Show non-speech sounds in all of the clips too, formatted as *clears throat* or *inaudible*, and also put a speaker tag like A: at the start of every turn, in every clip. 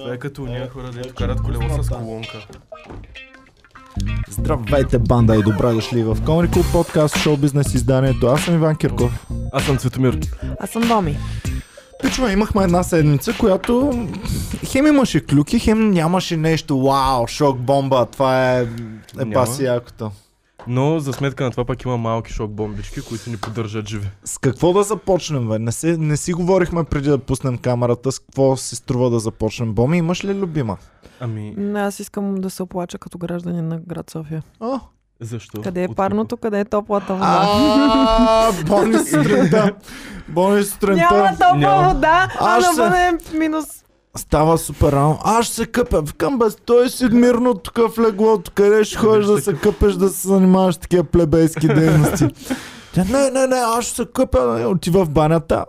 A: Това е като уния хора, дето карат колело с колонка.
B: Здравейте, банда и добре дошли в Comedy Club Podcast, шоу бизнес изданието. Аз съм Иван Кирков.
A: Аз съм Цветомир.
C: Аз съм Боми.
B: Пичове, имахме една седмица, която хем имаше клюки, хем нямаше нещо. Вау, шок бомба, това е е
A: Няма.
B: паси якото.
A: Но за сметка на това пък има малки шок бомбички, които ни поддържат живи.
B: С какво да започнем, бе? Не, се, не си говорихме преди да пуснем камерата, с какво си струва да започнем. Боми, имаш ли любима?
A: Ами,
C: Не, аз искам да се оплача като гражданин на град София.
B: О,
A: защо?
C: Къде е
A: От
C: парното, къде е топлата вода?
B: а, Бони сутринта. Бони сутринта.
C: Няма топла
A: Няма.
C: вода, а
B: Аз ще-
C: навън е минус.
B: Става супер рано. Аз ще се къпя. Викам, бе, стой си мирно тук в леглото. Къде ще ходиш да се къпеш, да се занимаваш с такива плебейски дейности? Тя, не, не, не, аз ще се къпя. Отива в банята.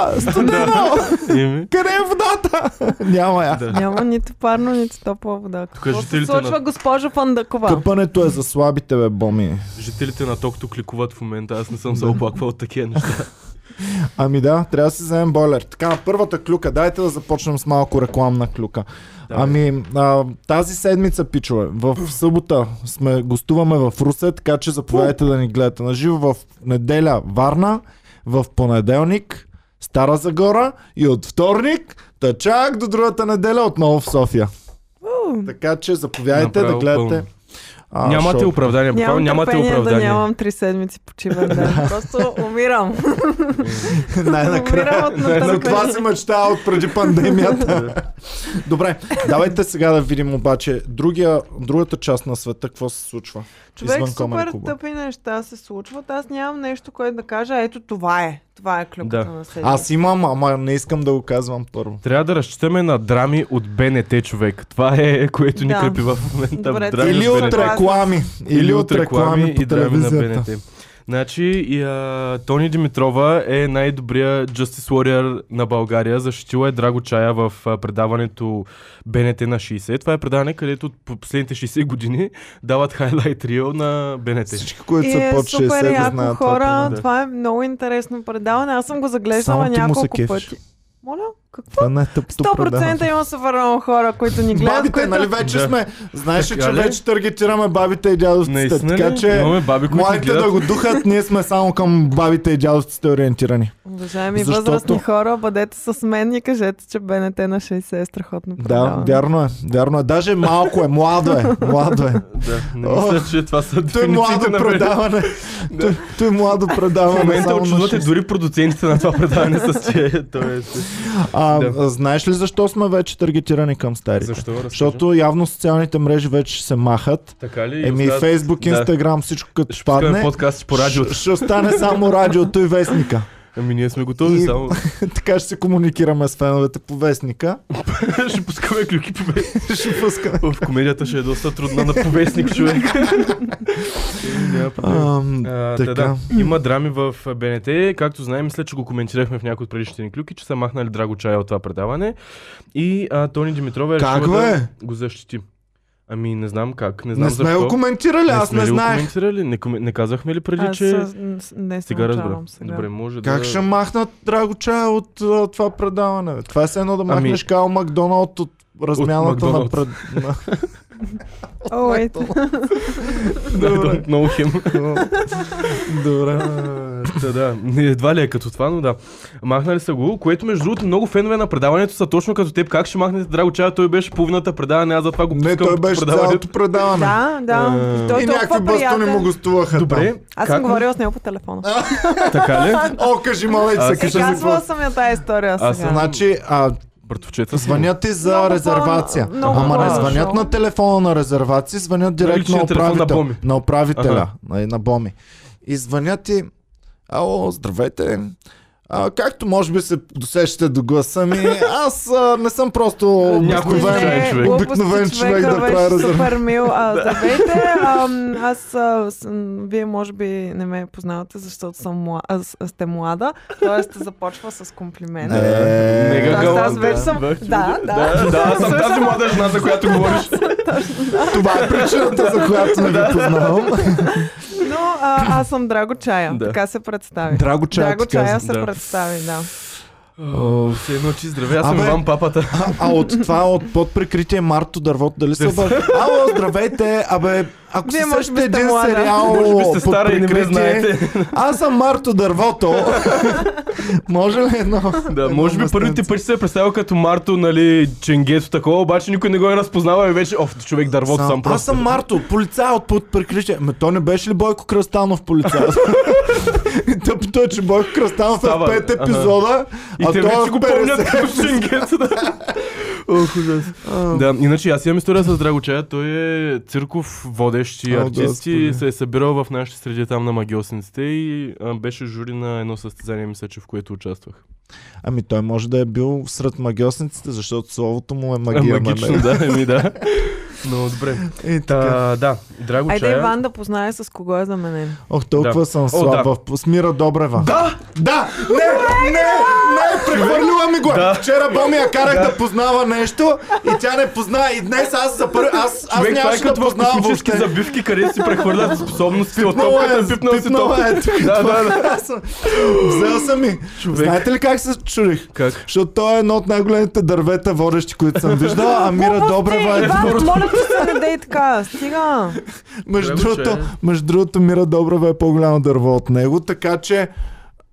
B: А, студено!
A: тук. *laughs* Еми,
B: Къде е водата? *laughs* Няма я.
A: да.
C: Няма нито парно, нито топла вода. Какво се
A: жителите
C: случва,
A: на-
C: госпожо Фандакова?
B: Къпането е за слабите, бе, боми.
A: Жителите на Токто кликуват в момента, аз не съм се оплаквал от такива неща.
B: Ами да, трябва да си вземем бойлер. Така, първата клюка. Дайте да започнем с малко рекламна клюка. Ами, а, тази седмица, пичове, в събота сме, гостуваме в Русе, така че заповядайте да ни гледате на живо в неделя Варна, в понеделник Стара Загора и от вторник, та чак до другата неделя отново в София.
C: Уу,
B: Така че заповядайте
A: Направо
B: да гледате.
A: пълно.
B: А,
A: нямате
B: шоу.
A: оправдание, е, буквално
C: Нямам
A: нямате
C: търпение да
A: оправдание.
C: нямам три седмици почивен ден. Просто умирам.
B: Най-накрая.
C: умирам от
B: За Е, това
C: натърпение.
B: си мечтая от преди пандемията. Добре, давайте сега да видим обаче другия, другата част на света, какво се случва.
C: Човек,
B: извън Comedy
C: супер
B: Club-а.
C: тъпи неща се случват. Аз нямам нещо, което да кажа. Ето това е. Това е
A: Да.
C: клюката на седмица.
B: Аз имам, ама не искам да го казвам първо.
A: Трябва да разчитаме на драми от БНТ човек. Това е което ни
C: Да.
A: крепи в момента.
C: Добре,
A: драми
B: Или
A: от
B: от
A: БНТ.
B: реклами. Или от реклами по
A: и драми на
B: телевизията.
A: БНТ. Значи, и, а, Тони Димитрова е най-добрия Justice Warrior на България. Защитила е Драго Чая в а, предаването БНТ на 60. Това е предаване, където от по- последните 60 години дават хайлайт рил на БНТ.
B: Всички, които
C: И
B: са
C: е
B: под 60
C: супер
B: да
C: яко
B: знаят това.
C: хора.
A: да.
C: Това, е много интересно предаване. Аз съм го заглеждала
B: Само ти му се
C: няколко
B: кефиш.
C: пъти. Моля, какво?
B: Това не е тъпто
C: 100%
B: предаване.
C: има супер много хора, които ни гледат.
B: Бабите,
C: които...
B: нали вече
A: Да.
B: сме? Знаеш ли, че
A: Така ли?
B: вече таргетираме бабите и дядовците.
A: Наистина
B: Така
A: ли?
B: че
A: Имаме баби, които ни
B: младите
A: гледат.
B: да го духат, ние сме само към бабите и дядовците ориентирани.
C: Уважаеми
B: Защото-
C: възрастни хора, бъдете с мен и кажете, че БНТ на 60 е страхотно
B: Да,
C: предаване.
B: вярно е, вярно е. Даже малко е, младо е,
A: *laughs*
B: младо е.
A: Да, не мисля, че това са
B: Той младо
A: дефинициите на БНТ.
B: предаване. Той, той младо
A: В
B: предаване.
A: момента
B: само на
A: очудвате
B: 60.
A: дори продуцентите на това предаване с тия. Тоест,
B: А,
A: да.
B: а, знаеш ли защо сме вече таргетирани към старите?
A: Защо? Разкажи.
B: Защото явно социалните мрежи вече ще се махат.
A: Така ли?
B: Еми,
A: Остават-
B: Фейсбук, Инстаграм, всичко като
A: Ще пускаме
B: падне.
A: подкаст по радиото.
B: щ- Ще остане само радиото и вестника. *laughs*
A: Ами ние сме готови
B: И-
A: само.
B: Така ще се комуникираме с феновете по вестника.
A: *laughs*
B: *laughs*
A: ще пускаме клюки по мен.
B: Ще пускаме.
A: В комедията ще е доста трудна на повестник човек. Е, няма проблем.
B: Ам,
A: А,
B: така.
A: така. Да, има драми в БНТ. Както знаем, мисля, че го коментирахме в някои от предишните ни клюки, че са махнали Драго Чая от това предаване. И а, Тони Димитрова е
B: Как,
A: решила да
B: бе?
A: го защити. Ами не знам как, не знам
B: Не сме
A: защо.
B: го коментирали, аз
A: сме
B: не
A: ли го
B: знаех.
A: коментирали? Не, коме- не казахме ли преди,
C: Аз
A: че...
C: с- н- с- не
A: Сега
C: сега
A: разбрах.
C: сега.
A: Добре, може да...
B: Как ще махнат Драгочая от а, това предаване? бе? Това е все едно да махнеш ами... Кайл Макдоналд от размяната на
A: Макдоналд.
B: пред... на-
C: О, ето.
A: *laughs* Да,
B: Добре.
A: много *laughs* хем. *laughs*
B: Добре.
A: Та да, Не, едва ли е като това, но да. Махнали са го, което между другото много фенове на предаването са точно като теб. Как ще махнете Драго Чая? Той беше половината предаване, аз затова го пускам
B: Не, той
A: по
B: беше
A: предаването.
B: цялото предаване.
C: Да, да.
A: Е,
C: И Той
B: И
C: е
B: някакви
C: толкова
B: бастуни му
C: приятен.
B: гостуваха
A: Добре,
C: Аз
A: как
C: съм
A: му-
C: говорила с него по телефона.
A: Така ли?
B: О, кажи, моля
A: А,
B: ти се,
A: сега
C: Е,
B: кажи за какво.
C: казвала съм я тази история
A: Аз
C: сега.
B: Значи, а,
A: Братовчета,
B: звънят ти за
C: Много
B: резервация.
C: по- много
B: Ама не
A: по-
B: звънят на телефона на резервации, звънят директно на
A: личния телефон на
B: управител.
A: Боми.
B: На управителя,
A: Аха.
B: на, на Боми. И звънят ти, ало, здравейте. А, както може би се досещате до гласа ми, аз а, не съм просто
A: Някой случайен
B: обикновен,
C: Не,
A: човек.
C: е глупости,
B: обикновен човек да
C: човека беше
B: прави резервация.
C: Супер мил.
A: *laughs*
C: А, Здравейте, ам, аз, а, с- м, вие може би не ме познавате, защото съм мла... аз, аз сте млада, т.е. започва с комплимент.
B: Е,
A: Мега
C: Аз-
A: галант,
C: аз вече
A: да.
C: съм...
A: Да,
C: Да, да.
A: Да, да, аз съм
C: Слушам.
A: тази млада жена, за която говориш.
B: Това е причината, за която не ви познавам.
C: Но а, аз съм Драго Чая,
A: Да.
C: така се представи.
B: Драго Чая
C: Драго
B: ти каза,
C: Чая се
A: да.
C: представи, да.
A: О, Се едно, че здраве, аз съм
B: Абе.
A: имам папата.
B: А, а от това, от под прикритие Марто дървото, дали се
A: Да.
B: обажда? Ало, здравейте, абе, ако
C: Вие
B: се
C: може би
B: сещате
C: сте
B: един
C: млада.
B: сериал
A: Може би сте
B: под
A: стара и не ме
B: прикритие,
A: знаете.
B: аз съм Марто дървото. Може ли едно?
A: Да,
B: едно
A: може би първите
B: местенце?
A: пъти се е представил като Марто, нали, ченгето такова, обаче никой не го е разпознавал и вече, оф, човек дървото съм
B: Аз
A: просто.
B: съм Марто, полицай от под прикритие. Ме то не беше ли Бойко
A: *laughs*
B: Кръстанов полицай? Тъпото е, че Бойко Кръстанов е в
A: Става,
B: пет
A: ага.
B: епизода,
A: И
B: а
A: те
B: той е
A: вече
B: в
A: го помнят
B: 50.
A: като ченгето.
B: *laughs*
A: да. Ох, ужас. Да, иначе аз имам история с Драгочая. Той е цирков водещ и
B: О,
A: артист и
B: Господи.
A: се е събирал в нашите среди там на магиосниците и а, беше жури на едно състезание, мисля, че в което участвах.
B: Ами той може да е бил сред магиосниците, защото словото му е магия.
A: Магично,
B: нали?
A: да, еми да. Много добре.
B: И така.
A: Та, да, е Драгочая.
C: Айде Иван да познае с кого е заменен.
B: Ох, толкова
A: Да.
B: съм
A: О,
B: слаб.
A: да.
B: в Смира Добрева.
A: Да!
B: Да! Не! Не! Не! Прехвърлила ми го!
A: Да.
B: Вчера Боми я карах да. познава нещо и тя не позна. И днес аз за първи... Аз, аз
A: Човек, това е
B: нямаше да
A: като в
B: познавам
A: космически
B: въобще.
A: забивки, където си прехвърлят способности от
B: Пипнала
A: топката,
B: е,
A: пипнал си
B: пипнала
A: топката.
B: е тук.
A: Да, да, да.
B: *laughs* Аз съм- Взел съм и.
A: Човек.
B: Знаете ли как се чудих?
A: Как?
B: Защото той е едно от най-големите дървета водещи, които съм виждал, а Мира Добрева е...
C: Иван, моля ти се, не дей така. Стига.
B: Между
A: Добре,
B: другото,
A: че е.
B: между другото, Мира Добрева е по-голямо дърво от него, така че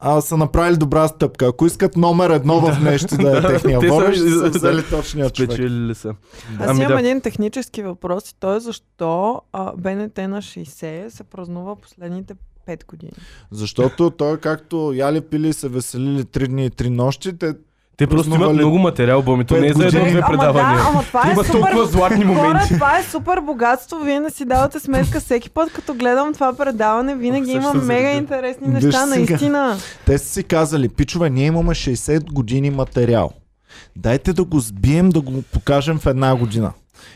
B: а, са направили добра стъпка. Ако искат номер едно в нещо
A: *laughs*
B: да е техния
A: Те са-
B: водещ, са
A: да.
B: взели точния човек.
A: Спечелили са.
C: Аз
A: Ами
C: имам
A: да.
C: един технически въпрос и той е защо а, БНТ на 60 се празнува последните 5 години.
B: Защото той както яли пили и се веселили три дни и три нощи, те
A: Те просто имат
B: Празнували
A: много материал, бомито. Не е за
B: пет години.
A: едно-две
C: ама
A: предавания.
C: да, ама това е
A: Има
C: супер...
A: толкова златни
C: Хора,
A: моменти.
C: това е супер богатство, вие не си давате сметка всеки път, като гледам това предаване, винаги
A: Ох, също
C: има
A: съм
C: мега
A: заредил.
C: интересни
B: Виж
C: неща,
B: сега.
C: наистина.
B: Те са си казали, пичове, ние имаме 60 години материал. Дайте да го сбием, да го покажем в една година.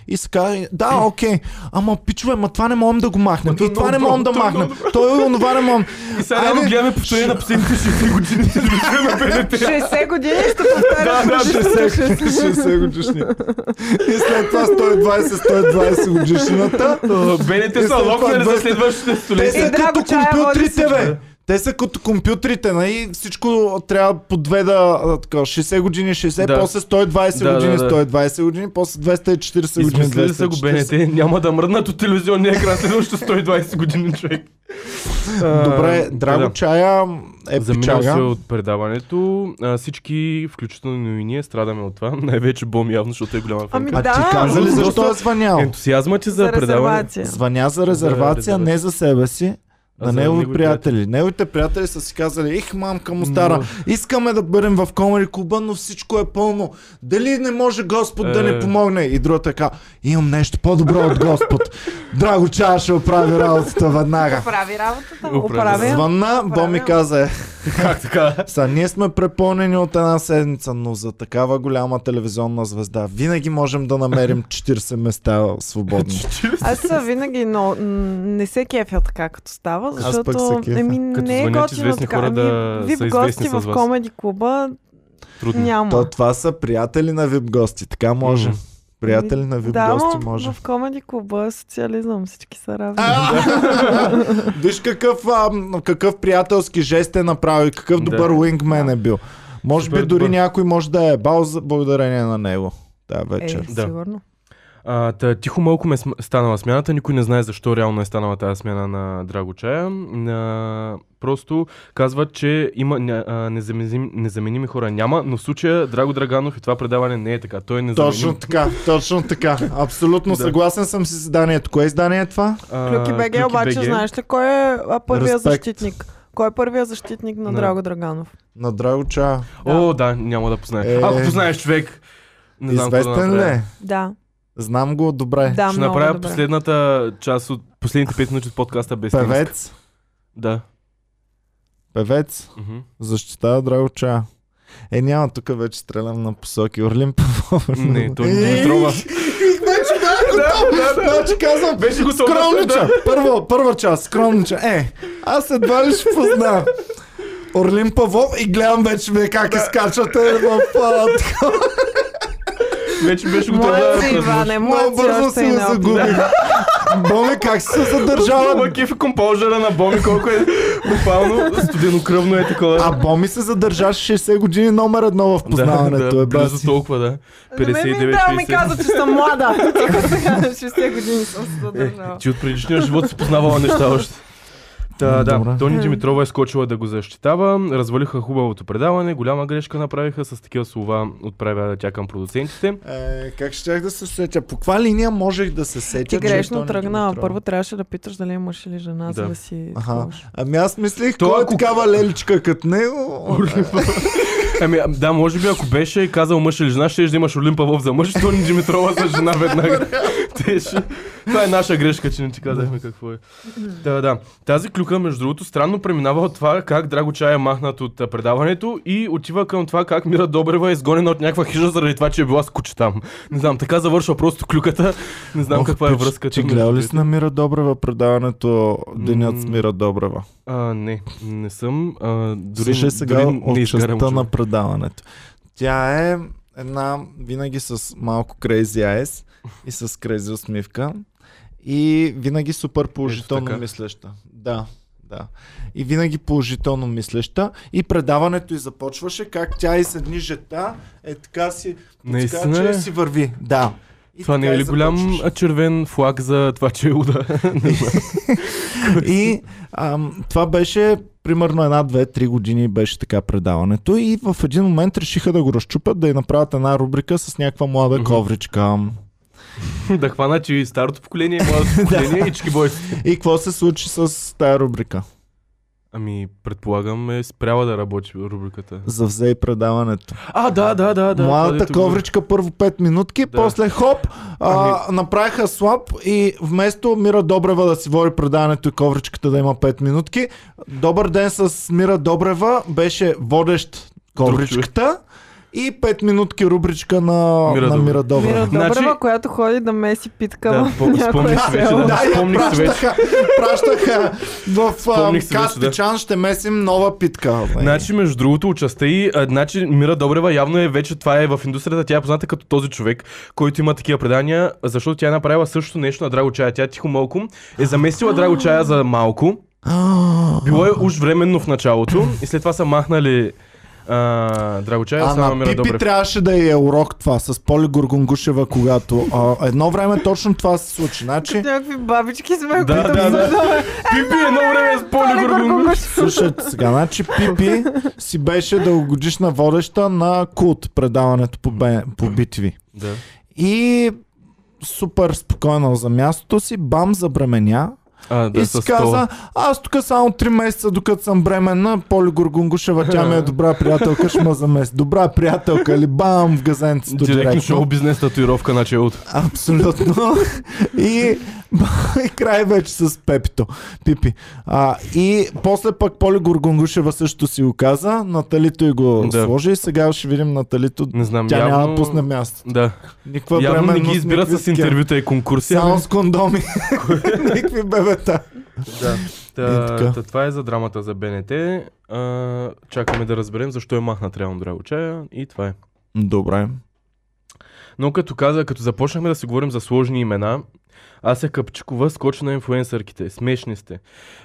B: И се каза, да, окей, ама пичове, ма това не можем да го махнем.
A: то е
B: И това не
A: много
B: можем да
A: добро, то е
B: махнем. Той и онова не можем.
A: *laughs* И сега реално
B: Айде,
A: гледаме повторение на последните 60 години. *laughs* телевизия на БНТ.
C: 60 години
A: *laughs*
C: ще повтарям.
A: Да, да,
B: 60 60 годишни. И след това 120-120 годишната.
A: БНТ са
B: И след това
A: локнали за
B: 200.
A: следващите
B: Те
A: столетия.
B: са
C: И драго
A: е
B: като
C: чая води
B: компютрите,
C: всичко.
B: бе. Те са като компютрите, нали? Всичко трябва по две да... а, Така, 60 години, 60,
A: Да.
B: после 120
A: Да,
B: години,
A: да, да.
B: 120 години, после 240 години,
A: Измислили са го
B: 240.
A: БНТ, няма да мръднат от телевизионния екран следващите 120 години човек.
B: Добре,
A: А,
B: драго
A: да.
B: чая е
A: Заминал се
B: печага.
A: от предаването. А, всички, включително и ние, страдаме от това. Най-вече Бом явно, защото е голяма
C: Ами
A: фенка.
B: А ти
C: Да.
B: каза ли
A: Просто-
B: защо е звънял?
A: Ентусиазма ти за,
C: За
A: предаване.
C: резервация.
B: Звъня за резервация,
A: резервация.
B: не за себе си,
A: А
B: на
A: за
B: негови
A: негови
B: приятели. Неговите приятели са си казали, ех мамка му стара,
A: М.
B: искаме да бъдем в Комери клуба, но всичко е пълно. Дали не може Господ да ни
A: Е.
B: помогне? И друга така, имам нещо по-добро от Господ. Драго чая ще оправи работата веднага.
C: Прави работата,
A: Оправя.
C: оправя.
B: Звънна, Бо ми
C: Правилно.
B: каза, е,
A: *laughs* Как така?
B: са, ние сме препълнени от една седмица, но за такава голяма телевизионна звезда винаги можем
A: *laughs*
B: да намерим 40 места свободни.
C: Аз са винаги, но м, не се кефя така, като става,
B: пък се
C: защото
B: кефя.
C: еми,
A: Като
C: не е
A: звънят
C: готино
A: известни
C: така.
A: хора
C: Ами,
A: да са
C: вип
A: известни
C: гости
A: с
C: в
A: вас.
C: комеди клуба
A: Трудно.
C: няма.
B: То това са приятели на вип гости, така може.
A: Мгм.
B: Приятели на вип
C: да,
B: е гости
C: ама
B: може.
C: в комеди клуба е социализъм, всички са равни.
B: *laughs* Виж какъв, а, м, какъв приятелски жест е направил и какъв
A: Да.
B: добър уингмен е бил. Може би
A: Супер
B: дори
A: добър.
B: някой може да е бал за благодарение на него. Да, вечер.
C: Е,
A: Да.
C: сигурно.
A: А, та, тихо малко ме е см- станала смяната. Никой не знае защо реално е станала тази смяна на Драго Чая. А, просто казват, че има ня- а, незаменим, незаменими хора няма, но в случая Драго Драганов и това предаване не е така. Той е незаменим.
B: Точно така, точно така. Абсолютно
A: Да.
B: съгласен съм с изданието. Кое издание е това?
A: А,
C: Клюки БГ, обаче,
A: BG.
C: знаеш ли кой е а, първия
B: Респект.
C: защитник? Кой е първия защитник на
A: Не.
C: Драго Драганов?
B: На Драго Ча.
A: О, да, няма да познаеш.
B: Е.
A: Ако познаеш човек, не знам какво да
B: Известен ли
A: направя.
B: е?
C: Да,
B: Знам го добре.
C: да,
A: Е, Ще
C: много
A: направя
C: добре.
A: последната част от последните 5 минути от подкаста без текст.
B: Певец.
A: Да.
B: Певец. *laughs*
A: Мгм.
B: Защитава Драго Ча. Е, няма, тук вече стрелям на посоки. Орлин Павлов.
A: Не, той не е трова.
B: Вече бях готов. Значи казвам,
A: Беше готов.
B: скромнича. Първо, първа част, скромнича. Е, аз едва ли ще познавам. Орлин Павлов и гледам вече вие как изкачате в а, така.
A: Вече беше готов да
C: Моля
A: я
C: се,
A: празнуваш.
C: Иване, моля
B: Много
C: се,
B: бързо
A: е
C: още е
B: се
C: една.
B: загубих. Боми, как си се задържава?
A: Жала кефи композера на Боми, колко е буквално студенокръвно е такова.
B: А Боми се задържа 60 години номер едно в
A: да,
B: познаването.
A: да,
B: е,
A: близо
B: бати.
A: толкова, да.
C: На мен Ами, ми
A: 59,
C: трябва ми
A: 60.
C: каза, че съм млада. Тихо сега, на 60 години съм се задържала.
A: Е, ти от предишния живот си познавала неща още. Та,
B: Добре.
A: да, Тони Димитрова е скочила да го защитава, развалиха хубавото предаване, голяма грешка направиха, с такива слова отправя тя към продуцентите.
B: Е, как ще да се сетя? По каква линия можех да се сетя?
C: Ти
B: че е
C: грешно
B: Тони
C: тръгна.
B: Димитров?
C: Първо трябваше да питаш дали е мъж или жена, за
A: Да.
C: да си...
B: Аха.
C: такова.
B: Ами аз мислих,
A: То
B: кой е
A: ако-
B: такава леличка като него?
A: Ами а, да, може би ако беше казал мъж или жена, ще да имаш Олимп Павлов за мъж, Тони Димитрова за жена веднага. Те ще... Това е наша грешка, че не ти казахме какво е. Да, да. Тази клюка, между другото, странно преминава от това как Драго Чай е махнат от а, предаването и отива към това как Мира Добрева е изгонена от някаква хижа заради това, че е била с куче там. Не знам, така завършва просто клюката. Не знам
B: Ох,
A: каква е
B: пич,
A: връзката.
B: Ти
A: между
B: гледал ли
A: двете.
B: си на Мира Добрева предаването Денят с Мира Добрева?
A: А, не, не съм. А, дори,
B: Слушай сега
A: дори не
B: от
A: изгарям.
B: частта на
A: човек.
B: предаването. Тя е една винаги с малко crazy eyes и с crazy усмивка и винаги супер
A: Ето
B: положително
A: така.
B: мислеща. Да, да. И винаги положително мислеща и предаването й започваше как тя и с едни жета е така си
A: Наистина
B: подскача
A: ли?
B: и си върви. Да. И
A: Това не
B: така
A: е
B: и
A: ли голям
B: започваше.
A: а, червен флаг за това, че е уда?
B: И ам, това беше примерно една, две, три години беше така предаването и в един момент решиха да го разчупят, да й направят една рубрика с някаква млада
A: Мгм.
B: ковричка.
A: *laughs* да хвана, че и старото поколение, и *laughs* младото поколение, и чики бой.
B: И какво се случи с тая рубрика?
A: Ами, предполагам, е спряла да работи рубриката.
B: Завзе и предаването.
A: А, да, да, да. да
B: Младата ковричка първо 5 минутки,
A: Да. Ами-
B: после хоп, а, направиха слаб и вместо Мира Добрева да си води предаването и ковричката да има 5 минутки, Добър ден с Мира Добрева беше водещ ковричката и 5 минутки рубричка на
A: Мира
B: Мира, на
A: Добрева.
B: Мира
C: Мира
B: Добрева.
C: Добрева,
A: Значи-
C: която ходи да меси питка
A: Да,
C: в
A: по-
C: някое
A: спомних си вече,
C: село.
A: да.
B: Да, я
A: Спомних си вече.
B: пращаха, пращаха в а,
A: Спомних си вече, да.
B: Каспичан, ще месим нова питка.
A: Значи, между другото, участта и а, значи, Мира Добрева явно е вече това е в индустрията. Тя е позната като този човек, който има такива предания, защото тя е направила същото нещо на Драго Чая. Тя тихо малко е заместила Драго Чая за малко.
B: А,
A: Било е уж временно в началото и след това са махнали а, Драго Чая,
B: А
A: Е, само
B: на
A: Мира
B: Пипи
A: Добрева.
B: трябваше да е урок това с Поли Горгонгушева, когато а, едно време точно това се случи. Значи,
C: Някакви бабички сме,
A: Да,
C: които
A: да, да.
C: обсъждаме.
A: Пипи едно време е с
C: Оле,
A: полигоргонгуш.
C: Горгонгуш.
B: слушайте сега, значи Пипи си беше дългогодишна водеща на култ предаването по, бе, по битви.
A: Да.
B: И супер спокойна за мястото си, бам, забременя
A: А, да,
B: и
A: с
B: си каза, аз тук само 3 месеца, докато съм бременна, Поли Горгонгушева, тя ми е добра приятелка, ще ме замести. Добра приятелка ли, бам, в газенцето
A: Директно
B: директно.
A: шоу бизнес татуировка значи, на челото.
B: Абсолютно. *laughs* И, и край вече с Пепито. Пипи. А, и после пък Поли Горгонгушева също си го каза. Наталито и го
A: Да.
B: сложи. И сега ще видим Наталито.
A: Не знам,
B: Тя
A: явно...
B: няма да пусне място.
A: Да.
B: Никаква
A: Явно не
B: бременност,
A: ги избират
B: никакви
A: с интервюта и конкурси.
B: скем. Само
A: ами-
B: с кондоми.
A: *laughs*
B: *laughs* Никакви бебета.
A: Да.
B: И
A: Та,
B: така.
A: та, това е за драмата за БНТ. А, чакаме да разберем защо е махнат реално Драго Чая и това е.
B: Добре.
A: Но като каза, като започнахме да си говорим за сложни имена, Ася Капчикова скочи на инфуенсърките. Смешни сте.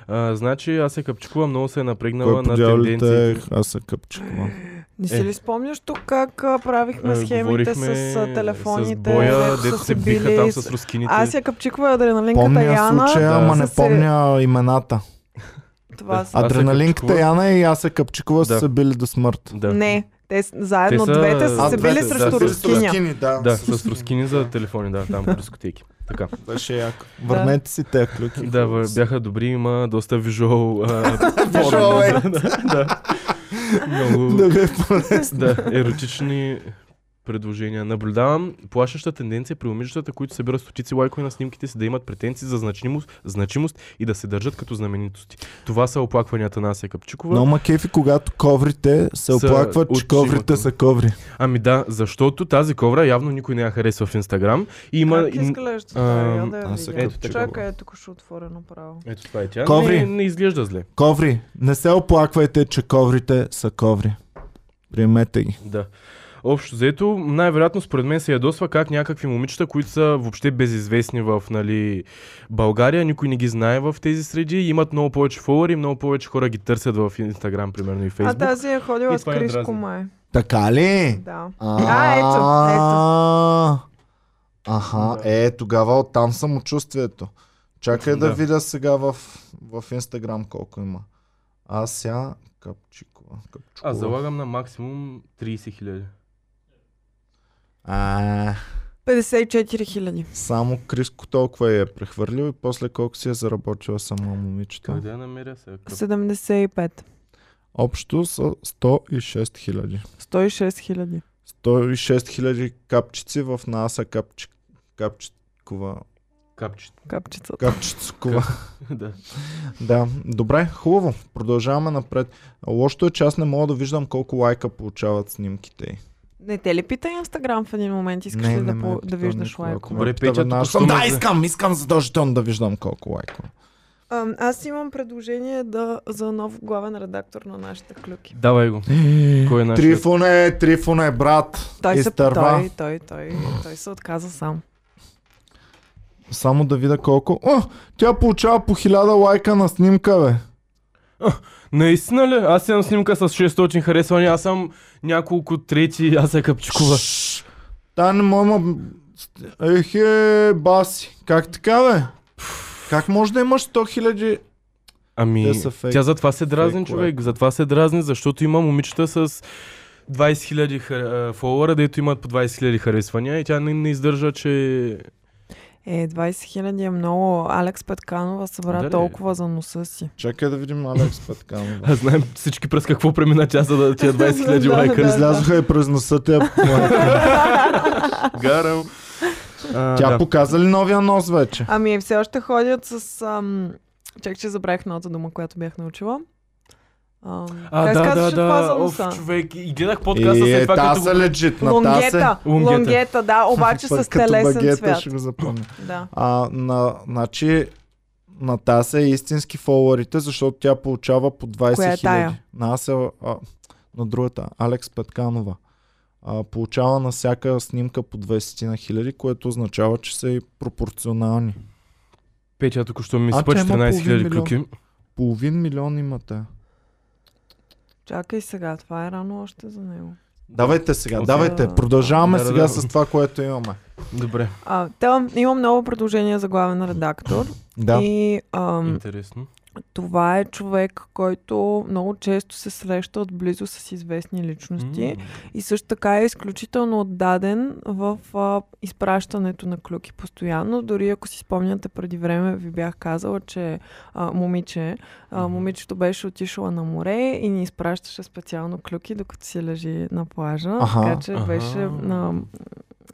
A: А, значи Ася Капчикова много се е напрегнала
B: Кой по
A: на тенденциите.
B: дяволите е Аса Къпчикова?
C: Не
A: Е.
C: си ли спомняш тук как а, правихме
A: А,
C: схемите с а, телефоните?
A: Е, с боя,
C: дето
A: дето се
C: са си
A: биха
C: били
A: там
C: и
A: с рускините.
C: Ася Капчикова, адреналинката
B: Помня
C: Яна.
B: случая,
A: да.
B: ама
C: са
B: не
C: се-
B: помня имената.
C: Това са...
A: Ася
B: Адреналинката
A: Къпчикова.
B: Яна и Аса Къпчикова са
A: Да.
B: се били до смърт.
A: Да.
C: Не, те с- заедно
A: Те са-
C: двете са
A: А,
C: се
A: двете,
C: били
A: да,
C: срещу
A: са-
C: рускиня.
B: да.
A: Да, с рускини за телефони, да, там по дискотеки. Така.
B: Беше яко. Върнете си те клюки.
A: Да, вър- бяха добри, има доста вижуал. е.
B: Visual
A: *laughs* Да. Много
B: Да бе полезно.
A: да, еротични предложения. Наблюдавам плашеща тенденция при момичетата, които събират стотици лайкове на снимките си, да имат претенции за значимост, значимост и да се държат като знаменитости. Това са оплакванията на Ася Капчикова.
B: Но ма кефи, когато коврите се
A: Са
B: оплакват, че
A: от
B: коврите
A: силата.
B: са коври.
A: Ами да, защото тази ковра явно никой не я харесва в Инстаграм. И има...
C: Как изглежда?
A: а,
C: Да, я да я
B: аз се
A: Ето
C: видя.
A: така.
C: Чакай, е, тук ще отворя направо.
A: Ето това е тя.
B: Коври.
A: Не, не изглежда зле.
B: Коври, не се оплаквайте, че коврите са коври. Приемете ги.
A: Да. Общо взето, най-вероятно според мен се ядосва как някакви момичета, които са въобще безизвестни в нали, България, никой не ги знае в тези среди, имат много повече фолуари, много повече хора ги търсят в Инстаграм, примерно и
C: А
A: Фейсбук.
C: тази е
A: И
C: ходила с
A: това я
C: Кришко
A: дразни.
C: май.
B: Така ли?
C: Да.
B: А,
C: ето,
B: ето. Аха, е, тогава оттам самочувствието. Чакай да,
A: Да.
B: видя сега в, в Инстаграм колко има. Ася Капчикова. Капчукова.
A: Аз залагам на максимум 30 хиляди.
B: А,
C: 54 хиляди.
B: само Криско толкова я е прехвърлил и после колко си е заработила само момичето.
A: Къде я намеря сега? Къп?
C: 75.
B: Общо са 106 хиляди.
C: 106 хиляди.
B: 106 хиляди капчици в Нааса Капчик... Капчикова.
A: Капче.
C: Капчицата.
B: Капчицкова.
A: *laughs* да.
B: *laughs* Да, добре, хубаво. Продължаваме напред. Лошото е, че аз не мога да виждам колко лайка получават снимките. й.
C: Не те ли пита Инстаграм в един момент? Искаш
B: Не,
C: ли
B: не
C: да,
B: ме
C: по-
B: е
C: да
B: питал
C: виждаш
B: никой.
C: лайк?
B: Ако ме
A: Добре,
B: пита
A: Петя,
B: веднага,
A: тук
B: съм,
A: що
B: Да,
A: ме за-
B: искам, искам задължително да виждам колко лайка.
C: Ам, аз имам предложение да, за нов главен редактор на нашите клюки.
A: Давай го. Кой е нашият?
B: Трифоне, Трифоне, брат.
C: Той се, той,
B: изтърва.
C: той, той, той, той се отказа сам.
B: Само да видя колко. О, тя получава по 1000 лайка на снимка, бе.
A: Наистина ли? Аз имам снимка с 600 харесвания, аз съм няколко трети, аз е капчикова.
B: Шш. Та не мама... Ехе, е, баси. Как така, бе? Как може да имаш 100 хиляди... Те
A: Ами,
B: са фейк.
A: тя затова се дразни,
B: лайк.
A: човек. Затова се дразни, защото има момичета с 20 000 хар- а, фолуара, дето имат по 20 000 харесвания и тя не, не издържа, че...
C: Е, 20 хиляди е много. Алекс Петканова събра
A: Дали?
C: толкова за носа си.
B: Чакай да видим Алекс Петканова.
A: *laughs* Аз знаем всички през какво премина тя, за да *laughs* тия 20 000
C: Да,
A: лайка.
C: да.
B: Излязоха и през носа тя.
A: Гарам. А,
B: Тя
A: да.
B: показа ли новия нос вече?
C: Ами все още ходят с... Ам... Чак, че забравих новата дума, която бях научила. Ам...
A: А,
C: как се
A: да, да,
C: казваше това за
A: да,
C: носа?
A: оф, човек. И гледах подкаста след
B: Е,
A: това,
B: та
A: като...
B: са легит, на та се...
C: Лонгета,
A: Лонгета.
C: лонгета, да, обаче
B: пък
C: с телесен
B: багета
C: цвят.
B: ще го запомня.
C: Да.
B: А, на, значи, на Таса е истински фолуарите, защото тя получава по 20
C: Коя е
B: хиляди.
C: тая?
B: На аз е, а, на другата, Алекс Петканова. А, получава на всяка снимка по 20 на хиляди, което означава, че са и пропорционални.
A: Петя, току-що ми
B: А,
A: изпъчи
B: тя има
A: 13 000
B: половин
A: клюки.
B: Половин милион имате.
C: Чакай сега, това е рано още за него.
B: Давайте сега,
A: От-
B: давайте. Продължаваме
A: Да, да,
B: сега
A: да.
B: с това, което имаме.
A: Добре,
C: А, та, имам ново предложение за главен редактор.
B: Да.
C: И ам,
A: интересно.
C: това е човек, който много често се среща отблизо с известни личности.
A: М.
C: И също така е изключително отдаден в а, изпращането на клюки постоянно. Дори ако си спомняте, преди време ви бях казала, че а, момиче, а,
A: Мгм.
C: момичето беше отишла на море и ни изпращаше специално клюки, докато си лежи на плажа.
B: Аха.
C: така че
A: Аха.
C: беше на,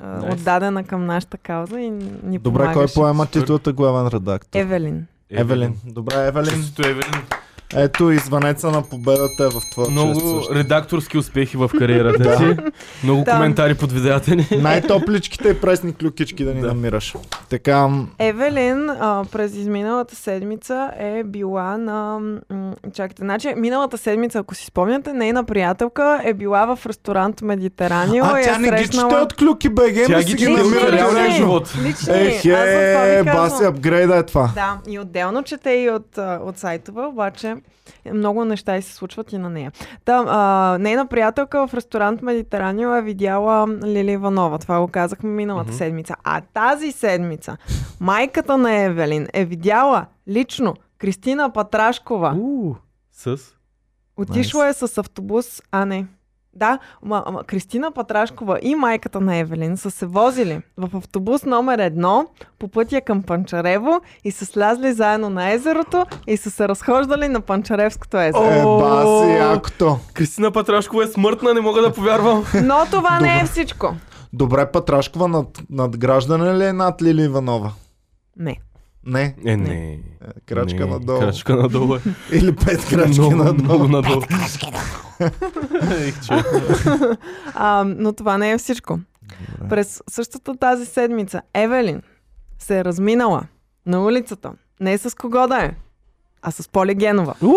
C: а,
A: Найс.
C: отдадена към нашата кауза и ни
B: Добре, кой
C: помагаше.
B: поема титлата главен редактор?
C: Евелин.
B: Евелин. Добре, Евелин.
A: Честито, Евелин.
B: Ето и звънеца на победата е в твоя
A: Много
B: чест.
A: редакторски успехи
C: *laughs*
A: в кариерата си. Много
C: Да.
A: коментари под видеята ни.
B: Най-топличките и пресни клюкички да ни
A: Да.
B: намираш. Така, м,
C: Евелин а, през изминалата седмица е била на... м, Чакайте, значи миналата седмица, ако си спомняте, нейна приятелка е била в ресторант Медитеранио
B: а
C: и
B: тя
C: е
B: не ги чете
C: срещнала...
B: от клюки БГ,
A: Тя
B: но
A: ги
B: си ги
A: чете от
B: намира
A: реалния
B: директно.
A: живот.
C: Лични.
B: Ех,
C: Аз затова ви
B: е,
C: казвам.
B: баси, апгрейда е това.
C: Да, и отделно чете и от, а, от сайтове, обаче много неща и се случват и на нея. Та, а, нейна приятелка в ресторант Медитеранио е видяла Лили Иванова. Това го казахме миналата
A: Мгм.
C: седмица. А тази седмица майката на Евелин е видяла лично Кристина Патрашкова.
A: Уу, С.
C: Отишла е с автобус, а не. Да, ма, ма, Кристина Патрашкова и майката на Евелин са се возили в автобус номер едно по пътя към Панчарево и са слязли заедно на езерото и са се разхождали на Панчаревското езеро.
B: Е,
A: О.
B: баси, якото.
A: Кристина Патрашкова е смъртна, не мога да повярвам.
C: Но това не е
B: Добре.
C: всичко.
B: Добре, Патрашкова над, надграждане ли е над Лили Иванова?
C: Не.
B: Не,
A: Е, не.
B: е, крачка
A: не.
B: надолу.
A: Крачка
B: *laughs*
A: надолу. е.
B: Или пет крачки
A: много,
B: надолу.
A: Много надолу. Ех, че.
C: А, но това не е всичко. Добре. През същата тази седмица Евелин се е разминала на улицата. Не с кого да е, а с Поли Генова.
A: Уу,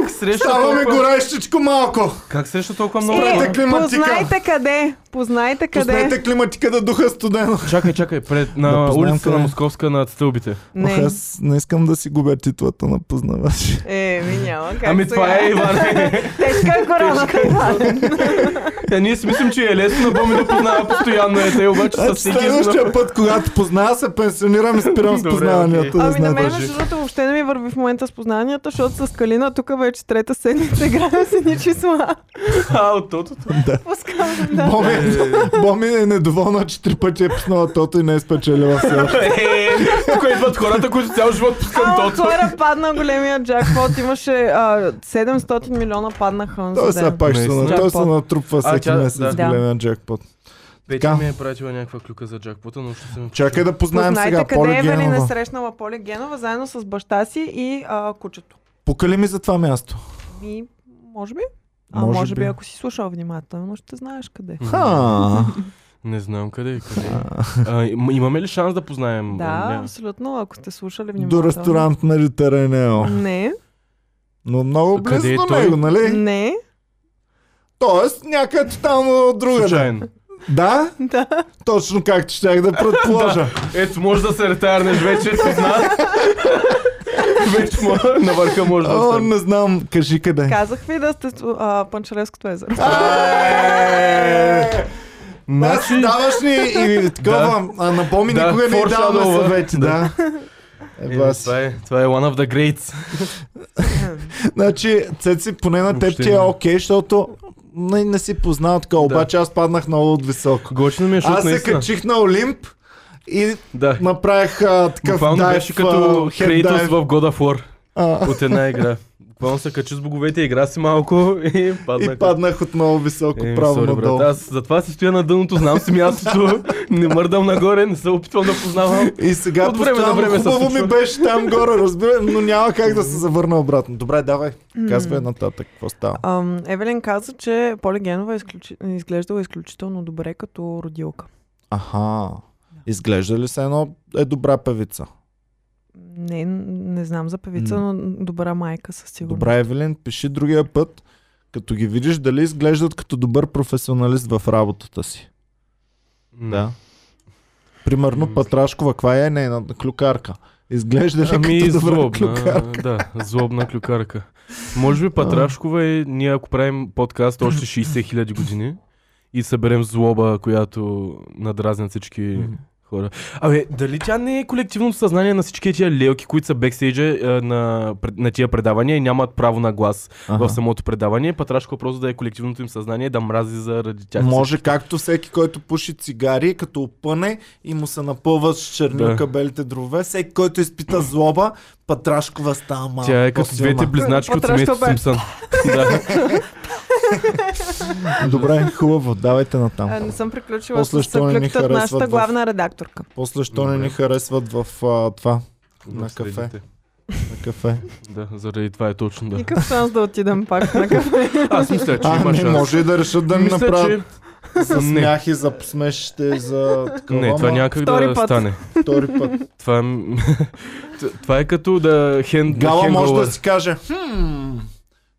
A: Как среща
B: Става ми
A: толкова,
B: горещичко малко.
A: как среща толкова много
B: Спрете
A: хора?
C: Е,
B: климатика.
C: познайте къде, познайте къде.
B: Пуснете климатика да духа студено.
A: Чакай, чакай, пред, на
B: Да познаем
A: улицата на
B: къде.
A: Московска на стълбите.
C: Не.
B: Ох, аз не искам да си губя титлата на познавач.
C: Е, ми няма как
A: ами
C: сега.
A: това е, Иван.
C: *laughs* Тежка е короната, Иван.
A: Е, ние си мислим, че е лесно на Боми да познава постоянно е, те обаче са
B: Значи
A: всеки
B: следващия път, когато познава, се пенсионирам и спирам с
A: Добре,
B: познаванията.
A: окей.
B: Да
C: Ами на
B: знаете.
C: мен,
A: държи.
C: между другото, въобще не ми върви в момента с познанията, защото с Калина тук вече трета седмица играем с едни
B: *laughs*
C: числа.
A: А, от тотото.
C: Пускам, да.
B: Боми, Боми е недоволна, че три пъти е пуснала тото и не е спечелила все още.
A: Е, Тук идват хората, които цял живот пускам
C: А,
A: тото.
C: хора, падна големия джакпот. Имаше а, 700 милиона паднаха
B: Той
C: за
B: сега
C: ден.
B: пак ще се,
A: Наистина.
B: на- той се
C: Джакпот.
B: натрупва всеки
A: тя-
B: месец
A: да.
B: големия джакпот.
A: Петя
B: Така.
A: ми е пратила някаква клюка за джакпота, но ще съм...
B: Чакай да познаем
C: Познайте
B: сега
C: къде
B: Поли
C: Евелин е
B: Генова.
C: срещнала Поле Генова, заедно с баща си и а, кучето.
B: Пука ли ми за това място?
C: И, може би. А може, би. ако си слушал внимателно, ще знаеш къде.
B: Ха.
A: Не знам къде е, къде е. А, им- имаме ли шанс да познаем?
C: Да,
A: Няма.
C: абсолютно, ако сте слушали
B: До
C: внимателно.
B: Е. ресторант Медитеренео.
C: Не,
B: Но много
A: Къде
B: близо
A: е
B: до
A: той?
B: него, нали?
C: не, *laughs*
B: Тоест, някъде тотално друга.
A: Случайно.
B: Да?
C: да.
B: Точно както щях да предположа.
A: Ето, може да се ретайрнеш вече с
B: *laughs*
A: нас. Вече мо- на върха може да
B: О,
A: се...
B: не знам, кажи къде.
C: Казах ви да сте а, Панчаревското езеро.
B: Е, Нас
A: Значи-
B: даваш ни и такова, а на Боми
A: Да,
B: никога не й даваме
A: foreshadowва.
B: съвети, да.
A: Е,
B: Ева си.
A: това, е, това е one of the greats.
B: Значи, Цеци, поне на теб
A: Въобще
B: ти е
A: не.
B: окей, защото не, не си познал така, обаче аз паднах много от високо.
A: Гочно ми е, защото
B: Аз се
A: наистина...
B: качих на Олимп и
A: Да.
B: направих а, такъв
A: Буквално
B: дайв,
A: беше като
B: а, хед
A: Крейтос
B: дайв.
A: в God of War
B: А,
A: от една игра. Буквално се качи с боговете, игра си малко и падна.
B: и паднах от много високо,
A: Е,
B: право
A: сори,
B: надолу.
A: брат. Аз затова си стоя на дъното, знам си
B: *laughs*
A: мястото, не мърдам нагоре, не се опитвам да познавам.
B: И сега
A: От време на
B: постоянно
A: време се
B: хубаво ми
A: случва.
B: беше там горе, разбира, но няма как да се завърна обратно. Добре, давай, казвай нататък, какво става.
C: Ам, Евелин каза, че Поле Генова е изключи... изглеждала изключително добре като родилка.
B: Аха, изглежда ли се едно е добра певица?
C: Не, не знам за певица,
B: М.
C: но добра майка със сигурност.
B: Добра, Евелин, пиши другия път, като ги видиш дали изглеждат като добър професионалист в работата си. Да. Примерно
A: М.
B: Патрашкова, каква е нейната клюкарка? Изглежда ли
A: Ами,
B: като добра
A: злобна.
B: клюкарка?
A: Да, злобна клюкарка. Може би Патрашкова е, ние ако правим подкаст още 60 хиляди години и съберем злоба, която надразня всички хора. Абе, дали тя не е колективното съзнание на всички тия лелки, които са бекстейджа е, на, пред- на тия предавания и нямат право на глас
B: Аха.
A: в самото предаване? Патрашко просто да е колективното им съзнание да мрази заради тях.
B: Може както всеки, който пуши цигари, като опъне и му се напълва с
A: Да.
B: чернилка белите дрове, всеки, който изпита злоба, Патрашкова става малко
A: Тя е като
B: по-силна.
A: двете близначки от
C: Патрашко
A: семейството
C: бе. *laughs*
A: Симпсън. Да.
B: Добре, хубаво, давайте натам.
C: А, Е, не съм приключила
B: После
C: с
B: ще не ни
C: съклюките от
B: харесват
C: нашата
B: в-
C: главна редакторка.
B: После, що не
A: Добре.
B: ни харесват в а, това, На кафе.
A: Следите.
B: на кафе.
A: Да, заради това е точно да.
C: Никакъв шанс да отидем
B: *laughs*
C: пак на кафе.
A: Аз мисля, че
B: А,
A: има
B: не,
A: шанс.
B: може и да решат да ни
A: Мисля,
B: направят
A: че...
B: за
A: Не.
B: смях и за смешите и за такова,
A: Не, това
B: ама
A: някак
C: Втори
A: да
C: път.
A: стане.
B: втори
A: *laughs*
B: път.
A: Това е... м- т- това е като да хен... да е.
B: Гала може
A: хенгове.
B: да си каже, хм,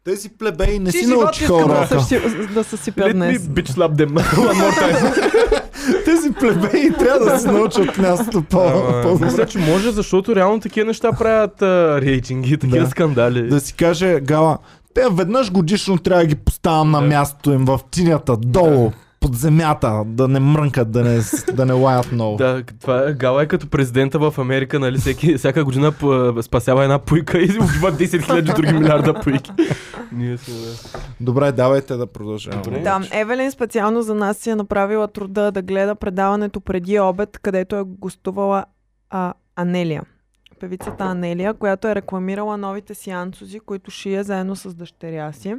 B: тези плебеи не
C: Ти
B: си
C: живот
B: научиха
C: искам
B: *laughs*
C: да
B: урока.
C: се си- да се сипя
A: Let me
C: днес.
A: bitch slap them one more time.
B: *laughs* Тези плебеи трябва да се научат мястото
A: *laughs*
B: по-
A: Ама,
B: по-добре.
A: Мисля, че може, защото реално такива неща правят а, рейтинги, такива
B: Да.
A: скандали.
B: да си каже Гала, те веднъж годишно трябва да ги поставям на
A: Да.
B: мястото им в тинята, долу, под земята, да не мрънкат, да не, с- да не лаят много.
A: Да, това е, Гала е като президента в Америка, нали, всеки, всяка година п- спасява една пуйка и убива 10 000 други милиарда
B: *laughs*
A: пуйки. Ние сме, да.
B: Добре, давайте да продължим.
A: Добре.
C: Да, Евелин специално за нас си е направила труда да гледа предаването преди обед, където е гостувала а, Анелия. Певицата Анелия, която е рекламирала новите си анцузи, които шие заедно с дъщеря си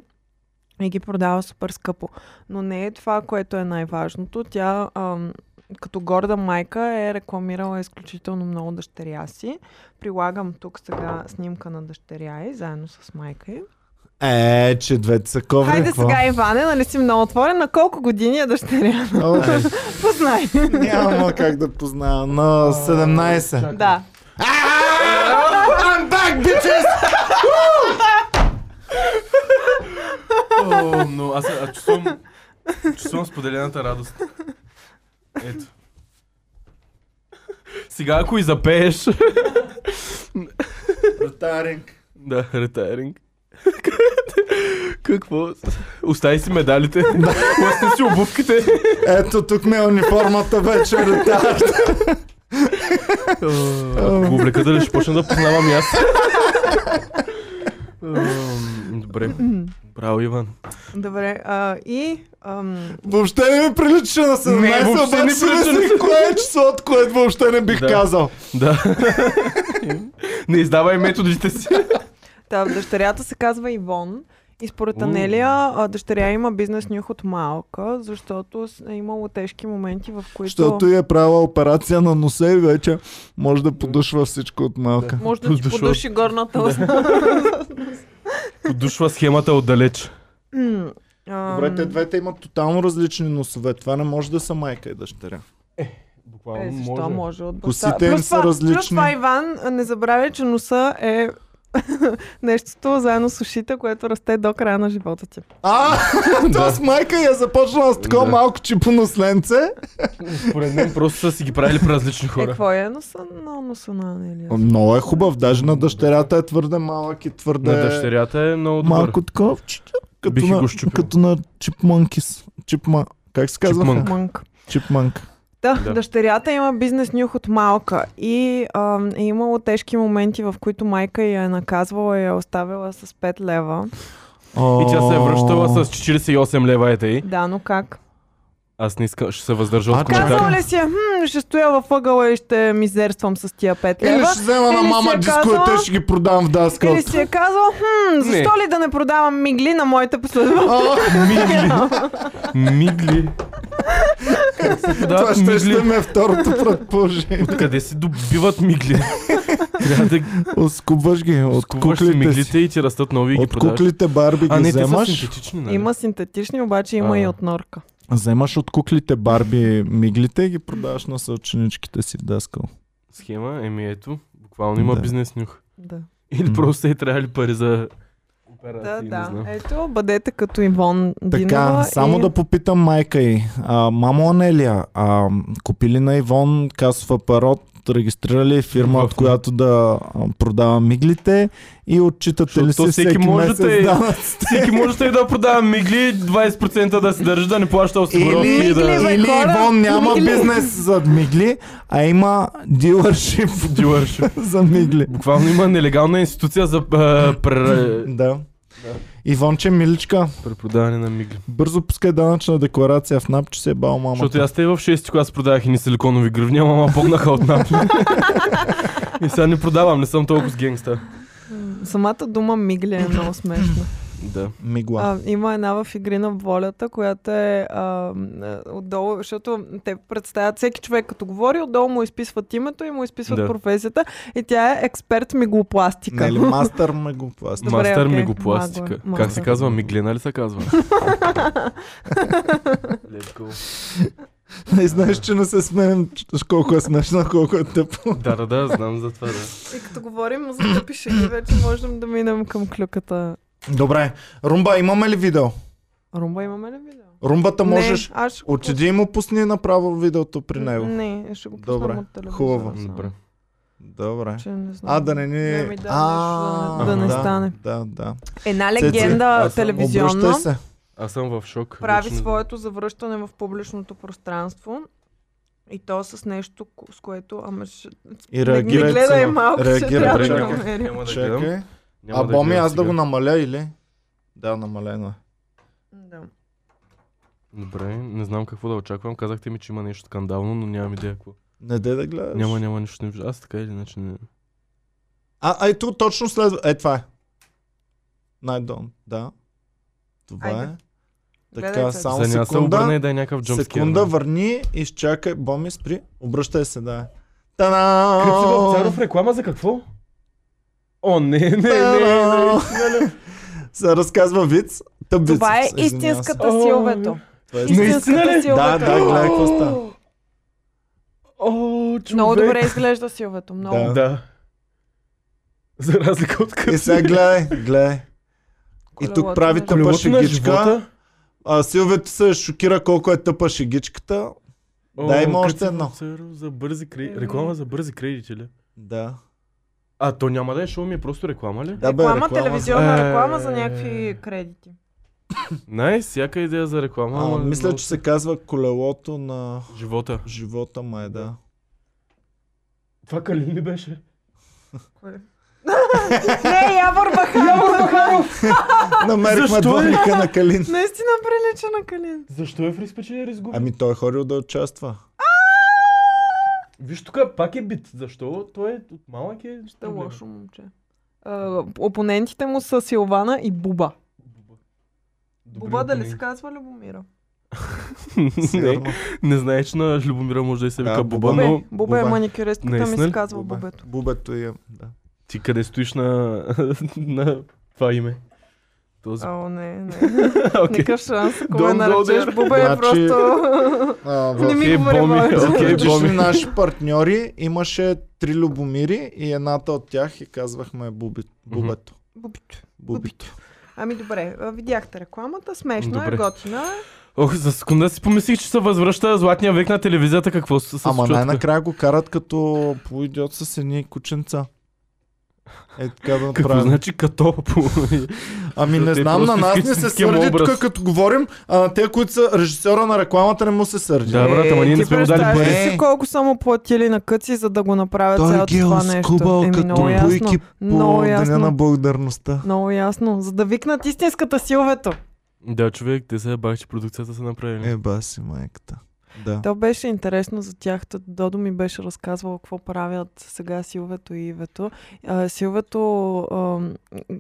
C: и ги продава супер скъпо. Но не е това, което е най-важното. Тя ам, като горда майка е рекламирала изключително много дъщеря си. Прилагам тук сега снимка на дъщеря и заедно с майка й.
B: Е, че двете са коври.
C: Хайде
B: какво?
C: сега, Иване, нали си много отворен, на колко години е дъщеря? *laughs*
B: О,
C: Познай.
B: Няма как да позная. На 17.
C: да.
B: I'm back, bitches!
A: О, но аз а чувствам, чувствам споделената радост. Ето. Сега ако и запееш... *laughs*
B: Ретаринг.
A: Да, ретайринг. *laughs* Какво? Остави си *laughs* медалите. Пусни си обувките.
B: Ето тук ми е униформата вече *laughs* ретард.
A: Ако го облека, дали ще почна да познавам и аз. Добре. Браво, Иван.
C: Добре, а, и... Ам,
B: Въобще не ми прилича на 17,
A: Не, въобще не
B: обаче си
A: прилича на
B: мислих кое е числото, което въобще не бих
A: Да.
B: казал.
A: Да. Не издавай методите си.
C: та, дъщерята се казва Ивон. И според
A: У.
C: Анелия, а, дъщеря има бизнес нюх от малка, защото с- е имало тежки моменти, в които...
B: Защото и е правила операция на носа и вече може да подушва всичко от малка.
C: Може да ти
A: Защото-
C: подуши горната устна.
A: Подушва схемата отдалеч.
C: М, ам,
B: Добре, те двете имат тотално различни носове. Това не може да са майка и дъщеря.
A: Буквално
C: Е, защо може, от баща?
B: Косите им
C: Плюс
B: са
C: това- Плюс
B: различни.
C: това, Иван, не забравяй, че носа е *laughs* нещото заедно с ушите, което расте до края на живота ти.
B: *laughs* А, т.е. майка я започнала с такова
A: Да.
B: малко чипуно сленце.
A: Според мен просто са си ги правили при различни
C: Е,
A: хора.
C: какво е носа на носа на Анелия?
B: Много е хубав, даже на дъщерята е твърде малък и твърде
A: На дъщерята е много добър.
B: малко такова. чу- чу- Като
A: Бих и
B: на,
A: го щупил.
B: като на чипмънкис. Чипма... Как се казва?
A: Chipmunk.
C: Мънк.
B: Чипмънк.
C: Да,
A: Да.
C: дъщерята има бизнес нюх от малка и ам, е имало тежки моменти, в които майка я е наказвала и я е оставила с 5 лева.
A: И тя се е връщала с 48 лева е тъй.
C: Да, но как?
A: Аз не искам, ще се въздържа
B: А,
A: от
B: Коментар.
C: Казвам
A: коментар.
C: ли си, я, хм, ще стоя във ъгъла и ще мизерствам с тия 5 лева?
B: Или ще взема на
C: Или си
B: мама
C: е
B: диско и
C: казала-
B: те ще ги продам в Даскал.
C: Или си е казал, хм, защо ли да не продавам мигли на моите
B: *laughs*
C: последователи?
A: Мигли. Мигли. Как се
B: Това
A: подават
B: ще ще
A: мигли?
B: ме е второто предположение.
A: Къде се добиват ну,
B: *laughs*
A: мигли? Трябва да
B: Оскубваш ги от
A: купуваш си
B: куклите си.
A: миглите и ти растат нови и ги
B: От
A: продаваш.
B: куклите Барби
A: А,
B: ги
A: не, те са
B: вземаш.
A: синтетични, нали?
C: Има синтетични, обаче има
A: А.
C: и от норка.
B: Вземаш от куклите Барби миглите и ги продаваш на съученичките си в Даскал.
A: Схема, еми ето, буквално има
B: Да.
A: бизнес нюх.
C: Да.
A: Или
B: М.
A: просто е трябвали пари за
C: Да,
A: операции, не
C: да.
A: знам.
C: Ето, бъдете като Ивон
B: Така,
C: Динова.
B: само
C: и...
B: да попитам майка й. А, мамо Анелия, а, купили на Ивон касова парот, регистрирали е фирма,
A: В-
B: от която да а, продава миглите и отчитате
A: Защото
B: ли си
A: всеки
B: всеки,
A: може
B: месец
A: да е-
B: данъците?
A: Всеки може да и да продава мигли, 20% да се държи, да не плаща осигуровки
B: Или,
A: и да...
C: бе,
B: или
C: хора,
B: Ивон няма
C: мигли.
B: бизнес за мигли, а има дилършип *laughs*
A: Дилършип.
B: за мигли.
A: Буквално има нелегална институция за а, пре-
B: Да. Ивонче, миличка,
A: препродаване на мигли.
B: бързо пускай данъчна декларация в НАП, че се е бал мама.
A: Защото аз те в 6 когато продавах и ни силиконови гривни, ама ма погнаха от
C: *laughs*
A: напи. и сега не продавам, не съм толкова с генгста.
C: Самата дума мигли е много смешна.
A: Да.
B: Мигла.
C: а, има една в игри на волята, която е а, м, отдолу, защото те представят всеки човек, като говори, отдолу му изписват името и му изписват
A: Да.
C: професията и тя е експерт миглопластика.
B: Не ли мастър меглопласт?
C: Добре,
A: Мастър
C: окей.
A: мигопластика.
C: Маго е,
A: Как
C: маго
A: се
C: е.
A: казва? Миглена ли се казва?
C: *laughs*
A: Лепко.
B: *laughs* Не знаеш, че не се смеем, че- колко е смешно, колко е тъпо.
A: Да, да, да, знам за това, да.
C: И *laughs* като говорим за да пише ги, вече можем да минем към клюката.
B: Добре, Румба, имаме ли видео?
C: Румба имаме ли видео?
B: Румбата можеш...
C: Не, аз ще го
B: Отиди и му пусни направо видеото при
C: пусна-
B: него.
C: Не, ще го пуснем
B: Добре,
C: от телевизора.
B: хубаво.
C: само.
A: Добре.
B: Добре.
C: Че не знам.
B: А, да не ни...
C: Ами да,
B: А,
C: нещо да не- да не стане.
B: Да, да.
C: Една
B: Цеци,
C: Е, легенда
A: аз съм
C: телевизионна
B: Обръщай се.
A: Аз съм в шок.
C: прави
A: Вече не-
C: своето завръщане в публичното пространство. И то с нещо, ко- с което... Ама ще...
B: И
C: Не, не
B: реагирай.
C: гледай
B: цена.
C: малко, ще
B: Реагирай,
C: трябва
A: Добре,
C: да
B: чакай.
C: го намеря.
A: няма да гледам.
B: Чакай.
A: Няма
B: А,
A: да
B: Боми,
A: гледам
B: аз да
A: сега.
B: го намаля или? Да, намалено е.
C: Да.
A: Добре, не знам какво да очаквам. Казахте ми, че има нещо скандално, но нямам идея какво.
B: Не дей да гледаш.
A: Няма, няма нищо. Не виждам. Аз така или иначе не...
B: А, а ето точно след... Е, това е. Най-дон. Да. Това
C: Айде.
B: е. Така,
C: Гледайте.
B: само
A: За няма се
B: секунда.
A: обърна и да е някакъв джампскер.
B: Секунда, върни, изчакай, боми, спри, обръщай се, да. Та-да!
A: Крипси реклама за какво? О, не, не, не, не.
B: Та-дам! Се разказва виц, тъп виц.
C: Това е
B: извинявам се.
C: истинската
A: О,
C: силвето.
B: Това е истинската.
A: Наистина
C: Истинската
A: ли?
B: Да,
C: силвето.
B: да, гледай какво става.
A: О, човек.
C: Много добре изглежда силвето. Много.
B: Да.
A: Да. За разлика от
B: И сега
A: къси.
B: гледай, гледай. И
C: Колелото
B: тук прави
C: на
B: тъпа шегичка. А Силвето се шокира колко е тъпа шегичката. Да, има още едно.
A: Царо, за бързи кредити.
C: Еми.
A: Реклама за бързи кредити ли?
B: Да.
A: А то няма да е шоу, ми е просто реклама ли?
B: Да, бе,
C: реклама,
B: реклама.
C: телевизионна
A: Е.
C: реклама за някакви кредити.
A: Най, всяка идея за реклама.
B: А,
A: ама
B: мисля,
A: много-
B: че се казва колелото на
A: Живота.
B: живота
A: *laughs*
B: май, да.
A: Това Калин ли беше?
C: Кой? *laughs* не, Явор Бахаров!
B: Намерихме
A: Защо е?
B: двойника
A: *laughs*
B: на Калин.
C: Наистина прилича на Калин.
A: Защо е в Рис печели Рис губи?
B: Ами той е ходил да участва.
A: Виж тук, пак е бит. Защо? Той е от малък е...
C: Ще е лошо момче. А, опонентите му са Силвана и Буба. Буба дали
A: *laughs*
C: се казва Любомира?
A: Не,
B: Сигурно.
A: не знаеш, че на Любомира може да и се
B: Да,
A: вика Буба,
B: Бубе.
A: но
C: Бубе, Буба е
B: Бубе.
C: маникюристката, ми
A: Наистина
C: се
A: ли?
C: казва
B: Бубе.
C: Бубето.
B: Бубето и е. Да.
A: ти къде стоиш на, *laughs* на това име? Този...
C: О, не, не. *laughs*
A: *laughs* Окей.
C: Никакъв шанс, ако ме
A: Don't go
C: наречеш
A: there.
C: Бубе е
B: Значи-
C: *laughs* просто...
B: А,
C: Не
B: в
A: Окей,
C: ми говори
A: Боми,
C: повече.
A: окей,
B: Отишли
A: Боми.
B: наши партньори, имаше три Любомири и едната от тях и казвахме Буби, Бубето.
C: Бубето.
B: Бубито.
C: Ами добре, а, видяхте рекламата, смешно е,
A: Добре.
C: готина е.
A: Ох, за секунда си помислих, че се възвръща златния век на телевизията. Какво се се
B: Ама
A: случва тук?
B: най-накрая го карат като полуидиот с едни кученца. Е така да
A: Какво
B: направим.
A: значи като? *laughs*
B: Ами не
A: Те
B: знам, на
A: просто
B: нас не се
A: скицинския му
B: сърди
A: образ.
B: тук като говорим, а на те, които са режисьора на рекламата не му се сърди.
A: Да, брат, ама ние не
C: Е, ти
A: сме му дали
C: представяш ли
B: пари.
C: си колко са му платили на къци, за да го направят
B: Той
C: цялото
B: ги е
C: това нещо.
B: оскубал
C: Еми,
B: като
C: много
A: е
C: ясно.
B: буйки по
C: Много
B: Деня на
C: ясно.
B: благодарността.
C: Много ясно. За да викнат истинската силвето.
A: да, човек, те се бах, че продукцията са направили.
B: Е, баси майката. Да.
C: То беше интересно за тях. Та Додо ми беше разказвала какво правят сега Силвето и Ивето. А, Силвето, ам,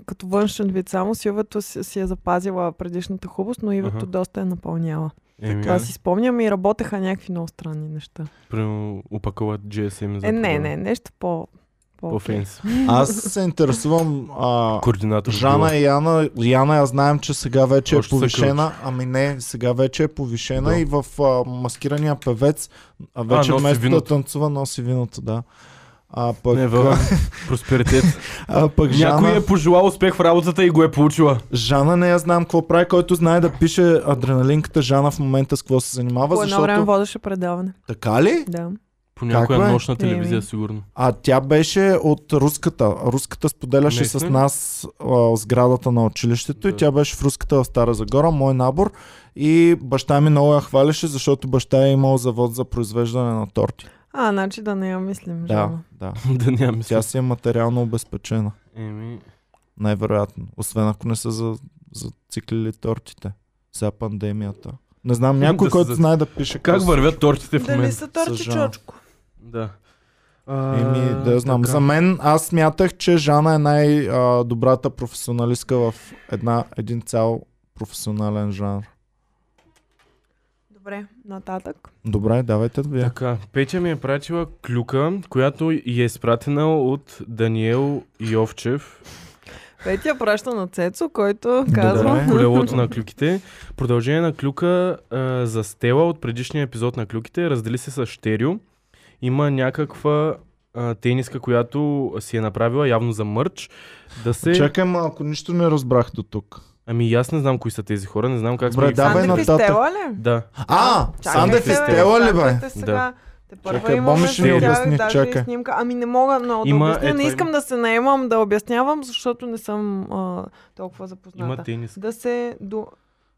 C: като външен вид само, Силвето си, си е запазила предишната хубост, но Ивето
A: Аха.
C: доста е напълняла.
A: Еми, нали?
C: Това си спомням и работеха някакви много странни неща.
A: Прямо опаковат GSM за
C: Е, не,
A: продукт.
C: не, нещо по... по-
A: По-фенс.
B: Аз се интересувам а,
A: Координатор.
B: Жана
A: е...
B: и Яна, Яна я знаем, че сега вече
A: Още
B: е
A: са
B: повишена. Ами не, сега вече е повишена
A: Да.
B: и в а, маскирания певец а вече
A: А,
B: а,
A: носи
B: вместо да
A: виното.
B: танцува носи виното, да. А пък,
A: Не,
B: *laughs*
A: Вела. Просперитет.
B: а, пък
A: Някой
B: Жана,
A: е пожелал успех в работата и го е получила.
B: Жана не я знам какво прави, който знае да пише адреналинката Жана в момента с какво се занимава,
C: По едно време
B: защото...
C: водеше предаване.
B: Така ли?
C: Да.
A: По някоя
B: е?
A: нощна телевизия,
C: Еми.
A: сигурно. *laughs*
B: А тя беше от руската. Руската споделяше
A: Наистина
B: с
A: ли?
B: нас а, сградата на училището и
A: Да.
B: тя беше в руската в Стара Загора, мой набор. И баща ми много я хвалеше, защото баща е имал завод за произвеждане на торти.
C: А, значи да не я мислим,
B: Да,
C: Жана.
B: да.
A: да няма мисля.
B: Тя си е материално обезпечена,
A: Еми,
B: най-вероятно. Освен ако не са за, зациклили тортите. Сега пандемията. Не знам,
A: Да
B: някой,
A: се
B: който
A: зац-
B: знае да пише.
A: как
B: какво
A: вървят тортите в
C: Дали
A: момента?
C: са торти
B: Жана.
C: чочко?
A: Да. А,
B: Еми, да я знам.
A: така.
B: За мен аз смятах, че Жана е най-добрата професионалистка в една, един цял професионален жанр.
C: Добре, нататък.
B: Добре, давайте вие.
A: Така, Петя ми е пратила клюка, която и е изпратена от Даниел Йовчев.
C: Петя праща на Цецо, който казва...
B: Добре.
A: Колелото на клюките. Продължение на клюка а, за Стела от предишния епизод на клюките. Раздели се с Штерио. Има някаква а, тениска, която си е направила явно за мърч. Да се...
B: Чакай малко, нищо не разбрах до тук.
A: Ами и аз не знам кои са тези хора, не знам как
B: Добре,
A: сме ги
B: давай
A: фанали.
C: Сандък и
B: нататък.
C: Стела ли?
A: Да.
B: А,
C: Чакайте,
B: Сандев и
C: бе,
B: Стела ли бе?
C: чакайте Сега. Те първа
B: Чакай,
C: имаме
B: Боми ще
A: ни
C: за тях
B: обясни,
C: даже
B: чакай.
C: и снимка. Ами не мога много да
A: Има-
C: обясня,
A: е,
C: не
A: това
C: искам
A: има.
C: да се наемам да обяснявам, защото не съм а, толкова запозната.
A: Има тениска.
C: Да се до,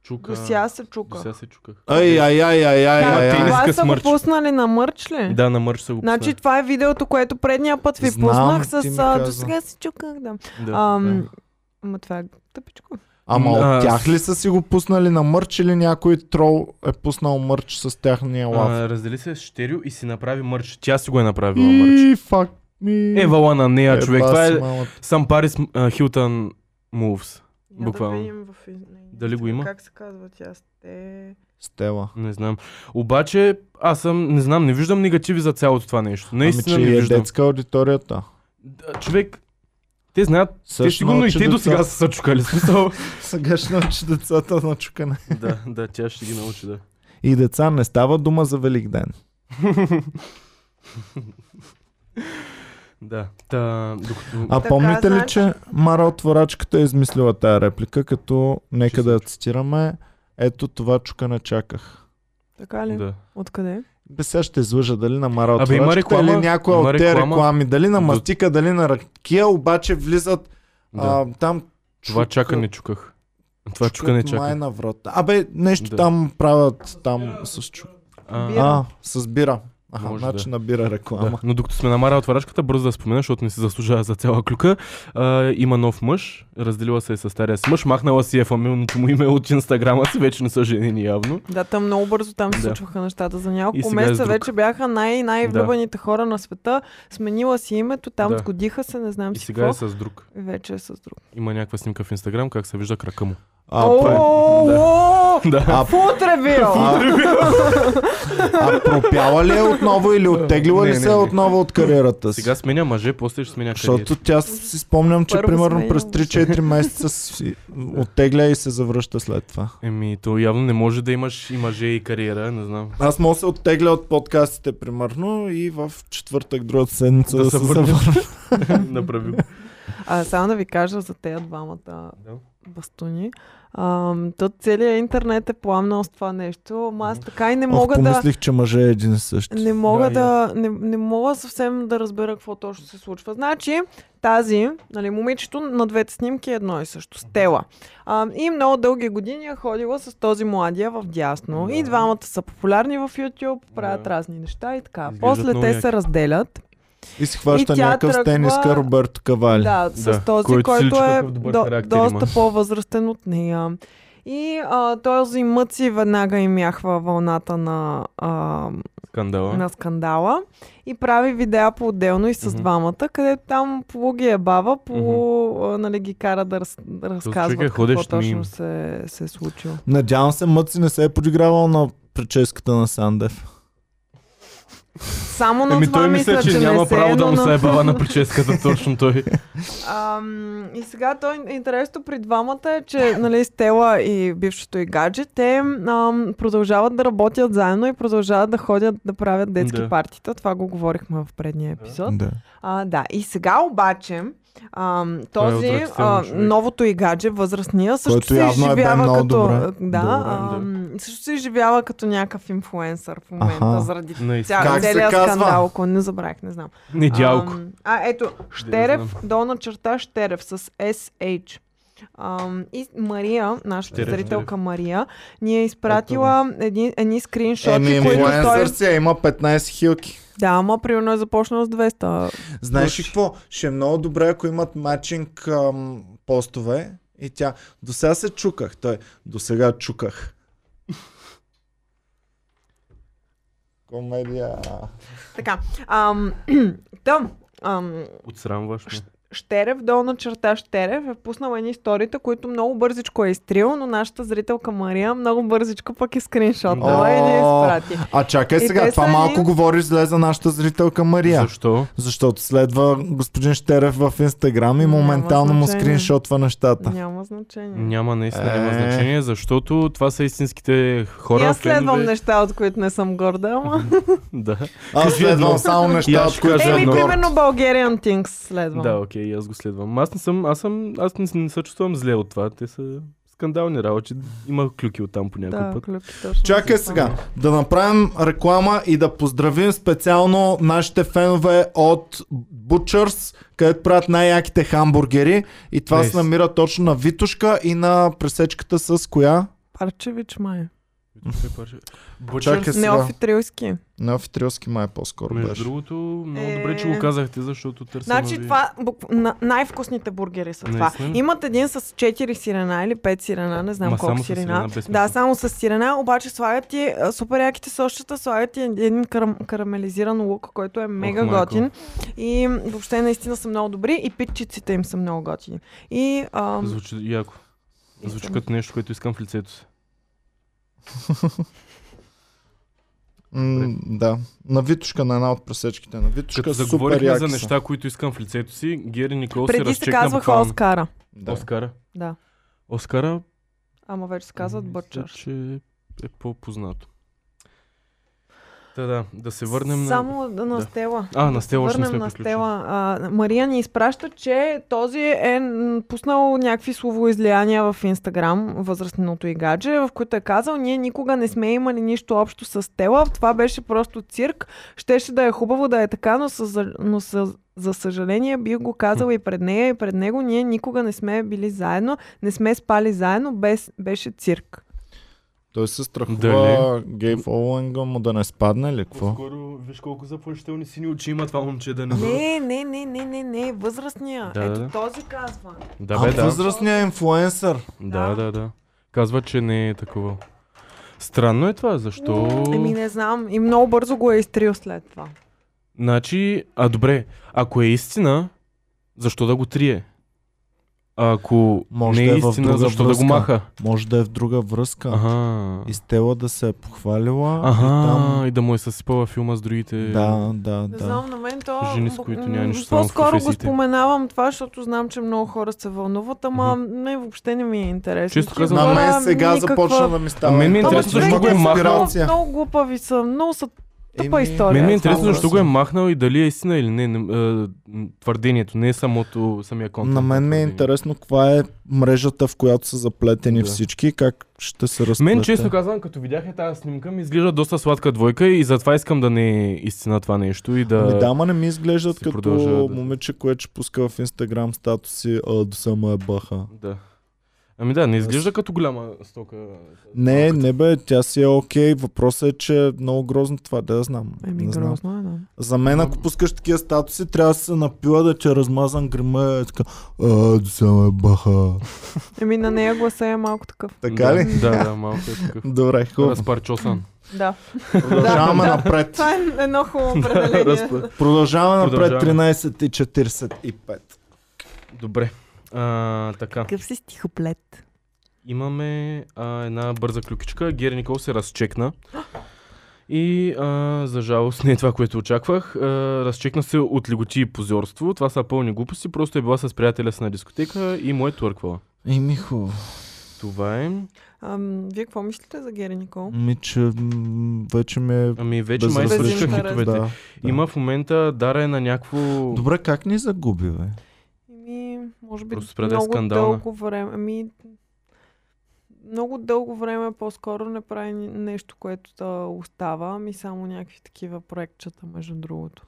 A: Чука.
C: до ся се чука.
A: До ся се чуках.
B: Ай, ай, ай, ай, ай,
C: Да,
B: ай, ай.
A: тениска
C: това
A: с
C: са го
A: мърч.
C: пуснали на мърч ли?
A: Да, на мърч са го
C: Значи това е видеото, което предния път ви
B: Знам,
C: пуснах
B: ти ми
C: с... а, До
B: каза.
C: сега се чуках, да.
A: пуснали. Да,
C: Ам,
A: да.
C: Ама това е тъпичко.
B: Ама
A: А,
B: от тях ли са си го пуснали на мърч или някой трол е пуснал мърч с тяхния лав? Ами,
A: А, е, раздели се с Штерио и си направи мърч. Тя си го е направила мърч.
B: И фак ми.
A: Е, вала на нея,
B: Е,
A: човек. Това е
B: баси малата.
A: сам Парис Хилтън Moves.
C: Я да
A: Буквално.
C: видим в из- не,
A: Дали го има?
C: Как се казва тя? Сте...
B: Стела.
A: Не знам. Обаче, аз съм, не знам, не виждам негативи за цялото това нещо.
B: Ами,
A: Наистина
B: че
A: не
B: и е
A: виждам.
B: детска аудиторията.
A: Да, Човек, те знаят, те
B: Също
A: сигурно и
B: научи
A: те до
B: деца-
A: сега са се чукали. Смисъл.
B: Сега ще научи децата на чукане.
A: *laughs* да, да, тя ще ги научи, да.
B: И деца, не става дума за Велик ден.
A: Да. Та, докато...
B: А
C: Така,
B: помните ли,
C: значи-
B: че Мара отворачката е измислила тая реплика, като нека да я цитираме, ето това чука не чаках.
C: Така ли? Да.
A: да.
C: Откъде?
B: Бе сега ще излъжа дали на Мара
A: Абе, има
B: отворачката
A: реклама-
B: или някоя
A: има
B: от те
A: реклама.
B: реклами, дали на
A: До-
B: мастика, дали на ракия, обаче влизат
A: да.
B: а, там
A: Това чака не чуках. Това чука не
B: Май
A: чака.
B: на врат. Абе, нещо
A: Да.
B: там правят там с чук.
C: Бира.
B: А, с бира. Аха,
A: Може
B: значи
A: да.
B: набира реклама.
A: Да. Но докато сме намарали отварачката, бързо да спомена, защото не се заслужава за цяла клюка. А, има нов мъж, разделила се е с стария си мъж, махнала си е фамилното му име от инстаграма си, вече не са женени явно.
C: Да, там много бързо там се
A: Да.
C: случваха нещата. За
A: И
C: няколко
A: сега е с
C: месеца
A: друг.
C: вече бяха най- най-влюбените хора на света. Сменила си името, там
A: Да.
C: сгодиха се, не
B: Ами
C: знам
A: И
C: си
A: сега е
C: какво.
A: с друг.
C: И Вече е с друг.
A: Има някаква снимка в инстаграм, как се вижда крака му.
B: А,
C: О,
B: пре-
A: да.
C: о,
A: е.
C: *laughs*
A: Да. *laughs*
B: а,
C: Футревил!
B: а, а пропяла ли е отново или оттеглила
A: Не,
B: ли
A: не,
B: се
A: не.
B: отново от кариерата си?
A: Сега сменя мъже, после ще сменя
B: Защото тя си спомням, че
C: Първо
B: примерно
C: сменя
B: през
C: мъжа.
B: 3-4 месеца си оттегля и се завръща след това.
A: Еми, то явно не може да имаш и мъже и кариера, не знам.
B: Аз мога да се оттегля от подкастите, примерно, и в четвъртък, другата седмица
A: Да
B: да,
A: се
B: се
A: върна.
B: завърна.
A: *laughs* Направи го.
C: А, само да ви кажа за тези двамата бастуни. Ам, то целият интернет е пламнал с това нещо. Ама аз така и не мога
B: Ох,
C: да...
B: помислих, че мъже е един и същ.
C: Не
A: Да,
C: мога да, не, не мога съвсем да разбера какво точно се случва. Значи, тази, нали, момичето на двете снимки е едно и също. Стела. А, и много дълги години е ходила с този младия в дясно.
A: Да.
C: И двамата са популярни в YouTube, правят
A: Да.
C: разни неща и така.
A: Изглеждат
C: После
A: много
C: те
A: яки.
C: се разделят.
B: И си хваща
C: И тя
B: някакъв
C: тръгва-
B: с тениска Роберто Кавали.
C: Да, с
A: Да,
C: този,
A: който
C: който,
A: силичка,
C: е
A: какъв добър
C: до,
A: характер има.
C: доста по-възрастен от нея. И а, този мъци веднага им яхва вълната на а,
A: Скандала.
C: на скандала и прави видеа по-отделно и с
A: Е. Мгм.
C: двамата, където там по ги е бава, по а, нали, ги кара да, раз, да разказват
A: човек е
C: какво
A: ходещ
C: точно
A: мим.
C: се, се е случило.
B: Надявам се, Мъци не се е подигравал на прическата на Сандев.
C: Само на
A: Еми
C: това
A: той
C: мисля,
A: мисля, че,
C: не
A: няма
C: се
A: право да му
C: но
A: се
C: на-
A: е бава
C: *laughs*
A: на прическата точно той.
C: Ам, и сега той, интересното при двамата е, че нали, Стела и бившото и гадже, те ам, продължават да работят заедно и продължават да ходят да правят детски
A: Да.
C: партита. Това го говорихме в предния епизод.
B: Да.
C: А, да, и сега обаче ам,
A: Той е
C: този
A: отвратителен
C: а,
A: човек.
C: новото и гадже, възрастния, също
B: Който
C: се
B: явно е бе
C: изживява
B: много
C: като...
B: добре.
C: Да,
B: Добре,
C: ам, също се изживява като някакъв инфлуенсър в момента,
B: Аха.
C: заради
A: Наистина.
C: ця,
B: Как се
C: целият
B: казва?
C: скандал, ако не забравих, не знам.
A: Не дялко.
C: Ам, а, ето,
A: Да, знам.
C: Штерев, долна черта Штерев с SH. Ам, и Мария, нашата
A: Штерев,
C: зрителка
A: Штерев.
C: Мария, ни е изпратила едни, едни скриншоти,
B: Еми,
C: които той...
B: инфлуенсър си е, има 15 хилки.
C: Да, ама примерно е започнал с 200
B: Знаеш ли
A: Уж.
B: какво? Ще е много добре, ако имат матчинг ам, постове. И тя, до сега се чуках. Той, до сега чуках. Комедия.
C: Така. Ам, *clears throat* там. Ам,
A: Отсрамваш ме.
C: Штерев, долна черта Штерев е пуснал едни сторите, които много бързичко е изтрил, но нашата зрителка Мария много бързичко пък е скриншотала
B: Да.
C: и ни изпрати.
B: А чакай
C: И
B: сега,
C: те
B: това
C: са
B: малко
C: ни-
B: говори зле за нашата зрителка Мария.
A: Защо?
B: Защото следва господин Штерев в Инстаграм и
C: Няма
B: моментално му
C: значение.
B: скриншотва нещата.
C: Няма значение.
A: Няма, наистина няма
B: Е.
A: значение, защото това са истинските
C: И
A: хора.
C: аз следвам
A: фенове.
C: неща, от които не съм горда,
A: *laughs*
C: ама...
A: Да.
B: Аз
A: Кажи
B: следвам
A: едно.
B: само
A: И
B: неща,
A: аз
B: от
A: ще
B: които
A: кажа
B: съм
C: Еми,
A: едно.
B: горд.
C: примерно Bulgarian Things следвам.
A: Да, окей, аз го следвам. Аз не съм, аз съм, аз не, не се чувствам зле от това. Те са скандални работи. Има клюки от там по някой
C: да
A: път.
C: клюки, точно
B: Чакай
C: си
B: сега, да направим реклама и да поздравим специално нашите фенове от Butchers, където правят най-яките хамбургери и това
A: Nice.
B: се намира точно на Витушка и на пресечката с коя?
C: спомням. Парчевич май.
A: Бочер,
B: Чакай сега,
C: Неофитрилски.
B: неофитрилски май по-скоро
A: между
B: беше.
A: другото, много
C: Е.
A: добре, че го казахте, защото търсим.
C: Значи това букв... на, най-вкусните бургери са това.
A: Наистина ли?
C: Имат един с 4 сирена или 5 сирена, не знам
A: Ма
C: колко
A: само с сирена,
C: сирена.
A: без
C: да,
A: месо.
C: само с сирена, обаче слагат ти а, супер яките сощата, слагат ти един карам, карамелизиран лук, който е мега
A: майко.
C: готин. И м, въобще наистина са много добри и питчиците им са много готини. И ам,
A: Звучи яко. Звучи
C: искам-
A: като нещо, което искам в лицето си.
B: М, да, на Витушка, на една от пресечките на Витушка.
A: Като
B: Супер
A: заговорихме
B: яки
A: за
B: са.
A: неща, които искам в лицето си, Гери Никол се
C: преди се
A: разчекна
C: казваха
A: буквално.
C: Оскара.
B: Да.
A: Оскара.
C: Да.
A: Оскара
C: Ама вече се казват
A: мисля,
C: Бърчаш.
A: че е по-познато. Та, да, да се върнем на...
C: Само на,
A: да.
C: на Стела.
A: А, на Стела още не
C: Върнем
A: сме
C: на
A: приключили.
C: Стела. А, Мария ни изпраща, че този е м, пуснал някакви словоизлияния в Инстаграм, възрастното и гадже, в които е казал, ние никога не сме имали нищо общо с Стела, това беше просто цирк, щеше да е хубаво да е така, но, със, но със, за съжаление бих го казал и пред нея и пред него, ние никога не сме били заедно, не сме спали заедно, без, беше цирк.
B: Той се страхува
A: Дали?
B: гей фолуинга му да не спадне ли какво?
A: Скоро, виж колко заплащелни сини очи има това момче да не
C: Не, не, не, не, не, не, възрастния.
A: Да,
C: Ето
A: да.
C: този казва.
A: Да, бе,
B: А
A: да.
B: възрастният инфлуенсър.
A: Ами Да, да, да. Казва, че не е такова. Странно е това, защо...
C: Еми не знам. И много бързо го е изтрил след това.
A: Значи, а добре, ако е истина, защо да го трие? А Ако
B: Може
A: не
B: да
A: е
B: е в
A: истина,
B: друга
A: защо да
B: връзка.
A: го маха?
B: Може да е в друга връзка.
A: Аха.
B: И Стела да се е похвалила.
A: Аха,
B: И там...
A: и да му е съсипала филма с другите.
B: Да, да,
C: Не
B: да.
C: знам, на мен то...
A: Жени, с които няма
C: м,
A: нищо само в
C: По-скоро го
A: професиите.
C: споменавам това, защото знам, че много хора се вълнуват, ама не, въобще не ми е интересно.
A: Чисто
C: Ти
A: казано-
B: На
C: хора,
B: мен е, сега
C: никаква-
B: започна да ми става.
A: А мен ми е
B: интересно,
A: интересно,
C: човек,
A: защо го е
C: много-
A: махнал.
C: Много глупави са, много са тъпа
B: Еми,
C: история.
A: Мен ми е
C: това.
A: интересно
B: само
A: защо го е махнал и дали е истина или не. не а, м, твърдението, не е самото самия контент.
B: На мен ми е интересно каква е мрежата, в която са заплетени
A: Да.
B: всички, как ще се разплете.
A: Мен, честно казвам, като видях е тази снимка, ми изглежда доста сладка двойка и затова искам да не е истина това нещо и да...
B: Ами да, ма не ми изглеждат
A: си
B: като
A: продължава да-
B: момиче, което ще пуска в Инстаграм статуси, а до само е баха.
A: да. Ами да, не изглежда като голяма стока.
B: Не, не бе, тя си е окей. Въпросът е, че е много грозно това, да я знам.
C: Еми,
B: не знам.
C: грозно е, да.
B: За мен, ако пускаш такива статуси, трябва да се напила да ти е размазан грима и е така, а, до само е баха.
C: Еми, на нея гласа е малко такъв.
B: Така
A: да,
B: ли?
A: Да, да, малко е
B: *laughs*
A: такъв.
B: Добре, хубаво. *laughs*
A: Разпарчосан.
C: Да.
B: Продължаваме напред.
C: Това е едно хубаво *laughs* определение.
B: Продължаваме напред
A: Продължаваме.
B: 13.45.
A: Добре. А, така.
C: Какъв си стихоплет?
A: Имаме а, една бърза клюкичка. Гери Никол се разчекна. И а, за жалост не е това, което очаквах. А, разчекна се от лиготи и позорство. Това са пълни глупости. Просто е била с приятеля си на дискотека и му е твърквала.
B: Ими хубаво.
A: Това е.
C: Ам, вие какво мислите за Гери Никол?
B: Ми, че м, вече ми е
A: Ами вече
B: без
A: май се
B: различни.
A: случиха
C: Безинтересно.
A: хитовете.
B: Да. да.
A: Има в момента дара е на някакво...
B: Добре, как ни загуби, бе?
C: Еми, може би
A: Просто спря да е
C: много
A: скандална.
C: дълго време. Ами, много дълго време по-скоро не прави ни- нещо, което да остава, ами само някакви такива проектчета, между другото.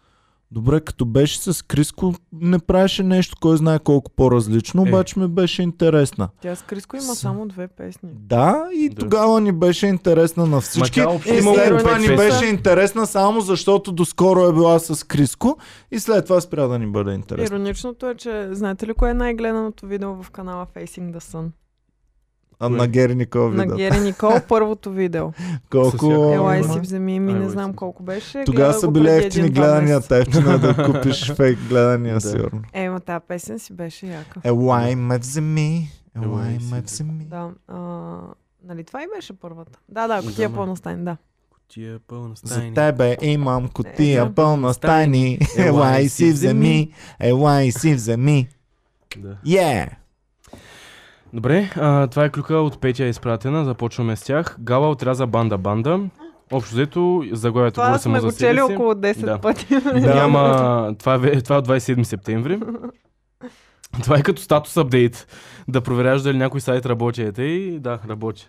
B: Добре, като беше с Криско, не правеше нещо, кой знае колко по-различно,
A: Е.
B: обаче ми беше интересна.
C: Тя с Криско има
B: С-
C: само две песни.
B: Да, и
A: Да.
B: тогава ни беше интересна на всички.
A: тя е общо
B: и
C: имало
B: след
C: пет
B: това ни
A: песни.
B: беше интересна само защото доскоро е била с Криско и след това спря да ни бъде интересна.
C: Ироничното е, че знаете ли кое е най-гледаното видео в канала Facing the Sun?
B: А на Гери Никол
C: На
B: вида.
A: *laughs*
C: Гери Никол първото видео.
B: Колко...
A: Със всяка-
C: Елай
A: ма.
C: си вземи, ми
A: Ай,
C: не
A: ой,
C: знам
A: си.
C: колко беше.
B: Тогава
C: Гледах
B: са
C: го
B: били
C: преди
B: ефтини
C: един-два
B: гледания,
C: месеца.
B: та ефтина
A: *laughs*
B: е да купиш фейк гледания,
A: Да.
B: сигурно.
C: Е, ма тази песен си беше яка.
B: Елай ме вземи, елай
A: Елай си
B: ме
A: вземи.
B: вземи.
C: Да. А, нали това и беше първата? Да, да,
A: Да,
C: котия
A: ма.
C: пълна стане, да.
A: Котия пълна с
B: За
A: тайни.
B: тебе имам
C: Е,
B: котия пълна стайни.
A: Елай
B: Елай
A: си
B: си вземи, елай си вземи.
A: Да.
B: Yeah!
A: Добре, а, това е клюка от Петя изпратена. Започваме с тях. Гала отряза банда банда. Общо взето, заглавието
C: Това
A: говори само
C: сме
A: за
C: го
A: себе
C: чели
A: си.
C: около 10
A: Да.
C: пъти.
A: Няма... Това е, ве- това е от 27 септември. Това е като статус апдейт. Да проверяваш дали някой сайт работи. Ете и да, работи.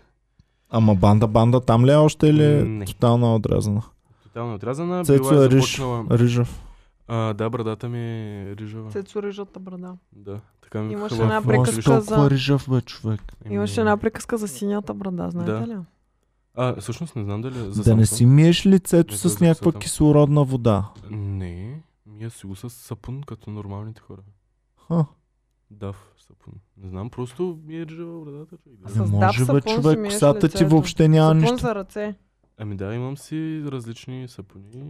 B: Ама банда, банда там ли е още или е
A: Не.
B: тотално отрязана?
A: Тотално е отрязана.
B: Цецо
A: Била
B: е
A: е
B: Риж,
A: започнала...
B: Рижев.
A: А, да, брадата ми е рижава.
C: Цецо режата брада.
A: Да, така ми
C: Имаше
A: хвала
C: една
A: в
B: Може
C: приказка
A: училище.
B: е толкова
C: за-
B: Рижев, бе, човек.
A: Еми,
C: Имаше една приказка за синята брада, знаете
A: Ами, Да.
C: ли?
A: А, всъщност не знам дали е за
B: Да не
A: Самсон.
B: си миеш лицето
A: Не за
B: с някаква
A: Самсон.
B: кислородна вода.
A: Не, мия си го с сапун, като нормалните хора.
B: Ха.
A: Дав сапун. Не знам, просто ми е рижава вредата. човек.
C: А
A: Да.
C: с
B: Не
C: дав
B: може, бе,
C: сапун си
B: човек.
C: миеш
B: Косата ти
C: лицето.
B: въобще няма
C: Сапун
B: нищо.
C: за ръце.
A: Ами да, имам си различни сапуни.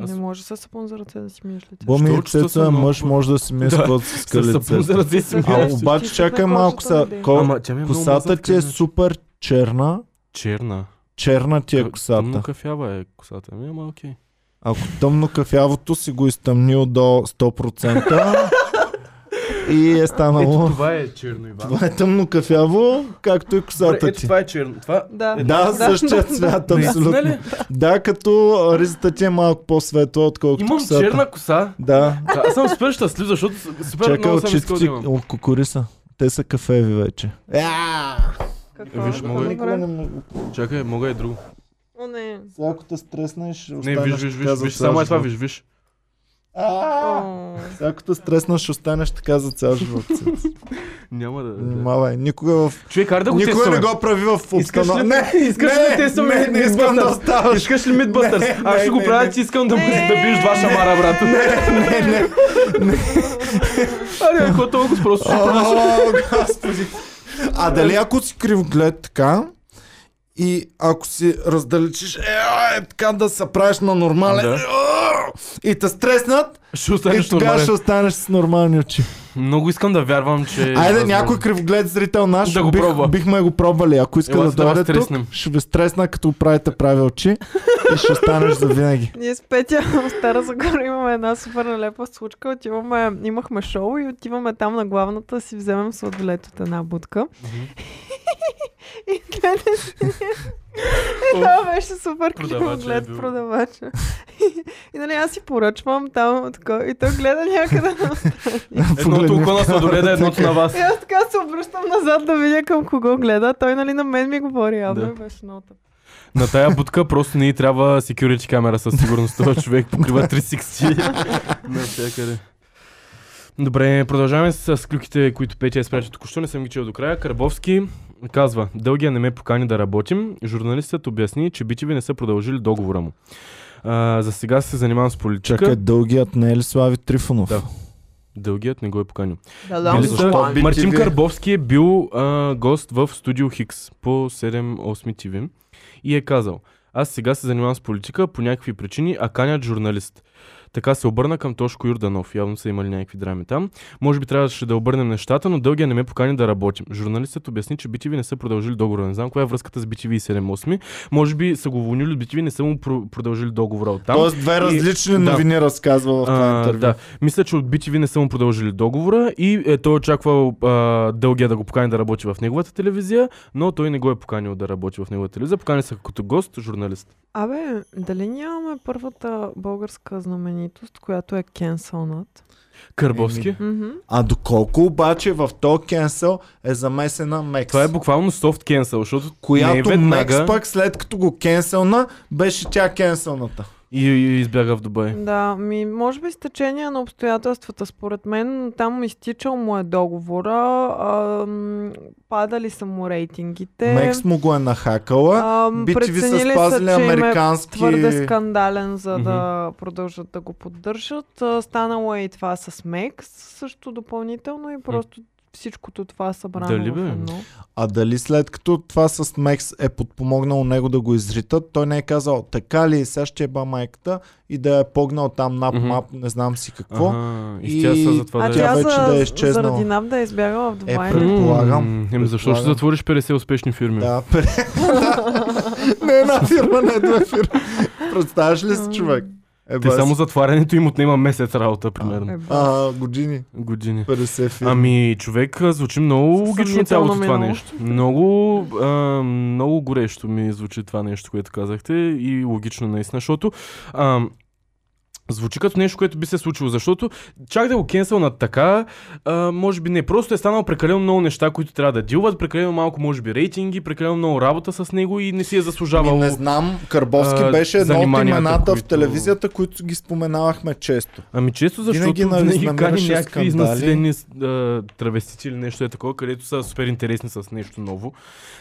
A: Аз
C: Не може с сапун за ръце да си миеш лицето.
B: Боми
A: Щото
B: лицето
A: са
B: е
A: много-
B: мъж, може да си
A: *laughs*
B: мие
A: Да,
B: с каквото си иска
A: с сапун за
B: лицето.
A: ръце си
C: С-
A: миеш.
B: А
C: Ти
B: обаче
C: чисто
B: чакай
C: на
B: малко
C: кожата
B: са.
C: ли да е?
B: кол-
A: Ама тя ми е много мазна
B: Косата ти е
A: така,
B: супер черна.
A: черна.
B: Черна ти е
A: Ка- Тъмно
B: косата.
A: кафява е косата ми, ама окей. *laughs*
B: Ако тъмно кафявото си го изтъмнил до 100%, и е
A: Ето
B: станало.
A: това е черно, Иван.
B: Това е тъмно кафяво, както и
A: Добре,
B: косата
A: Ето
B: ти.
A: това е черно. Това...
C: Да, Нали?
B: Да,
C: *laughs*
B: същия цвят,
A: Наистина
B: абсолютно.
A: ли?
B: Да, като а, ризата ти е малко по-светла, отколкото
A: Имам
B: косата.
A: черна коса.
B: Да,
A: Да, аз съм супер щастлив, защото с- супер
B: чакай,
A: много съм
B: очите
A: искал да
B: ти
A: имам.
B: от кукуриса. Те са кафеви вече.
C: Какво?
A: Виж, мога-
C: Добре.
A: Чакай, мога и друго.
C: О, не.
B: Сега ако те стреснеш,
A: Не, виж, виж, виж, виж, само е това, виж, виж.
C: О,
B: Сега ако те стреснеш, останеш така за цял *laughs* живот.
A: Няма да... да.
B: Малай, никога в...
A: Човек, кара да го
B: Никога
A: тестваме.
B: не го прави в
A: Искаш ли-
B: обстановка. Не,
A: искаш ли
B: не,
A: да тестваме
B: не, не искам да
A: Mythbusters? *laughs*
B: оставаш.
A: Искаш ли
B: Не,
A: Mythbusters? Аз ще
B: не,
A: го
B: не,
A: правя,
B: не.
A: че искам да,
C: Не.
A: да биеш два шамара, брат. *laughs*
B: Не, не.
A: Аре, какво толкова просто ще трябва да-
B: О, господи. А дали ако си кривоглед така, и ако си раздалечиш, е, е, така да се правиш на нормален,
A: Да.
B: е, и те стреснат,
A: Ще
B: и
A: останеш
B: тогава ще
A: нормален.
B: останеш с нормални очи.
A: Много искам да вярвам, че... е
B: Айде,
A: възможно.
B: някой кривоглед зрител наш,
A: Да го
B: бих,
A: пробва.
B: бихме го пробвали. Ако иска
A: Ела,
B: да
A: за да вас
B: дойде тук,
A: стреснем.
B: ще ви стресна, като правите прави очи и ще останеш за винаги.
C: Ние с Петя в Стара Загора имаме една супер налепа случка. Отиваме, имахме шоу и отиваме там на главната да си вземем сладолет от една будка. и гледа си ние. И Това беше супер
A: Продавача е
C: кривоглед
A: бил.
C: продавача. *laughs* И, и нали аз си поръчвам там така, и той гледа някъде на
A: Едното око на сладоледа, едното на *laughs* вас.
C: И аз така се обръщам назад да видя към кого гледа. Той нали на мен ми говори, явно
A: Да.
C: да. беше много тъп.
A: На тая будка просто не й трябва security камера със сигурност. Това човек покрива 360 навсякъде. Добре, продължаваме с, с клюките, които Петя е спряча току-що. Не съм ги чел до края. Карбовски казва, Дългия не ме покани да работим. Журналистът обясни, че битиви не са продължили договора му. А, за сега се занимавам с политика.
B: Чакай, дългият не е ли Слави Трифонов?
A: Да. Дългият не го е поканил.
C: Да,
B: Там
A: Били
B: защо?
A: са-
B: Били BTV.
A: Мартин Карбовски е бил а, гост в студио Хикс по 7-8 TV и е казал Аз сега се занимавам с политика по някакви причини, а канят журналист. Така се обърна към Тошко Юрданов. Явно са имали някакви драми там. Може би трябваше да обърнем нещата, но дългия не ме покани да работим. Журналистът обясни, че BTV не са продължили договора. Не знам коя е връзката с BTV и 7-8. Може би са го уволнили от BTV, не са му про- продължили договора от там.
B: Тоест две различни
A: да.
B: новини разказва в това
A: А,
B: интервю.
A: да. Мисля, че от BTV не са му продължили договора и е, той очаквал а, дългия да го покани да работи в неговата телевизия, но той не го е поканил да работи в неговата телевизия. Покани са като гост, журналист.
C: Абе, дали нямаме първата българска знаменитост, която е кенсълнат?
A: Кърбовски.
B: Еми.
C: Мгм.
B: А доколко обаче в то кенсел е замесена Мекс?
A: Това е буквално софт кенсъл, защото не е
B: която
A: веднага
B: Мекс пък след като го кенселна, беше тя кенселната.
A: и, и избяга в Дубай.
C: Да, ми, може би с течение на обстоятелствата, според мен, там изтичал му е договора, ам, падали са му рейтингите.
B: Мекс му го е нахакала.
C: ам,
B: BTV са
C: преценили
B: спазили
C: че им е
B: американски...
C: твърде скандален, за
A: Мгм.
C: да продължат да го поддържат. А, Станало е и това с Мекс, също допълнително и просто всичкото това е събрано
A: Дали
C: в
A: бе?
C: едно.
B: А дали след като това с Мекс е подпомогнало него да го изритат, той не е казал така ли, сега ще е ба майката и да е погнал там нап
A: Мгм.
B: мап, не знам си какво.
A: Ага, и,
B: И-
A: тя са за това
C: А
A: да е.
B: тя
C: тя
B: вече
C: Значи за,
B: да е изчезнала.
C: заради нам да е избягала в Дубай.
B: пред-
C: Е,
B: Предполагам.
A: М, Еми защо ще
B: Предполагам.
A: затвориш 50 успешни фирми?
B: Да, пе- *laughs* да. не една фирма, не две фирми. Представяш ли си човек? Е,
A: Те само затварянето им отнема месец работа, примерно.
C: е, ба.
B: а, години.
A: Години.
B: 50 фирми.
A: Ами, човек, а, звучи много
C: Със
A: логично цялото
C: съмнително
A: това
C: минало.
A: нещо. Много, а, много горещо ми звучи това нещо, което казахте и логично наистина, защото а, звучи като нещо, което би се случило, защото чак да го кенсъл на така, а, може би не, просто е станало прекалено много неща, които трябва да дилват, прекалено малко, може би, рейтинги, прекалено много работа с него и не си е
B: Ами
A: заслужавал.
B: не знам, Карбовски
A: а,
B: беше едно от
A: заниманията,
B: имената в
A: които-
B: телевизията, които ги споменавахме често.
A: Ами често, защото
B: Винаги, нали,
A: *laughs* винаги, винаги
B: намираше
A: кани някакви
B: скандали.
A: изнасилени а, травестити или нещо е такова, където са супер интересни с нещо ново.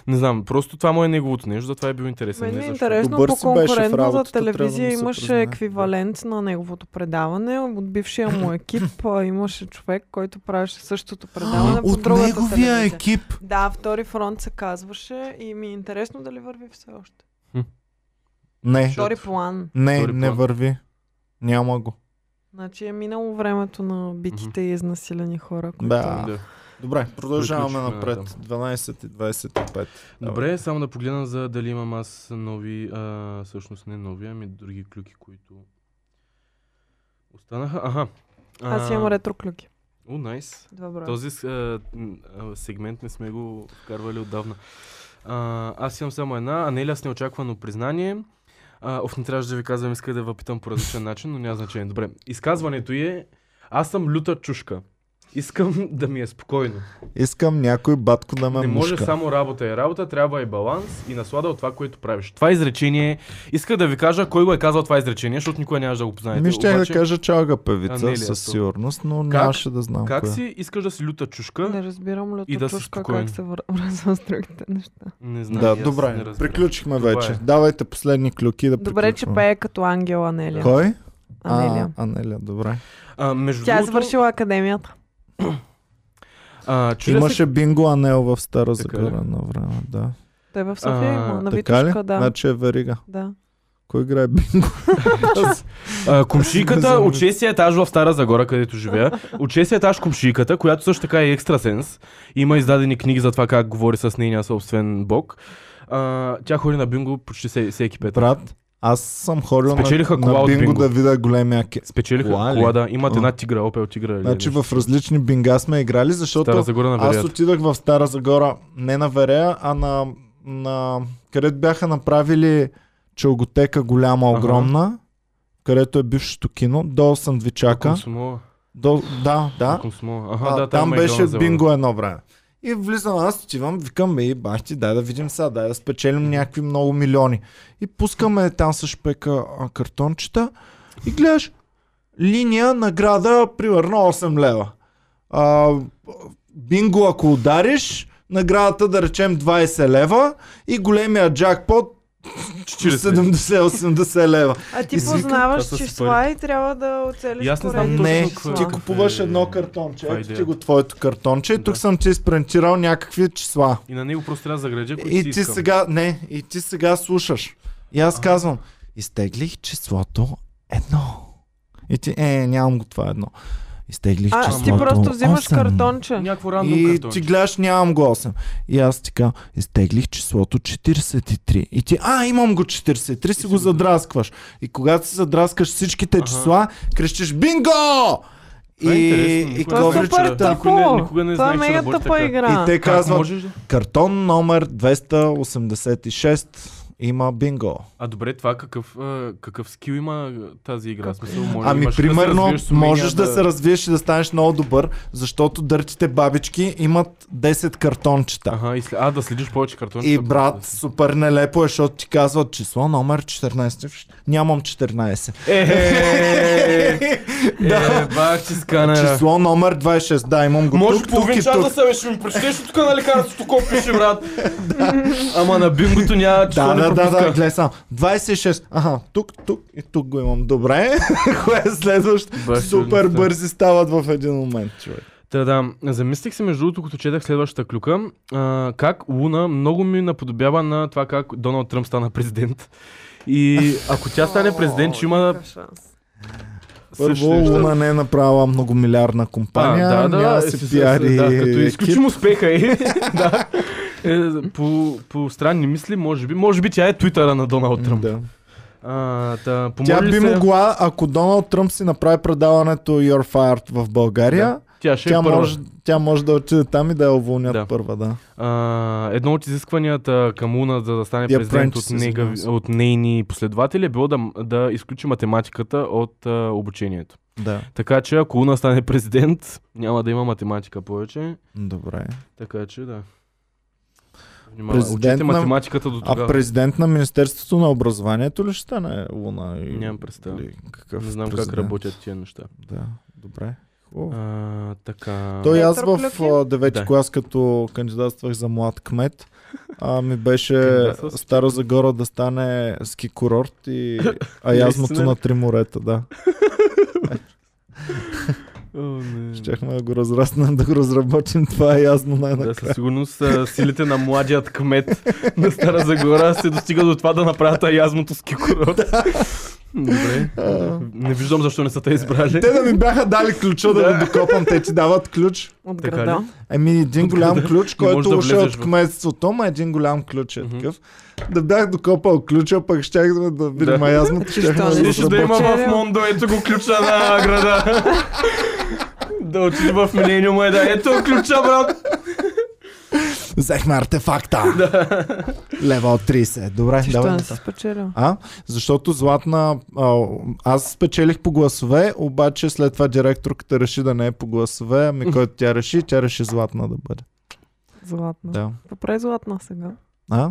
A: Не знам, просто това му е неговото нещо, затова е бил интересен.
C: Мен ми е
A: защо.
C: интересно,
B: Добър
C: по
B: си беше в
C: конкурентно за
B: работата, трябва да
C: телевизия
B: му се
C: имаше
B: признае.
C: еквивалент на неговото предаване. От бившия
B: *laughs*
C: му екип а, имаше човек, който правеше същото предаване по
B: От
C: другата
B: неговия
C: телевизия.
B: екип.
C: Да, втори фронт се казваше и ми е интересно дали върви все още.
B: Не,
C: Втори план.
B: не,
A: Втори
B: не
A: план.
B: върви. Няма го.
C: Значи е минало времето на битите и изнасилени хора. Които...
B: Да.
A: Да.
B: Добре, продължаваме
A: Приключваме,
B: напред.
A: да.
B: 12 и 25.
A: Добре, само да погледна за дали имам аз нови, а, всъщност не нови, ами други клюки, които останаха. Аха.
C: Аз
A: А,
C: имам ретроклюки.
A: О, найс.
C: Два броя.
A: Този а, м, а, сегмент не сме го вкарвали отдавна. А, аз имам само една. Анелия с неочаквано признание. А, оф, не трябваше да ви казвам, исках да ви питам по различен начин, но няма значение. Добре. Изказването й е Аз съм люта чушка. Искам да ми е спокойно.
B: Искам някой батко да ме
A: Не може
B: мушка.
A: само работа и работа, трябва и баланс и наслада от това, което правиш. Това изречение, иска да ви кажа кой го е казал това изречение, защото никога нямаше да го познаете.
B: Ми ще
A: Обаче,
B: Ами, да кажа чалга
A: А, не
B: певица,
A: ли е
B: със
A: то?
B: сигурност, но
A: Как-
B: нямаше да знам е.
A: Как
B: коя.
A: си искаш да си люта чушка?
C: Не разбирам люто
A: И да си
C: тушка
A: спокоен.
C: как се вър- *laughs* връзва с другите неща.
A: Не знам.
B: Да,
A: и аз не
B: добре.
A: разбирам.
B: Приключихме
A: Това
B: вече.
A: е.
B: Давайте последни клюки да
C: Добре, че
B: приключваме.
C: пее като ангел Анелия.
B: Кой?
C: Анелия.
B: А, Анелия, добре.
A: А, между
C: Тя е
A: другото,
C: завършила академията.
A: а, чудя се
B: Имаше бинго Анел в Стара
A: Така ли?
B: Загора на време, да.
C: Той е в София
A: А,
C: има. На
B: Така ли?
C: Витушка, да.
B: Значи е верига.
C: да.
B: Кой играе бинго?
A: А, Комшийката
B: Безумно.
A: от 6 етаж в Стара Загора, където живея. От 6 етаж комшийката, която също така е екстрасенс. Има издадени книги за това как говори с нейния собствен бог. А, тя ходи на бинго почти се- всеки петък.
B: Брат, аз съм ходил на,
A: Спечелиха кола
B: на
A: от
B: бинго
A: бинго.
B: да видя големия кет.
A: Спечелиха
B: Кола ли?
A: кола, да. Имат
B: А.
A: една тигра, опел тигра. или
B: Значи
A: нещо.
B: в различни бинга сме играли,
A: Стара
B: защото
A: Загора на
B: аз
A: верият.
B: отидах в Стара Загора не на Верея, а на, на където бяха направили челготека голяма,
A: Аха.
B: огромна, където е бившето кино, до сандвичака.
A: Комсомола.
B: До, да, да.
A: Комсомола.
B: А,
A: Аха, да, е
B: там
A: има
B: беше
A: Макдоналдс,
B: бинго едно време. И влизам, аз отивам, викам, бе, бах ти, дай да видим сега, дай да спечелим някакви много милиони. И пускаме там с шпека а, картончета и гледаш, линия награда, примерно 8 лева. А, бинго, ако удариш, наградата да речем 20 лева и големия джакпот
A: 40.
B: 70-80 лева.
C: А ти
B: Извикам,
A: това
C: познаваш
A: са
C: числа и трябва да оцелиш
A: И аз не знам
C: поредица
A: точно
B: Не,
A: какво
C: числа.
B: ти
A: е.
B: купуваш
A: Е,
B: едно картонче,
A: това е
B: ето ти
A: идеята.
B: го твоето картонче и тук
A: Да.
B: съм ти изпринтирал някакви числа.
A: И на него просто трябва да заградя, които
B: И
A: си
B: ти
A: искам.
B: сега, не, и ти сега слушаш. И аз
A: А.
B: казвам, изтеглих числото едно. И ти, е, нямам го това едно. Изтеглих
C: А,
B: числото
C: ти просто взимаш
B: 8.
C: картонче.
A: Някакво рандом
B: И
A: картонче.
B: ти гледаш, нямам го 8. И аз така, изтеглих числото 43. И ти, а, имам го 43, си
A: си
B: го
A: го
B: задраскваш. И когато си задраскаш всичките
A: Аха.
B: числа, крещиш бинго! И,
A: Това е интересно,
B: и,
A: никога
C: Това е
A: Добре,
C: супер
A: че-
B: ковричета.
A: тъпо. Никога
C: тъпо.
A: не- никога не
C: Това е
A: знаех, че
C: мега
A: работи
C: тъпа
A: така.
B: И
C: игра.
B: те
A: Как
B: казват,
A: можеш да...
B: картон номер 286 има бинго.
A: А добре, това какъв, а, какъв скил има а, тази игра? В Смисъл, може,
B: Ами,
A: имаш ли да се
B: примерно,
A: развиеш с умения
B: можеш да се развиеш и да станеш много добър, защото дъртите бабички имат 10 картончета.
A: Ага, и след... А, да следиш повече картони.
B: И брат, супер нелепо е, защото ти казват число номер 14. Вш, Нямам 14. *laughs*
A: Е, да. бах ти сканера.
B: Число номер 26. Да, имам го
A: Може
B: тук, тук и
A: половин час да
B: тук.
A: се ще ми прочетеш от тук на лекарството, колко пише, брат. Ама на бингото няма
B: Да,
A: число не
B: да, да, да,
A: пропуска.
B: гледай сам. 26. Ага, тук, тук и тук го имам. Добре. *laughs* Кое е следващо?
A: Баш
B: Супер
A: чудно.
B: бързи стават в един момент, човек.
A: Та да, замислих се между другото, като четах следващата клюка, а, как Луна много ми наподобява на това как Доналд Тръмп стана президент. И ако тя стане президент, ще има
B: Първо,
A: същите неща.
B: Луна не е направила многомилиардна компания.
A: А, да,
B: няма
A: да,
B: си
A: е, с- с-
B: пиари
A: да, като
B: екип.
A: изключим успеха е, *laughs* да. Е, по, по странни мисли, може би. Може би тя е твитъра на Доналд Тръмп.
B: Да.
A: А, та, помоли
B: Тя
A: ли
B: би
A: се,
B: могла, ако Доналд Тръмп си направи предаването Your Fired в България,
A: Да. Тя ще
B: тя,
A: е първа.
B: може, тя може да отиде там и да я уволнят да.
A: Да.
B: първа, да.
A: А, едно от изискванията към Луна, за да стане
B: The
A: президент
B: Apprentice,
A: от, нега,
B: извинявам се.
A: от нейни последователи, е било да, м- да изключи математиката от а, обучението.
B: Да,
A: Така че, ако Луна стане президент, няма да има математика повече.
B: добре.
A: Така че, да. Внимавай.
B: Президент
A: Учете
B: на-
A: математиката до
B: А
A: тогава.
B: президент на Министерството на образованието ли ще стане Луна? И...
A: Нямам представа.
B: или Какъв
A: Не знам
B: президент?
A: как работят тия неща.
B: Да, добре. Хубаво.
A: А, така.
B: Той
C: Е,
B: аз в
C: търплюки.
B: а, девети
A: Да.
B: клас, като кандидатствах за млад кмет, а, ми беше
A: Кандидатствал си?
B: Стара Загора да стане ски курорт и
A: *laughs*
B: аязмото
A: Наистина ли?
B: на три морета, да.
A: О, не.
B: Щяхме да го разраснем, да го разработим това аязмо най-накрая.
A: Да, със сигурност а, силите на младият кмет *laughs* на Стара Загора се достига до това да направят аязмото ски
B: *laughs*
A: курорт. Добре. Не виждам защо не са те избрали.
B: Те да ми бяха дали ключа да го докопам, те ти дават ключ.
C: От
A: Така
C: града.
A: ли?
B: Еми Ами, един
A: *laughs*
B: голям ключ,
A: Не можеш
B: който
A: да
B: уше
A: влезеш
B: от
A: в-
B: кметството, ма един голям ключ е
A: Мгм.
B: такъв. Да бях докопал ключа, пък щях да, да видим
A: Да.
B: аязмото.
C: Ти
B: щяхме
C: що,
B: да
C: не
B: го
A: Ще да
B: разработим.
A: има в
C: Разработчен.
A: Мондо, ето го ключа на града. *laughs* да отиде в Милениума и да ето ключа, брат. *laughs*
B: Взехме артефакта. Лева от 30. Добре,
C: Защо
B: давай.
C: не си спечелил?
B: А? Защото Златна... А, аз спечелих по гласове, обаче след това директорката реши да не е по гласове, ами който тя реши, тя реши Златна да бъде.
C: Златна.
B: Да.
C: Какво прави Златна сега?
B: А?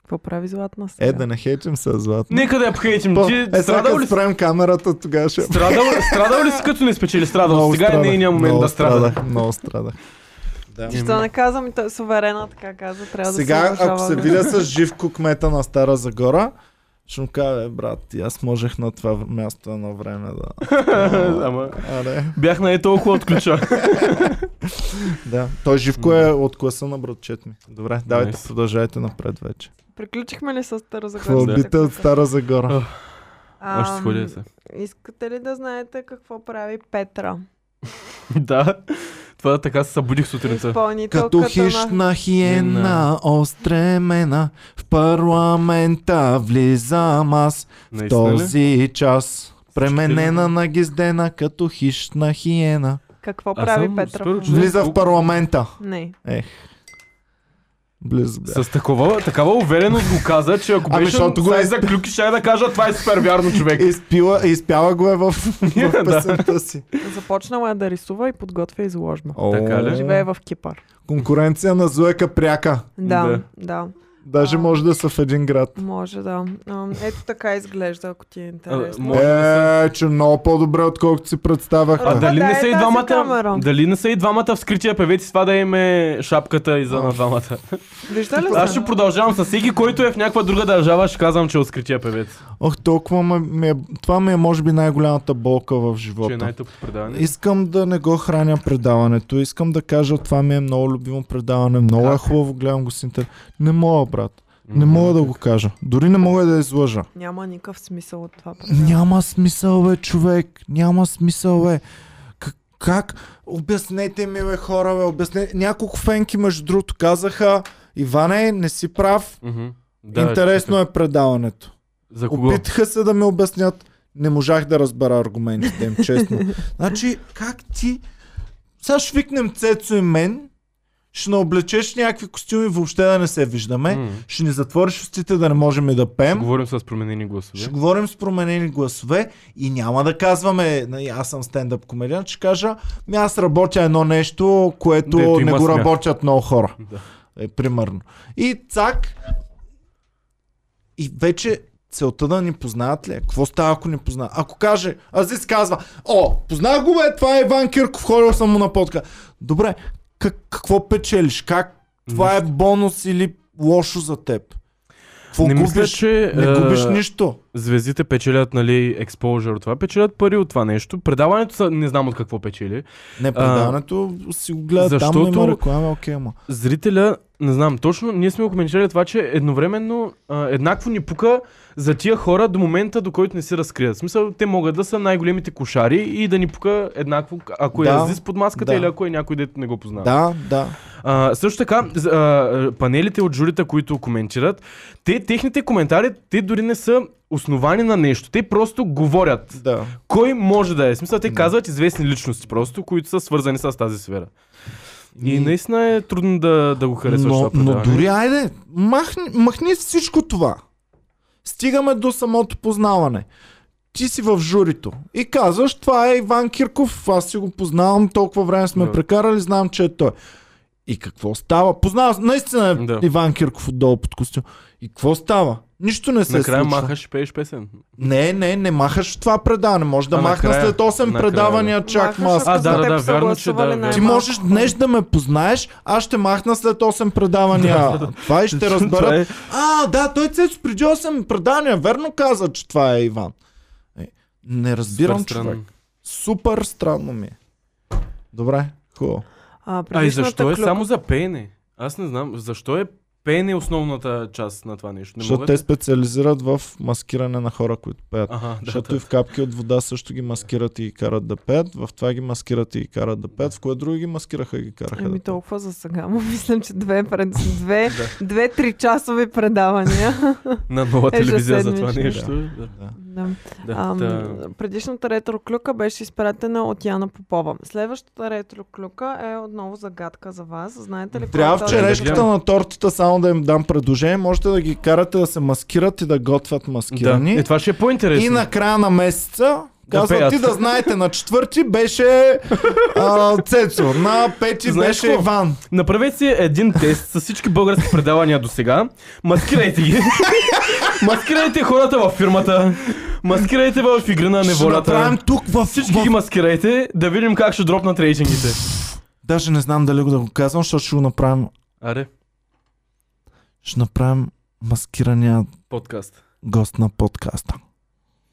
C: Какво прави Златна сега?
B: Е, да не хейтим се Златна.
A: Нека да я пхейтим.
B: По-
A: Ти
B: е, сега
A: страдал
B: като
A: ли си?
B: спрем камерата, тогава ще...
A: Страдал, страдал ли си като не спечели? Страдал.
B: Много
A: Сега
B: страдах,
A: е нейният момент
B: много
A: да страда.
B: страдах, *laughs* Много страдах. Да.
C: Защо не казвам и той е суверена, така каза, трябва
B: Сега,
C: да се
B: ако се видя с Живко кмета на Стара Загора, ще му кажа, «Бе, брат, и аз можех на това място едно време да...
A: *laughs* Ама,
B: Аре,
A: бях на е толкова от
C: *laughs*
A: ключа.
B: да. Той Живко е от класа на братчет ми. Добре, давайте
A: Nice.
B: продължайте напред вече.
C: Приключихме ли с
B: Какво
A: Да.
C: Старозагорската
B: бита от Стара Загора?
A: Още си ходя се.
C: Искате ли да знаете какво прави Петра?
A: *laughs* Да. Това така се събудих сутринта.
C: Изпълнителката
B: Като
C: на...
B: хищна хиена,
A: Хиена.
B: остремена, в парламента влизам аз. В
A: Наистина ли?
B: този час, пременена
A: Всички ли?
B: на гиздена, като хищна хиена.
C: Какво
A: Аз
C: прави
A: съм
C: Петра? в
A: супер
C: момента?
A: учуден.
B: Влиза в парламента.
C: Не.
B: Близо бях.
A: С такова, такава увереност го каза, че ако
B: Ами,
A: беше
B: защото го
A: сайт
B: е-
A: за клюки, ще я да кажа това е супер вярно човек.
B: Изпила, изпяла го
A: *laughs*
B: е в, в песента си.
C: Започнала е да рисува и подготвя изложба.
A: Така ли? О.
C: Живее в Кипър.
B: Конкуренция на Зуека пряка.
C: Да, да,
A: Да.
B: Даже
C: А.
B: може да са в един град.
C: може да. А, Ето така изглежда, ако ти е интересно.
A: Може
B: е, че много по-добре, отколкото си представях.
A: А
C: Да.
A: дали
C: Да,
A: не
C: е
A: са и
C: тази
A: двамата?
C: камера.
A: Дали не са и двамата в скрития певец и това да им е шапката и за на двамата?
C: Вижда ли
A: Аз
C: се?
A: ще продължавам с всеки, който е в някаква друга държава, ще казвам, че е от скрития певец.
B: Ох, толкова ме, ми е, това ми е може би най-голямата болка в
A: Че е
B: живота.
A: най-тъпо предаване.
B: Искам да не го храня предаването. Искам да кажа, това ми е много любимо предаване. Много е
A: Как?
B: хубаво, гледам го с интер. Не мога, брат. Не мога да го кажа. Дори не мога да излъжа.
C: Няма никакъв смисъл от това.
B: Няма смисъл, бе, човек. Няма смисъл, бе. Как? как? Обяснете ми, бе, хора, бе. Обяснете. Няколко фенки, между другото, казаха Иване, не си прав.
A: Мгм.
B: Да,
A: Да,
B: Интересно
A: чакай.
B: е предаването.
A: За кого?
B: Опитаха се да ми обяснят. Не можах да разбера аргументите им,
A: *laughs*
B: честно. значи, как ти... Сега ще викнем Цецо и мен, ще наоблечеш някакви костюми, въобще да не се виждаме,
A: М.
B: ще ни затвориш устите да не можем и да пеем.
A: Говорим с променени гласове.
B: Ще говорим с променени гласове и няма да казваме, нали, аз съм стендъп комедиан, ще кажа, ми аз работя едно нещо, което
A: Дето
B: не
A: има
B: го
A: смях.
B: работят много хора.
A: Да.
B: Е, примерно. И цак. И вече целта да ни познаят ли? е? Какво става, ако ни познаят? Ако каже, Азис казва, о, познах го бе, това е Иван Кирков, ходил съм му на подка. Добре, как, какво печелиш? Как? Това е бонус или лошо за теб? Какво
A: Не
B: губиш?
A: мисля, че
B: Не
A: е,
B: губиш нищо.
A: звездите печелят, нали, exposure от това, печелят пари от това нещо. Предаването са, не знам от какво печели.
B: Не, предаването си го гледа там,
A: защото-
B: има реклама, окей, ама.
A: зрителя, не знам точно, ние сме го коментирали това, че едновременно а, еднакво ни пука за тия хора до момента, до който не се разкрият. В смисъл, те могат да са най-големите кошари и да ни пука еднакво, ако
B: Да,
A: е Азис под маската
B: да.
A: или ако е някой, дето не го познава.
B: Да, да.
A: А, също така, з- а, а, панелите от журита, които коментират, те, техните коментари, те дори не са основани на нещо. Те просто говорят.
B: да.
A: Кой може да е? В смисъл, те
B: Да.
A: казват известни личности просто, които са свързани с тази сфера. И
B: Ми-
A: наистина е трудно да, да го харесваш това
B: но, но
A: предаване.
B: дори айде, махни, махни всичко това. Стигаме до самото познаване. Ти си в журито и казваш, това е Иван Кирков, аз си го познавам, толкова време сме
A: Да.
B: прекарали, знам, че е той. И какво става? Познавам, наистина е
A: Да.
B: Иван Кирков отдолу под костюм. И какво става? Нищо не се
A: Накрая
B: случва.
A: махаш и пееш песен.
B: Не, не, не махаш в това предаване. Може да
A: А,
B: махна
A: накрая.
B: след 8
A: Накрая,
B: предавания чак
C: Махаш,
B: маска.
A: А,
C: ако
A: да,
C: за
A: да,
C: теб
A: да,
C: са
A: вярно, че
C: гласували
A: да,
C: най-малко
B: Ти
A: Е,
B: можеш
C: хора.
B: днес да ме познаеш, аз ще махна след 8 предавания. Това и *laughs*
A: *laughs*
B: ще
A: Това
B: разберат.
A: е-
B: А, да, той Цецо преди 8 предавания. Верно каза, че това е Иван. Е, Не разбирам,
A: Супер странно.
B: човек. Супер странно ми е. Добре, хубаво.
C: А,
A: А и защо е
C: клюк...
A: само за пеене? Аз не знам. Защо е пеене основната част на това нещо? Не
B: Защото
A: мога
B: те
A: да-
B: специализират в маскиране на хора, които пеят.
A: Ага, да,
B: Защото
A: да.
B: и в капки от вода също ги маскират и ги карат да пеят, в това ги маскират и ги карат да пеят, в кое друго ги маскираха и ги караха
C: Еми
B: да пеят.
C: толкова за сега, но мисля, че две, пред...
A: *laughs*
C: две, две три часови предавания.
A: На нова телевизия за това
C: ежеседмично.
A: нещо. Да.
B: Да.
C: Да.
A: Да,
C: Ам,
A: та...
C: Предишната ретроклюка беше изпратена от Яна Попова. Следващата ретроклюка е отново загадка за вас. Знаете ли
B: Трябва в
C: кой е
A: вчера-
C: този-
B: черешката на тортата само да им дам предложение. Можете да ги карате да се маскират и да готвят
A: да.
B: маскирани.
A: Е, това ще е по-интересно.
B: и на края на месеца
A: Да
B: казват
A: пеят.
B: ти да знаете, на четвърти беше а, Цецо, на пети
A: Знаеш
B: беше
A: какво?
B: Иван.
A: Направете си един тест с всички български предавания до сега. Маскирайте ги. маскирайте хората във фирмата. Маскирайте в игри на
B: Ще направим
A: неволята.
B: тук в,
A: е. Всички ги
B: в...
A: маскирайте, да видим как ще дропнат рейтингите.
B: Даже не знам дали го да го казвам, защото ще го направим.
A: Аре,
B: Ще направим маскирания
A: подкаст.
B: гост на подкаста.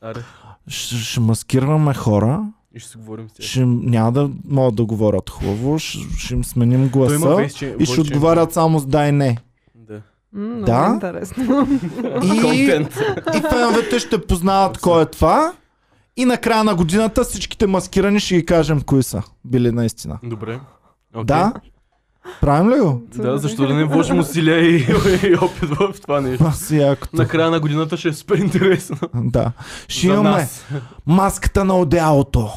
A: Аре,
B: Ще, ще маскираме хора,
A: и ще си говорим с тях.
B: ще, им- няма да могат да говорят хубаво, ще, ще им сменим
A: Той има
B: гласа
A: вейс, че-
B: и
A: войс,
B: ще
A: че-
B: отговарят само с да и не.
A: Да.
C: М, много
B: Да?
C: интересно.
B: И,
A: Контент.
B: и феновете ще познават кой е това. И на края на годината всичките маскирани ще ги кажем кои са били наистина.
A: Добре.
B: Okay.
A: Окей.
B: Да? Правим ли го?
A: Да, защо да не вложим усилия и, *laughs* и опит в това
B: *laughs*
A: нещо.
B: Аз и якото.
A: На края на годината ще е супер интересно.
B: Да. Ще
A: За
B: имаме
A: нас.
B: маската на одялото.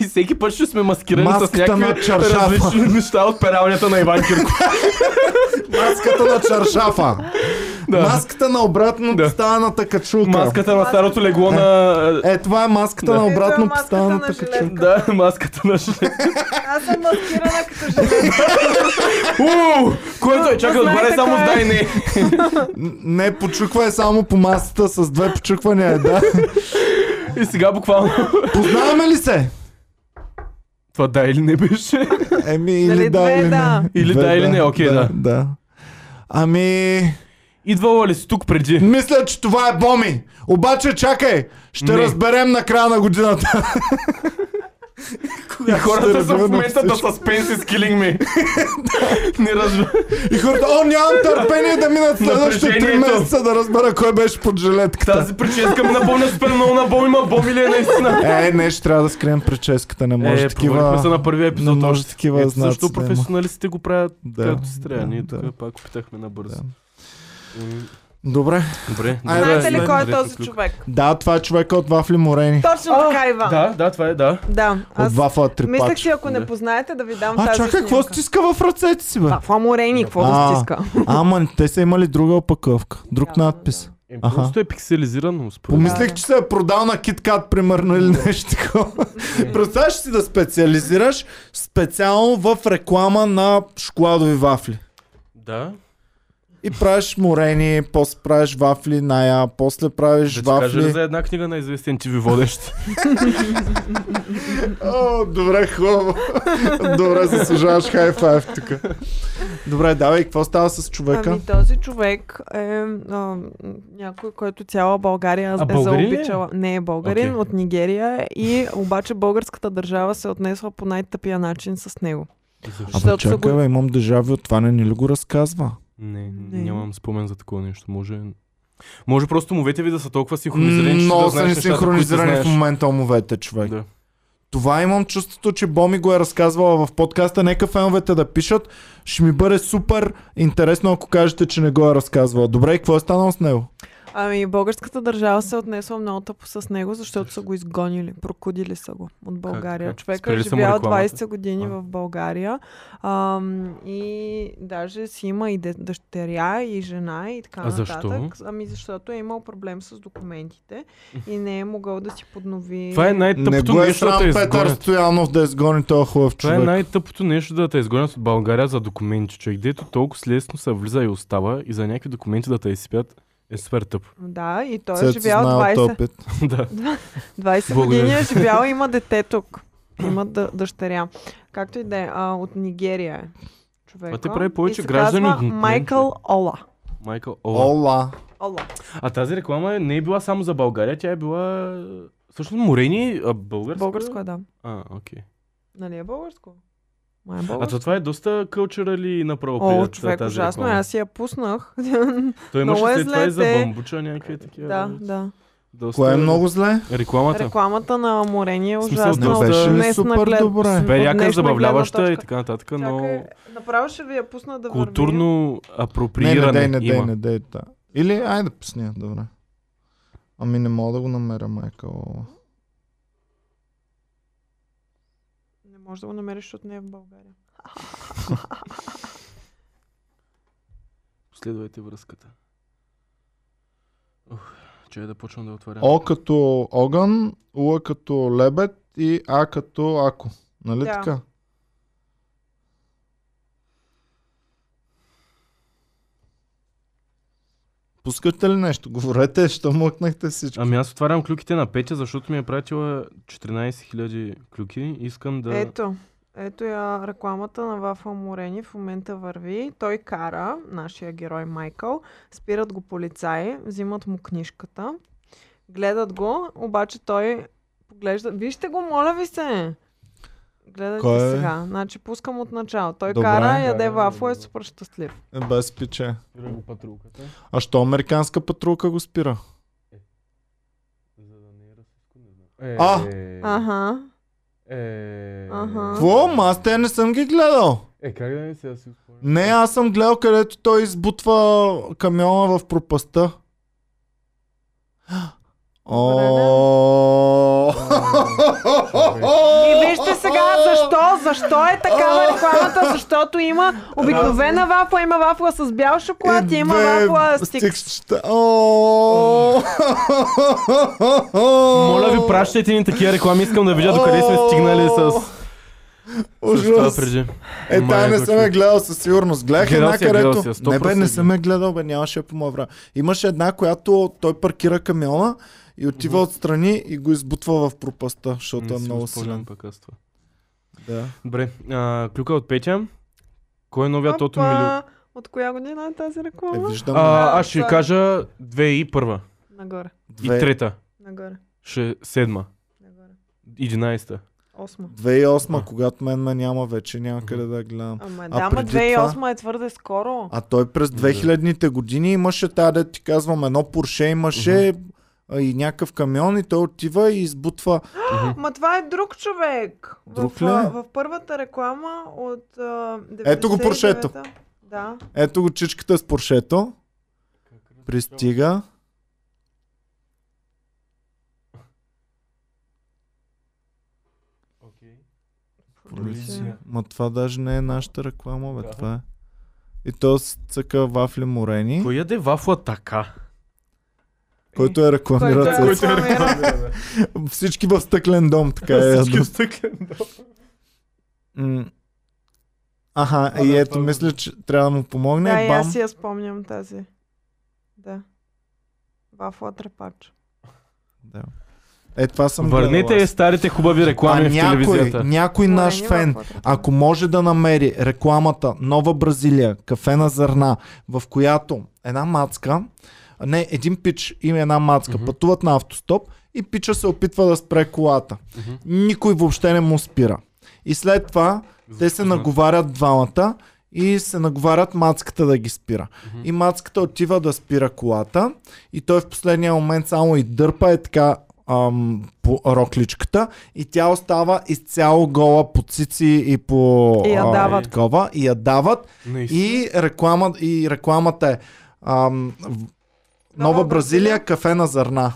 A: И всеки път ще сме маскирани с
B: Маската на
A: някакви
B: чаршафа.
A: различни неща от пералнята на Иван Кирков.
B: Маската на чаршафа.
A: Да.
B: Маската на обратно
A: Да.
B: станата качулка.
A: Маската на старото легло на...
B: Е, това е маската
A: Да.
B: на
C: Ето е
B: обратно
C: маската на
B: станата
C: жилетка.
B: качулка.
A: Да, маската на жиле.
C: Аз съм маскирана като жена.
A: Уу! Който е чакал,
C: Да
A: добре,
C: знаете
A: само
C: кой
A: дай
C: е.
A: не.
B: Н- Не, почуквай само по масата с две почуквания.
A: *laughs*
B: е, Да.
A: И сега буквално...
B: Познаваме ли се?
A: Това да или не беше?
B: Еми, или
C: Нали,
B: да,
C: две
B: или
C: да.
B: не.
A: Или
B: Две
A: да, или не, окей, да.
B: да. Ами,
A: Идвала ли си тук преди?
B: мисля, че това е Боми. Обаче, чакай, ще
A: Не.
B: разберем на края на годината.
A: И
B: *laughs* Кога ще
A: хората са в
B: разберем
A: момента да
B: всичко?
A: suspense is killing
B: *laughs*
A: me. Не разбира.
B: И хората, о, нямам търпение да минат следващите три
A: Напрежението.
B: месеца да разбера кой беше под жилетката.
A: Тази прическа ми напомня супер много на Бом, има Бом или е наистина?
B: Е, не, ще трябва да скрием прическата, не може
A: Е,
B: такива...
A: проверихме се на първия
B: Не
A: епизод.
B: може такива
A: Ето
B: знаци
A: също
B: да има.
A: професионалистите го правят
B: Да,
A: както си трябва.
B: да,
A: е Ние
B: да.
A: тук пак опитахме набързо.
B: Да.
A: М,
B: Добре.
A: Добре.
B: Айде,
A: добре,
C: Знаете ли
A: добре,
C: кой е
A: добре,
C: този
A: тук.
C: човек?
B: Да, това е човека от Вафли Морени.
C: Точно така, Иван.
A: Да, да, това е, да.
C: Да,
B: От
C: аз
B: Вафла
C: мислех,
B: Трипач.
C: че ако не
A: Да.
C: познаете, да ви дам
B: А,
C: тази
B: чакай, какво
C: снимка.
B: стиска в ръцете си, бе?
C: Това фламорени, какво
B: А.
C: да стиска?
B: *laughs* Ама те са имали друга опаковка. Друг
C: Да,
B: надпис.
C: да.
A: Е,
B: Аха.
A: просто е пикселизирано, според мен.
B: Помислих,
C: да.
B: че се е продал на KitKat, примерно, или нещо
C: *laughs*
B: такова. Представяш си да специализираш специално в реклама на шоколадови вафли.
A: Да.
B: И правиш морени, после правиш вафли ная, после правиш
A: Да ти кажа ли
B: вафли.
A: за една книга на известен ти ви
B: *laughs*
A: водещ?
B: О, добре, хубаво. *laughs* добре, заслужаваш хай-файв тук. Добре, давай, какво става с човека?
C: Ами този човек е а, някой, който цяла България
A: А,
C: е
A: българин ли е?
C: заобичала. Не е българин,
A: Окей.
C: от Нигерия е и обаче българската държава се е отнесла по най-тъпия начин с него.
A: Защо?
B: Абе,
C: Защото са го-
B: чакай, бе, имам дежавю, това не ни ли го разказва?
A: Не,
C: Не.
A: нямам спомен за такова нещо. Може... Може просто мовете ви да са толкова синхронизирани, че да
B: Много са ни
A: знаеш нещата, които
B: синхронизирани
A: знаеш.
B: в момента умовете, човек.
A: Да.
B: Това имам чувството, че Боми го е разказвала в подкаста. Нека феновете да пишат. Ще ми бъде супер интересно, ако кажете, че не го е разказвала. Добре, и какво е станало с него?
C: Ами българската държава се е отнесла много тъпо с него, защото са го изгонили, прокудили са го от България.
A: така?
C: Човека е
A: Спрели са му
C: живял
A: рекламата?
C: 20 години
A: А.
C: в България ам, и даже си има и де- дъщеря, и жена и така
A: А защо?
C: нататък. Ами защото е имал проблем с документите и не е могъл да си поднови.
A: Това е
B: не
A: най-тъпото
B: го е
A: нещо да
B: срам
A: те
B: Петър
A: изгонят.
B: Стоянов да изгони този хубав
A: Това е
B: човек.
A: най-тъпото нещо да те изгонят от България за документи, човек. Дето толкова лесно се влиза и остава и за някакви документи да те изпят е супер тъп.
C: Да, и той е
B: Цецо
C: живял
B: знае от
C: 20,
B: опит.
A: *laughs* да.
C: 20
A: Благодаря.
C: години, е живял и има дете тук. Има дъ- дъщеря. Както и да е, а, от Нигерия е човека.
A: А те прави повече
C: и се
A: граждани
C: казва
A: от мен,
C: Майкъл Ола.
A: Майкъл Ола.
B: Ола.
C: Ола.
A: А тази реклама не е била само за България, тя е била... Всъщност Морени, а българска?
C: Българско е, да.
A: А, окей.
C: Нали е българско? Май е
A: А то
C: българско.
A: това е доста кълчерали направо
C: О,
A: прият,
C: човек,
A: тази
C: ужасно. е,
A: реклама.
C: Аз си я пуснах. *laughs*
A: Той имаше
C: много е
A: след това и за
C: зле, те-
A: бамбуча някакви такива.
C: да, да.
A: Доста...
B: Кое е много зле?
A: Рекламата.
C: Рекламата на Морени е
A: В смисъл,
C: ужасна.
A: не
C: от
A: беше ли
C: днесна
B: супер
C: глед-
B: добра?
C: от
A: Бе, яка
C: днесна
A: забавляваща
C: гледна
A: и
C: точка.
A: така нататък, но
C: Чакай, направо ще ви я пусна да върви.
A: културно
B: Не, не
A: апроприиране
B: дей, не дей,
A: има.
B: не дей. да. Или, айде пусни, я, добре. Ами не мога да го намеря, майка. Лола.
C: Не можеш да го намериш, защото не е в България.
A: Следвайте връзката. Ух, че е да почвам да отварям.
B: О като огън, Л като лебед и А като ако. Нали
C: Да.
B: така? Пускате ли нещо? Говорете, що млъкнахте всичко.
A: Ами аз отварям клюките на Петя, защото ми е пратила 14 000 клюки. Искам да...
C: Ето. Ето я рекламата на Вафа Морени в момента върви. Той кара нашия герой Майкъл. Спират го полицаи, взимат му книжката, гледат го, обаче той поглежда. Вижте го, моля ви се! Гледайте
B: Кой е?
C: сега. Значи пускам от начало. Той
B: Добре.
C: кара, яде
A: Да,
C: вафо и е
A: да.
C: супер щастлив.
B: Е, Без пиче.
A: Ето. патрулката,
B: А що американска патрулка го спира?
A: за да не е расистко, не знам. Е,
B: А!
C: Аха.
A: Е...
C: Аха.
B: Кво? Ма аз те не съм ги гледал.
A: Е, как да не сега си спомня?
B: Не, аз съм гледал където той избутва камиона в
C: *gasps*
B: пропаста. О.
C: И вижте сега защо, защо е такава рекламата, защото има обикновена вафла, има вафла с бял
B: Е,
C: шоколад и има
B: Две
C: вафла с стикс.
B: стиксчета. О.
A: Моля ви, пращайте ни такива реклами, искам да видя докъде сме стигнали с, с това
B: Ужас.
A: преди.
B: Е, тая не
A: Майко,
B: съм я гледал със сигурност. Гледах
A: Гледал
B: една,
A: си я, гледал
B: където...
A: си я,
B: Не бе,
A: 100%
B: не съм я гледал, бе, нямаше я по моя време. Имаше една, която той паркира камиона и отива отстрани и го избутва в пропаста, защото
A: Не
B: е
A: си
B: много
A: го спомням
B: силен.
A: Пък аз това.
B: Да.
A: Добре, а, клюка от Петя. Кой е новият Тото
C: Опа,
A: Милио?
C: От коя година е тази
B: Е,
C: реклама?
B: виждам.
A: А, аз ще
C: Да,
A: ви кажа 2001
C: Нагоре,
A: и
B: две-
A: 3
C: нагоре,
A: 7
C: нагоре.
A: 11
C: Осма.
B: 2008,
A: А. когато
B: когато мен ме няма вече, няма
A: Мгм.
B: къде да я гледам.
C: Ама
B: А
C: да, ама
B: преди
C: 2008 е твърде скоро.
B: А той през 2000-те години имаше тази, да ти казвам, едно Порше имаше а, и някакъв камион и той отива и избутва.
C: Ма това е друг човек.
B: Друг
C: в, а,
B: ли е?
C: в първата реклама от а, 99
B: Ето го Поршето.
C: Да.
B: Ето го чичката с Поршето. Пристига.
A: Полиция.
B: Ма това даже не е нашата реклама, бе,
A: Да.
B: това е. И то си цъка вафли морени,
A: Кой яде вафла така?
B: който е я рекламира
C: Който я
B: цец.
C: Който я
A: рекламира.
B: Всички в стъклен дом, така е.
A: Всички
B: ядат.
A: стъклен.
B: М. Аха,
A: А,
B: и
A: да,
B: ето,
A: това е
B: мисля, че трябва да му помогне.
C: да, и
B: Бам.
C: аз си я спомням тази. Да. Вафла трепач.
B: Да. Е, това съм
A: Върнете
B: гледал
A: е
B: аз.
A: старите хубави реклами
B: а
A: в
B: някой,
A: телевизията.
B: някой наш фен, ако може да намери рекламата Нова Бразилия, кафе на зърна, в която една мацка, не, един пич има една мацка,
A: Мгм.
B: mm-hmm. пътуват на автостоп и пича се опитва да спре колата.
A: Мгм.
B: Никой въобще не му спира. И след това те се
A: Запознат.
B: наговарят двамата и се наговарят мацката да ги спира.
A: Мгм.
B: И мацката отива да спира колата и той в последния момент само и дърпа е така ам, по рокличката и тя остава изцяло гола по цици и по
C: И я
B: а,
C: дават.
B: такова, и я дават.
A: Наистина.
B: И, реклама, и рекламата е ам, в- Нова,
C: Нова
B: Бразилия,
C: Бразилия,
B: кафе на зърна.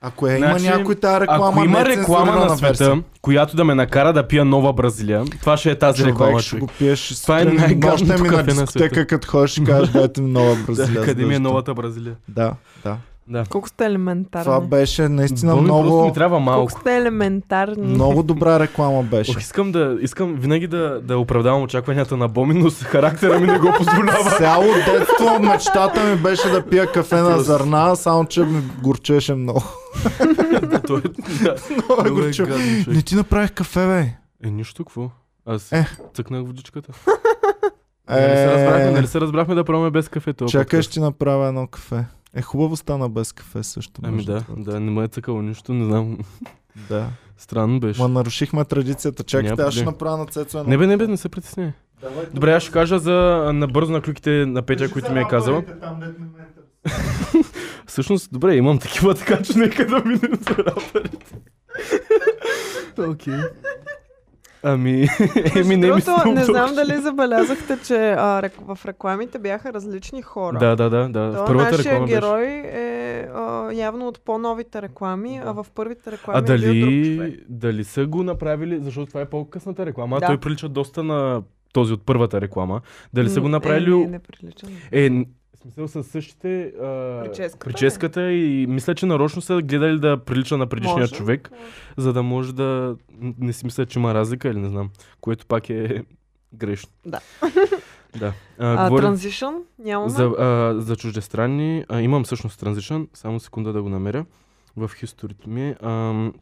B: Ако е,
A: Значи,
B: има някой тази реклама,
A: Ако има
B: не е
A: реклама на
B: цензурирана версия.
A: света, която да ме накара да пия нова Бразилия, това ще е тази
B: Човек,
A: реклама.
B: ще
A: човек.
B: го пиеш.
A: Това е
B: сутрин,
A: най-гадното
B: нощем и на
A: кафе на
B: дискотека,
A: света.
B: като ходиш и кажеш, дайте ми нова Бразилия.
A: Да, къде ми е
B: задължително.
A: новата Бразилия?
B: Да, да.
A: Да.
C: Колко сте елементарни.
B: Това беше наистина
A: Боми, Просто
B: много,
A: ми трябва
C: Колко
A: малко.
C: сте елементарни.
B: много добра реклама беше.
A: Ох, искам да, искам винаги да, да оправдавам очакванията на Боми, но с характера ми не го
B: *laughs*
A: позволява.
B: Цяло детство мечтата ми беше да пия кафе на зърна, само че ми горчеше много.
A: Той е- да.
B: Много
A: Много е
B: горче.
A: гаден човек.
B: Не ти направих кафе, бе.
A: Е, нищо какво. Аз
B: Е.
A: цъкнах водичката. Нали се разбрахме,
B: Е,
A: нали се разбрахме да пробваме без кафе това.
B: чакай, ще ти направя едно кафе. Е, хубаво стана без кафе също.
A: Ами
B: между
A: да,
B: другото.
A: да, не ме е цъкало нищо, не знам.
B: да.
A: Странно беше.
B: Ма нарушихме традицията. Чакайте,
A: Няма
B: аз ще
A: проблем.
B: направя на Цецо едно.
A: Не бе, не бе, не се притесняй. Добре, аз ще кажа за набързо на клюките на Петя, които ми е казала. *laughs* Всъщност, добре, имам такива, така *laughs* че нека да минем за рапърите. Окей. Ами, *laughs* еми не ми
C: Между другото, не
A: Snoop Dogg.
C: знам дали забелязахте, че а, рек- в рекламите бяха различни хора.
A: Да, да, да. да.
C: То
A: В първата
C: нашия
A: реклама беше.
C: герой е а, явно от по-новите реклами, а в първите реклами
A: А
C: е бил друг човек.
A: дали, дали са го направили, защото това е по-късната реклама,
C: Да.
A: а той прилича доста на този от първата реклама. Дали са го
C: М,
A: направили...
C: Е, не, не прилича. на-
A: Е, н- в смисъл с същите... А...
C: Прическата,
A: прическата и мисля, че нарочно са гледали да прилича на предишния
C: Може.
A: човек, за да може да... н- Не си мисля, че има разлика или не знам. Което пак е *laughs* грешно.
C: Да.
A: да.
C: А,
A: говорим-
C: транзишън нямаме.
A: за, а, за чуждестранни. А, имам всъщност транзишън. Само секунда да го намеря. В хисторито ми. е. Ам,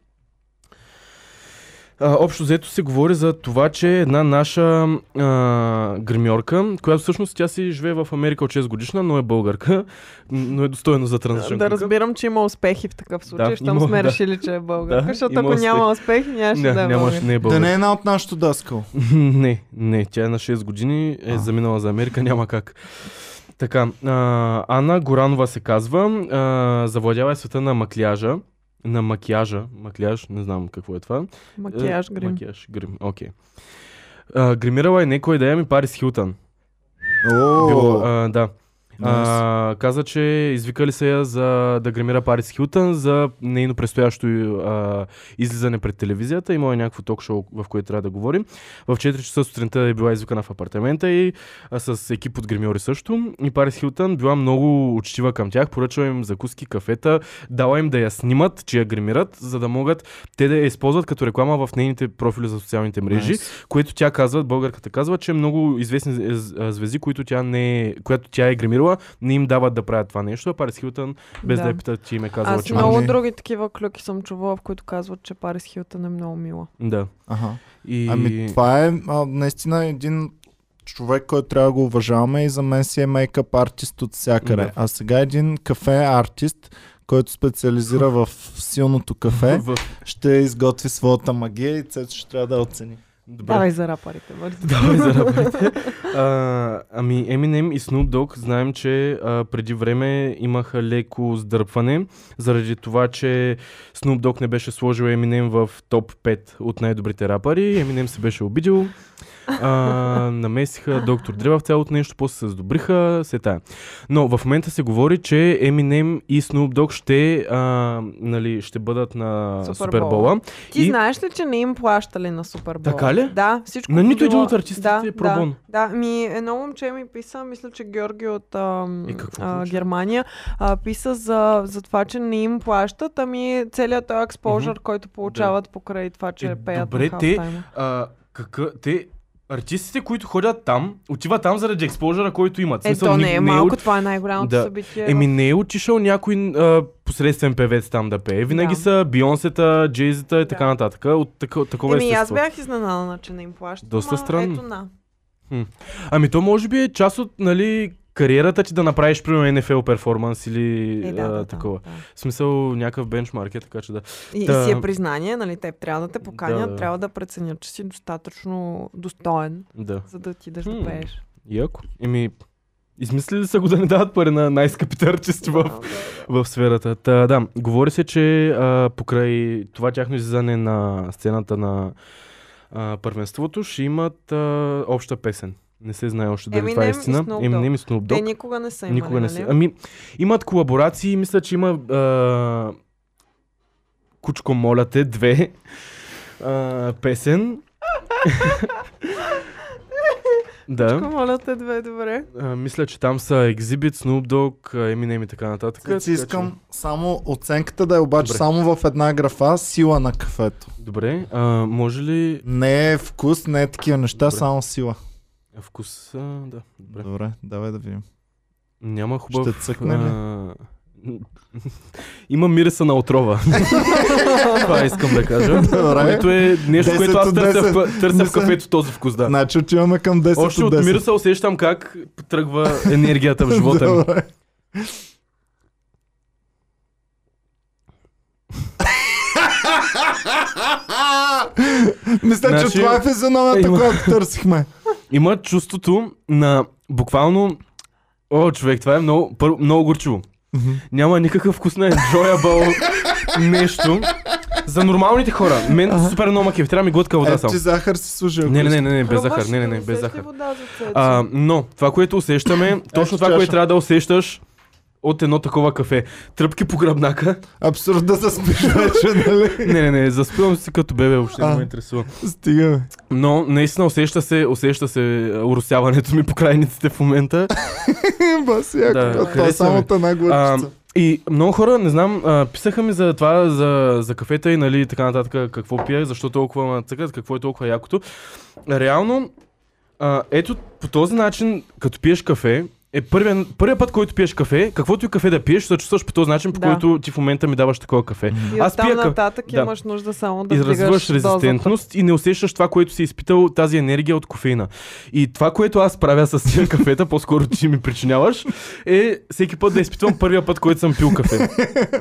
A: а, общо взето се говори за това, че една наша а, гримьорка, която всъщност тя си живее в Америка от 6 годишна, но е българка, *laughs* но е достойно за транзишън.
C: Да
A: клика.
C: разбирам, че има успехи в такъв случай,
A: Да,
C: щом
A: има-
C: сме
A: да.
C: решили, че е българка,
A: Да,
C: защото
A: има
C: ако няма успех, нямаше
A: Не,
C: да е
A: нямаш,
C: българка.
A: не е
B: Да
A: българка.
B: не е една от нашото даскал.
A: *laughs* Не, не, тя е на 6 години, е
B: А.
A: заминала за Америка, няма как. Така, а, Анна Горанова се казва, а, завладява е света на макляжа, на макияжа, макляж, не знам какво е това.
C: Макияж,
A: Е,
C: грим.
A: Макияж, грим, окей. А, гримирала е некоя идея ми Парис Хилтън. Било,
B: О,
A: а, да.
B: nice.
A: А, каза, че извикали се я за да гримира Парис Хилтън за нейно предстоящо а, излизане пред телевизията. Имало е някакво ток-шоу, в което трябва да говорим. В 4 часа сутринта е била извикана в апартамента и а, с екип от гримьори също. И Парис Хилтън била много учтива към тях, поръчала им закуски, кафета, дала им да я снимат, че я гримират, за да могат те да я използват като реклама в нейните профили за социалните мрежи
B: Nice.
A: което тя казва, българката казва, че много известни з- з- а, звезди, които тя не, е- която тя е гримирала, не им дават да правят това нещо, а Парис Хилтън, без да,
C: Да.
A: я питат, че им е казала,
C: Аз
A: че...
C: много
B: не.
C: други такива клюки съм чувала, в които казват, че Парис Хилтън е много мила.
A: Да.
B: Аха.
A: И...
B: Ами това е а, наистина един човек, който трябва да го уважаваме и за мен си е мейкъп артист от всякъде.
A: Да.
B: А сега един кафе артист, който специализира в
A: *laughs*
B: силното кафе,
A: В...
B: ще изготви своята магия и Цецо ще трябва да я оцени.
A: Добре.
C: Давай за рапарите, бързо.
A: *laughs* Давай за рапите. А, ами Eminem и Snoop Dogg знаем, че а, преди време имаха леко сдърпване, заради това, че Snoop Dogg не беше сложил Eminem в топ 5 от най-добрите рапъри. Eminem се беше обидил. А, намесиха доктор Дре в цялото нещо, после се сдобриха, се тая. Но в момента се говори, че Eminem и Snoop Dogg ще, а, нали, ще бъдат на
C: Супербола.
A: Супербола.
C: *laughs* Ти
A: И-
C: знаеш ли, че не им плащали на Супербол?
A: Така ли?
C: Да, всичко
A: На
C: го
A: нито
C: било-
A: един от артистите
C: да,
A: е пробон.
C: Да, да, ми едно момче ми писа, мисля, че Георги от ам,
A: Е, какво
C: а,
A: получи?
C: Германия, а, писа за, за това, че не им плащат, ами целият този експожър,
A: Мгм.
C: който получават покрай това, че
A: Е,
C: пеят
A: добре,
C: на
A: те-
C: халфтайма.
A: А, кака, те, артистите, които ходят там, отиват там заради експожъра, който имат. В
C: Е,
A: смисъл,
C: то
A: ни-
C: не е
A: от-
C: малко, това е най-голямото
A: Да.
C: събитие.
A: Еми не е отишъл някой а, посредствен певец там да пее. Винаги
C: Да.
A: са Бионсета, Джейзета и така
C: Да.
A: нататък. От тако, такова е
C: Еми, аз
A: естество.
C: бях изненадана, че не им плащат.
A: Доста
C: ма
A: странно.
C: Ето на.
A: Ами то може би е част от, нали, кариерата ти да направиш, примерно, NFL перформанс или
C: Е, да,
A: а,
C: да, да,
A: такова.
C: Да.
A: В смисъл някакъв бенчмарк е, така че да.
C: И,
A: Та-
C: и си е признание, нали? Те трябва да те поканят,
A: Да.
C: трябва да преценят, че си достатъчно достоен,
A: Да.
C: за да отидеш
A: Хм.
C: да пееш.
A: Яко. Еми, измислили ли са го да не дават пари на най-скъпите артисти в
C: Да, да, да.
A: в сферата. Та, да, говори се, че а, покрай това тяхно излизане на сцената на а, първенството ще имат а, обща песен. Не се знае още дали това
C: Eminem и
A: е истина.
C: Snoop Dogg.
A: Eminem и Snoop
C: Те
A: Dogg.
C: никога не са имали,
A: Никога не
C: нали?
A: са. Ами, имат колаборации и мисля, че има а, Кучко, моля те, две а, песен. *laughs* да.
C: Ако моля те две, добре.
A: А, мисля, че там са Exhibit, Snoop Dogg, а, Eminem и така нататък.
B: Така,
A: Така че-
B: си искам само оценката да е обаче
A: Добре.
B: само в една графа сила на кафето.
A: Добре, а, може ли
B: Не е вкус, не е такива неща,
A: Добре.
B: само сила.
A: Вкус, а, да, добре.
B: Добре, давай да видим.
A: Няма хубав...
B: Ще цъкне ли?
A: а, *laughs* Има мириса на отрова. *laughs* Това искам да кажа.
B: Добре.
A: Което е нещо,
B: 10
A: което аз
B: от
A: търся, в,
B: 10.
A: търся в
B: Мисля-
A: кафето този вкус, да.
B: Значи отиваме към 10
A: Още
B: от
A: от
B: 10.
A: мириса усещам как тръгва енергията в живота ми.
B: Добре. *laughs* Мисля, че
A: Значи-
B: това е физиономията,
A: Има-
B: която търсихме.
A: Има чувството на буквално... О, човек, това е много, първо, много горчиво. Няма никакъв вкус на enjoyable нещо. За нормалните хора. Мен супер много макив. Трябва ми глътка вода
B: Е,
A: само.
B: ти захар си служил.
A: Не, не, не, не, не, без захар.
C: Пробваш
A: Не, не,
C: ли
A: не,
C: да
A: без
C: усети
A: захар.
C: вода за цецо?
A: А, но това, което усещаме, точно това,
B: Е, чаша.
A: което трябва да усещаш от едно такова кафе. Тръпки по гръбнака.
B: Абсурд да се спиш вече, нали?
A: Не, не, не, заспивам се като бебе, въобще не
B: А.
A: ме интересува.
B: Стига.
A: Но наистина усеща се, усеща се а, уросяването ми по крайниците в момента.
B: *laughs* Баси, яко.
A: Да,
B: А Това е
A: харесва
B: само
A: ми.
B: от една
A: А,
B: глътчица.
A: и много хора, не знам, а, писаха ми за това, за, за кафета и нали, така нататък, какво пия, защо толкова ме цъкат, какво е толкова якото. Реално, а, ето по този начин, като пиеш кафе, е първият първия път, който пиеш кафе, каквото и кафе да пиеш, се чувстваш по този начин, по
C: Да.
A: който ти в момента ми даваш такова кафе.
C: И
A: Аз
C: аз
A: пия
C: пия
A: кафе.
C: нататък
A: Да.
C: имаш нужда само да
A: и развиваш
C: вдигаш дозата.
A: резистентност и не усещаш това, което си изпитал, тази енергия от кофеина. И това, което аз правя с тия кафета, по-скоро ти ми причиняваш, е всеки път да изпитвам първия път, който съм пил кафе.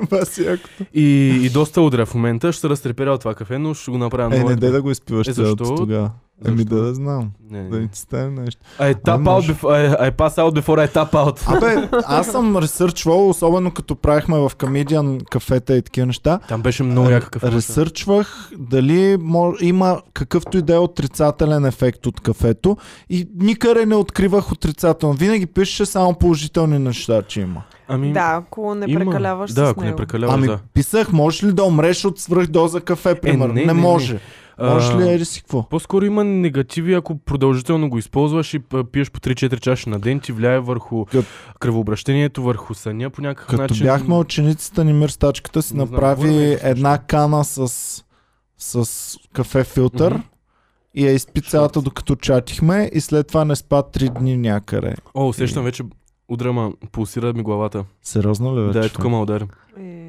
B: *laughs* Баси, яко.
A: И, и доста удря в момента, ще се разтреперя от това кафе, но ще го направя
B: Е,
A: много
B: не
A: добре.
B: дай да го изпиваш
A: Е,
B: цялото
A: защо?
B: тогава. Еми
A: Защо? Е.
B: да да знам.
A: Не, не.
B: Да не ти стане нещо.
A: I tap
B: Ама
A: out
B: ще-
A: before, е, I, I pass out before I tap out.
B: Абе, аз съм ресърчвал, особено като правихме в Comedian кафета и такива неща.
A: Там беше много яка кафе.
B: Ресърчвах дали мож, има какъвто и да е отрицателен ефект от кафето и никъде не откривах отрицателно. Винаги пишеше само положителни неща, че има.
A: Ами,
C: Да, ако не
A: има.
C: прекаляваш
A: Да,
C: с
A: ако не
C: него.
A: прекаляваш,
B: ами
A: да. Е,
B: писах, можеш ли да умреш от свръхдоза кафе, примерно?
A: не,
B: не,
A: не, не.
B: може.
A: А,
B: Можеш ли, е- ери си какво?
A: По-скоро има негативи, ако продължително го използваш и а, пиеш по 3-4 чаши на ден, ти влияе върху
B: Кът-
A: кръвообращението, върху съня по някакъв
B: Като
A: начин.
B: бяхме учениците, Нимир Стачката си
A: Значи, Не знам, говорим ли
B: направи
A: нещо?
B: една кана с, с кафе филтър
A: Мгм.
B: и я изпи цялата докато чатихме и след това не спа три дни някъде.
A: О, усещам вече удрама, пулсира ми главата.
B: Сериозно ли вече?
A: Да, е тук ма ударя.
C: Е,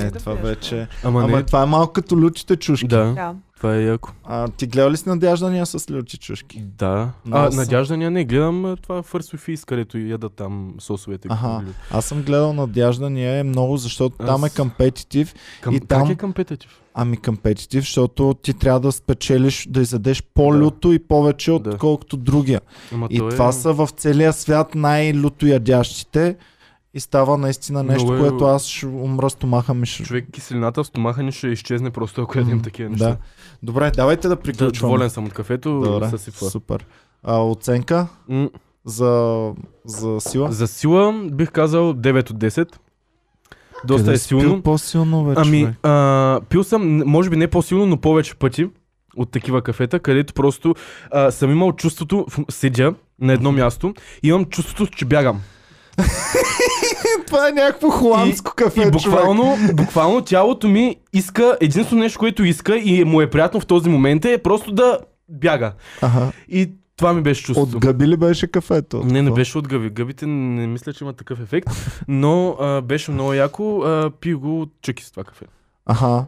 B: Е,
C: Да
B: това
C: пиеш.
B: вече.
A: Ама,
B: Ама
A: не,
B: това е малко като лючите чушки.
A: да,
C: Да.
A: това е яко.
B: А, ти гледал ли си надяждания с лючи чушки?
A: Да.
B: Много
A: А,
B: съм.
A: надяжда ня не, гледам а, това First with Feast, където ядат там сосовете.
B: Аха. Аз съм гледал надяждания е много, защото
A: Аз-
B: там е компетитив.
A: Към,
B: И
A: как
B: там-
A: е компетитив?
B: Ами компетитив, защото ти трябва да спечелиш, да изядеш по-люто и повече,
A: Да.
B: отколкото другия.
A: Ама
B: И
A: той
B: това
A: е...
B: са в целия свят най-люто ядящите. И става наистина нещо,
A: Много е-
B: което аз ще умра стомаха ми. Ще...
A: Човек киселината в стомаха ни ще изчезне просто ако ядем
B: М,
A: такива
B: Да.
A: неща.
B: Добре, давайте да
A: Да,
B: приключваме.
A: доволен съм от кафето,
B: Добре,
A: съсипва.
B: супер. А, оценка
A: М,
B: за, за сила?
A: За сила бих казал 9 от 10. Доста
B: Къде
A: е
B: си бил
A: силно.
B: по-силно вече.
A: Ами,
B: човек?
A: а, пил съм, н- може би не по-силно, но повече пъти от такива кафета, където просто а, съм имал чувството, в- седя на едно място, имам чувството, че бягам.
B: това е някакво холандско кафе,
A: И
B: Е, човек.
A: буквално, буквално тялото ми иска, единствено нещо, което иска и му е приятно в този момент е просто да бяга.
B: Ага.
A: И това ми беше чувството.
B: От гъби ли беше кафето?
A: Не, не
B: Какво?
A: беше от гъби. Гъбите не мисля, че има такъв ефект, но а, беше много яко. А, пи го от чеки с това кафе.
B: Аха.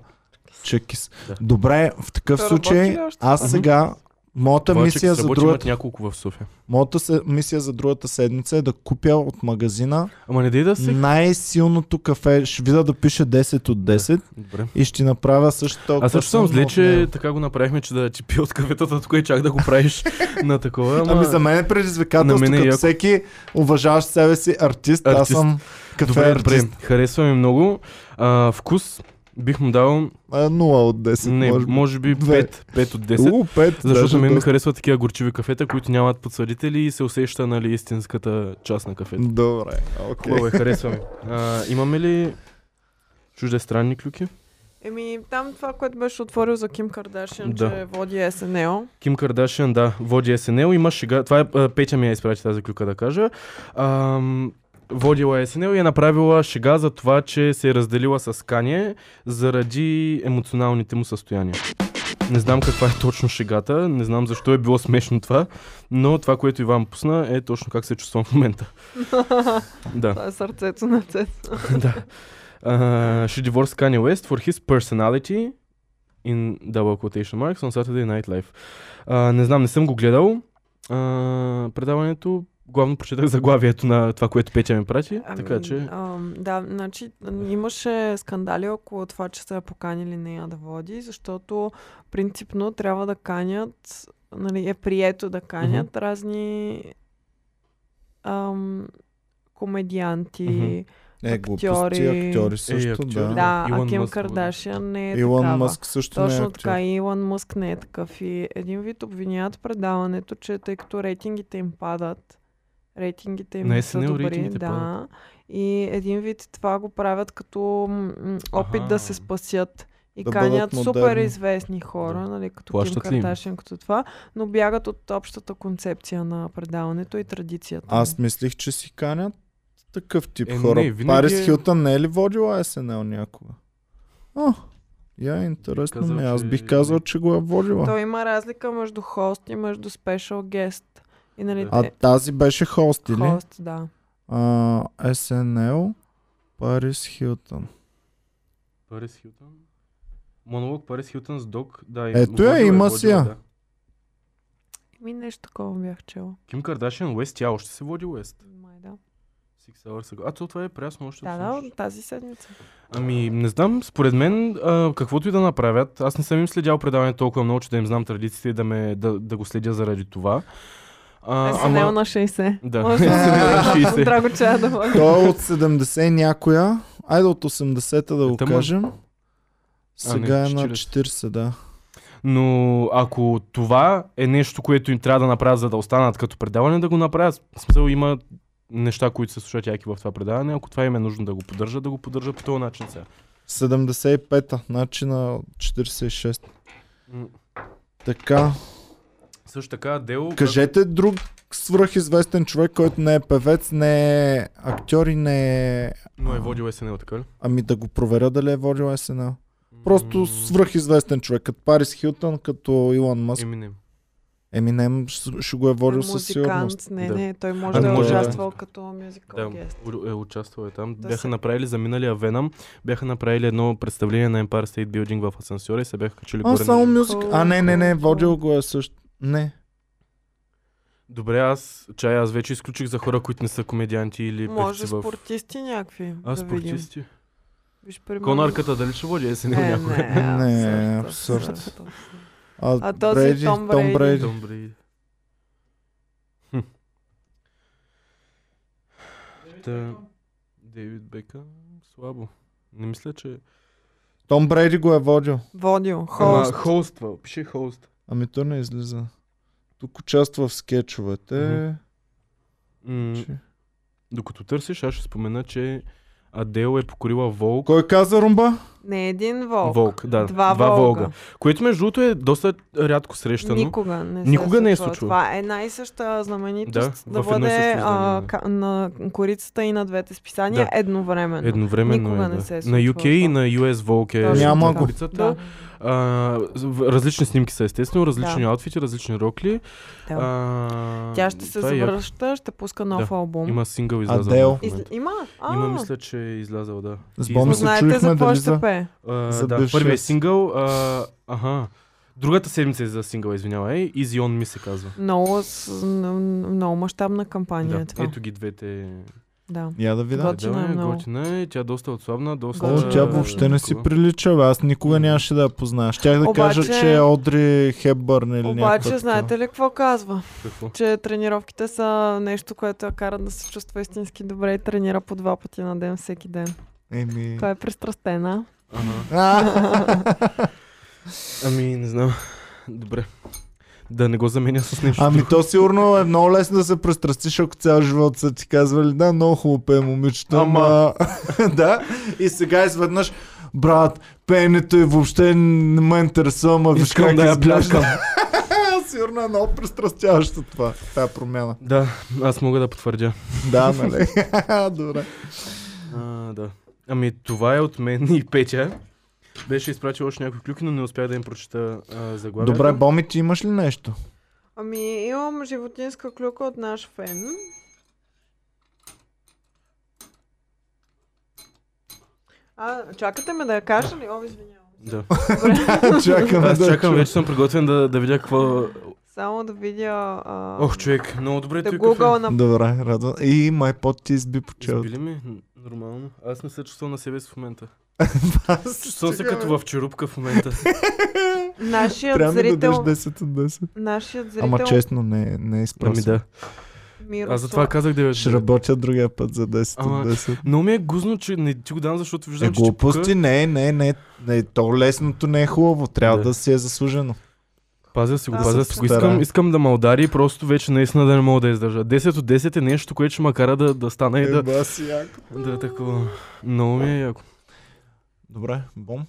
B: Чекис.
A: Да.
B: Добре, в такъв
C: Та
B: случай
C: работи ли още?
B: аз сега моята
A: Моя
B: мисия
A: чекис
B: за
A: работи,
B: другата
A: имат няколко в София.
B: моята се, мисия за другата седмица е да купя от магазина
A: Ама не дай да се...
B: най-силното кафе. Ще видя да пише 10 от 10
A: Добре.
B: и ще направя също толкова.
A: Аз също съм
B: силно
A: зле,
B: от него.
A: че така го направихме, че да ти пи от кафетата, тук и чак да го
B: *laughs*
A: правиш на такова. Ама...
B: Ами за мен е предизвикателство,
A: На мен е
B: като
A: яко.
B: всеки уважаващ себе си артист, аз
A: Артист.
B: съм кафе
A: Добре, добре.
B: артист.
A: Харесва ми много. А, вкус бих му дал,
B: А, 0 от 10.
A: не,
B: може
A: може,
B: би.
A: би
B: Две.
A: 5, 5 от 10.
B: У, 5,
A: Защото мен ми е харесват такива горчиви кафета, които нямат подсладители и се усеща нали, истинската част на кафето.
B: Добре, окей.
A: Хубаво е, харесваме. А, имаме ли чуждестранни клюки?
C: Еми, там това, което беше отворил за Ким Кардашин,
A: Да.
C: че води СНЛ.
A: Ким Кардашиан, да, води СНЛ, има шега. Това е, а, Петя ми я изпрати тази клюка да кажа. Ам, водила е СНЛ и е направила шега за това, че се е разделила с Кание заради емоционалните му състояния. Не знам каква е точно шегата, не знам защо е било смешно това, но това, което Иван пусна е точно как се чувствам в момента. да.
C: Това е сърцето на Цецо.
A: *laughs* да. Uh, she divorced Kanye West for his personality in double quotation marks on Saturday Night Live. Uh, не знам, не съм го гледал. Uh, предаването главно прочетах заглавието на това, което Петя ми прати. Е, така че...
C: Ами, Ам, да, значи имаше скандали около това, че са я поканили нея да води, защото принципно трябва да канят, нали, е прието да канят разни ам, комедианти,
A: Мгм.
B: Е, глупости,
C: актьори.
B: актьори също,
A: актьори.
B: да.
C: Да,
A: Илон
C: а Ким
A: Мъск,
C: Кардашиан не е
B: Илон
C: такава.
B: Мъск също не е
C: Точно
B: актьор.
C: така, и Илон Мъск не е такъв. И един вид обвиняват предаването, че тъй като рейтингите им падат, рейтингите им
A: На
C: не са
A: SNL
C: добри,
A: рейтингите
C: да.
A: падат.
C: И един вид това го правят като м, м, опит
A: Аха.
C: да се спасят. И
B: Да
C: канят
B: бъдат
C: супер
B: модерни.
C: известни хора,
A: Да.
C: нали, като
A: Плащат ли
C: Ким
A: им?
C: Кардашин, като това, но бягат от общата концепция на предаването и традицията.
B: Аз мислих, че си канят такъв тип
A: Е,
B: хора.
A: не, винаги
B: Парис
A: е-
B: Хилтън не е ли водила СНЛ някога? О, я е интересно
A: Казал,
B: ми. Аз
A: че-
B: бих казал, че го е водила.
C: То има разлика между хост и между special guest. И нали,
B: А
C: те-
B: тази беше хост, или?
C: хост, да.
B: А, СНЛ, Парис Хилтън.
A: Парис Хилтън. Монолог Парис Хилтън с док. Да, и-
B: Ето я,
A: водила
B: има
A: водила,
B: си я.
A: да.
C: Ми нещо такова бях чела.
A: Ким Кардашиан Уест, тя още се води Уест.
C: Май да.
A: Six Hours ago. А то това е прясно още.
C: Да,
A: всъщност.
C: да, от тази седмица.
A: Ами, не знам, според мен, а, каквото и да направят, аз не съм им следял предаване толкова много, че да им знам традициите и да, ме, да, да го следя заради това. А,
C: А, ама... на 60.
A: Да. *laughs*
C: Може да
A: SNL на 60.
C: Драго чая да води.
B: Той е от 70 някоя. Айде от 80-та да го
A: Та, ма-
B: кажем.
A: А, не,
B: Сега е на
A: 40.
B: 40, да.
A: Но ако това е нещо, което им трябва да направят, за да останат като предаване, да го направят. В смисъл има неща, които се слушат яки в това предаване. Ако това им е нужно да го поддържат, да го поддържат по този начин сега.
B: 75-та, значи на 46.
A: М,
B: Така,
A: Също така, дело...
B: Кажете друг свръхизвестен човек, който не е певец, не е актьор и не е...
A: Но е водил СНЛ, така ли?
B: Ами да го проверя дали е водил СНЛ. Просто свръхизвестен човек, като Парис Хилтън, като Илон Мъск.
A: Еминем.
B: Еминем ще- ще го е водил със сигурност.
C: Музикант, не,
A: Да.
C: не, той може
A: Ами
C: да е
A: може да.
C: участвал като мюзикъл
A: Да,
C: гест.
A: у- е, участвал е там.
C: Да
A: бяха
C: се-
A: направили за миналия Венам, бяха направили едно представление на Empire State Building в асансьора и се бяха качили
B: А,
A: горе. на-
B: само мюзик. А, не, не, не,
C: Cool, cool, cool.
B: водил го е също. Не.
A: Добре, аз чай, аз вече изключих за хора, които не са комедианти или
C: Може
A: певци в...
C: спортисти някакви.
A: А,
C: да видим.
A: спортисти.
C: Виж, примерно-
A: Конарката дали ще води СНЛ
C: Е,
A: някога?
C: не,
B: Не,
C: абсурд.
B: абсурд.
C: абсурд.
B: А,
C: А този Том Брейди.
A: Том Брейди. Хм. Та, Дейвид Бека, слабо. Не мисля, че...
B: Том Брейди го е водил.
C: Водил, хост.
A: Ама, Холствал, пише холст.
B: Ами то не излиза. Тук участва в скетчовете.
A: М,
B: Че-
A: Докато търсиш, аз ще спомена, че Адел е покорила Волк.
B: Кой каза Румба?
C: Не един волк.
A: Волк, да.
C: Два,
A: Два
C: волга.
A: Волга. Което между другото е доста рядко срещано.
C: Никога не, се
A: Никога не е
C: случвало.
A: случвало.
C: Това е една и съща знаменитост да,
A: Да,
C: да
A: в едно и също
C: бъде
A: издание,
C: а,
A: да.
C: ка- на корицата и на двете списания да.
A: Да.
C: едновременно.
A: Едновременно
C: Никога
A: е,
C: не
A: да.
C: се е
A: на
C: случвало
A: UK и
C: това.
A: на US Волк е
C: Точно
B: Няма
A: на
B: го.
A: улицата.
C: Да.
A: А, в- различни снимки са естествено, различни
C: Да.
A: аутфити, различни рокли.
C: Да.
A: А,
C: Тя ще се
A: това е яко.
C: завръща, ще пуска нов
A: Да,
C: албум.
A: Има сингъл излязъл.
B: Адел.
A: в
C: Из...
A: момента.
C: Има? А,
A: Има, мисля, че е излязъл, да.
B: С
A: И
B: бонус
A: излязъл.
B: се
C: Знаете
B: чудихме
C: за какво
B: дали
C: ще
B: за-
C: пее?
A: А,
B: за
A: да,
B: бившия
A: първият
B: си.
A: сингъл. А, аха. Другата седмица е за сингъл, извинявай. Easy On ми се казва.
C: Много, с- м- много мащабна кампания е
A: Да.
C: това.
A: Ето ги двете.
C: Да.
B: Я да видя.
C: Гот- Готина
A: да,
C: е много.
A: готина е. Тя е доста отслабна, доста...
B: О, тя въобще не си
A: такова.
B: прилича, бе. аз никога нямаше да я позная. Щях да
C: Обаче-
B: кажа, че е Одри Хепбърн или
C: Обаче,
B: някаква
C: знаете ли какво казва?
A: Какво?
C: Че тренировките са нещо, което я кара да се чувства истински добре и тренира по два пъти на ден всеки ден.
B: такава. Еми...
C: Това
A: *laughs*
C: е пристрастена.
A: Ага.
B: А,
A: Ами, не знам. Добре. Да не го заменя с нещо.
B: *laughs* Ами
A: друго.
B: то сигурно е много лесно да се престрастиш, ако цял живот са ти казвали, да, много хубаво пее момичето, ама... *laughs*
A: Ама.
B: да, и сега изведнъж, брат, пеенето и въобще не ме интересува, ма *laughs* виж
A: Искам
B: как
A: да я
B: изглежда.
A: пляскам.
B: *laughs* Сигурно е много престрастяващо това, тази промяна.
A: Да, аз мога да потвърдя.
B: Да, нали? *laughs* Добре.
A: А, да. Ами, това е от мен и Петя. Беше изпратил още някои клюки, но не успях да им прочета а, заглавията.
B: Добре, Боми, ти имаш ли
A: *laughs*
B: нещо?
C: Ами, имам животинска клюка от наш фен. А, чакате ме да я кажа ли? О, извинявам.
A: Да.
B: Чакаме
A: Аз
B: *laughs* да
A: чакам,
B: чуем.
A: вече съм приготвен да, да видя какво...
C: Само да видя... А...
A: Ох, човек, много добре. е
C: Да
A: той
C: Google на...
B: Добре, радвам. И майпод ти изби по
A: кафе.
B: челото.
A: Избили ми? Н- Нормално. Аз не се чувствам на себе си в момента.
B: Аз
A: Чувствам се
B: стига, бе.
A: като в черупка в момента.
C: Нашият
B: Трябва ми да дадеш
C: Е, зрител...
B: 10 от 10.
C: Нашият зрител...
B: Ама честно, не, не е изпрасен.
A: Ами да.
C: Мирослав.
A: Аз затова казах 9
B: Ще работя другия път за 10
A: Ама,
B: от 10.
A: Но ми е гузно, че не ти го дам, защото
B: Е,
A: виждам, че
B: глупости,
A: пука.
B: не, не, не, не. То лесното не е хубаво. Трябва да,
A: Да.
B: си е заслужено.
A: Пазя си го,
C: Да,
A: пазя
B: се
A: си го.
B: постарая.
A: Искам, искам да ме удари, просто вече наистина да не мога да издържа. 10 от 10 е нещо, което ще ме кара да, да стана и да,
B: Еба си яко.
A: да е такова. Много ми е яко.
B: Добре, бом.
C: Е,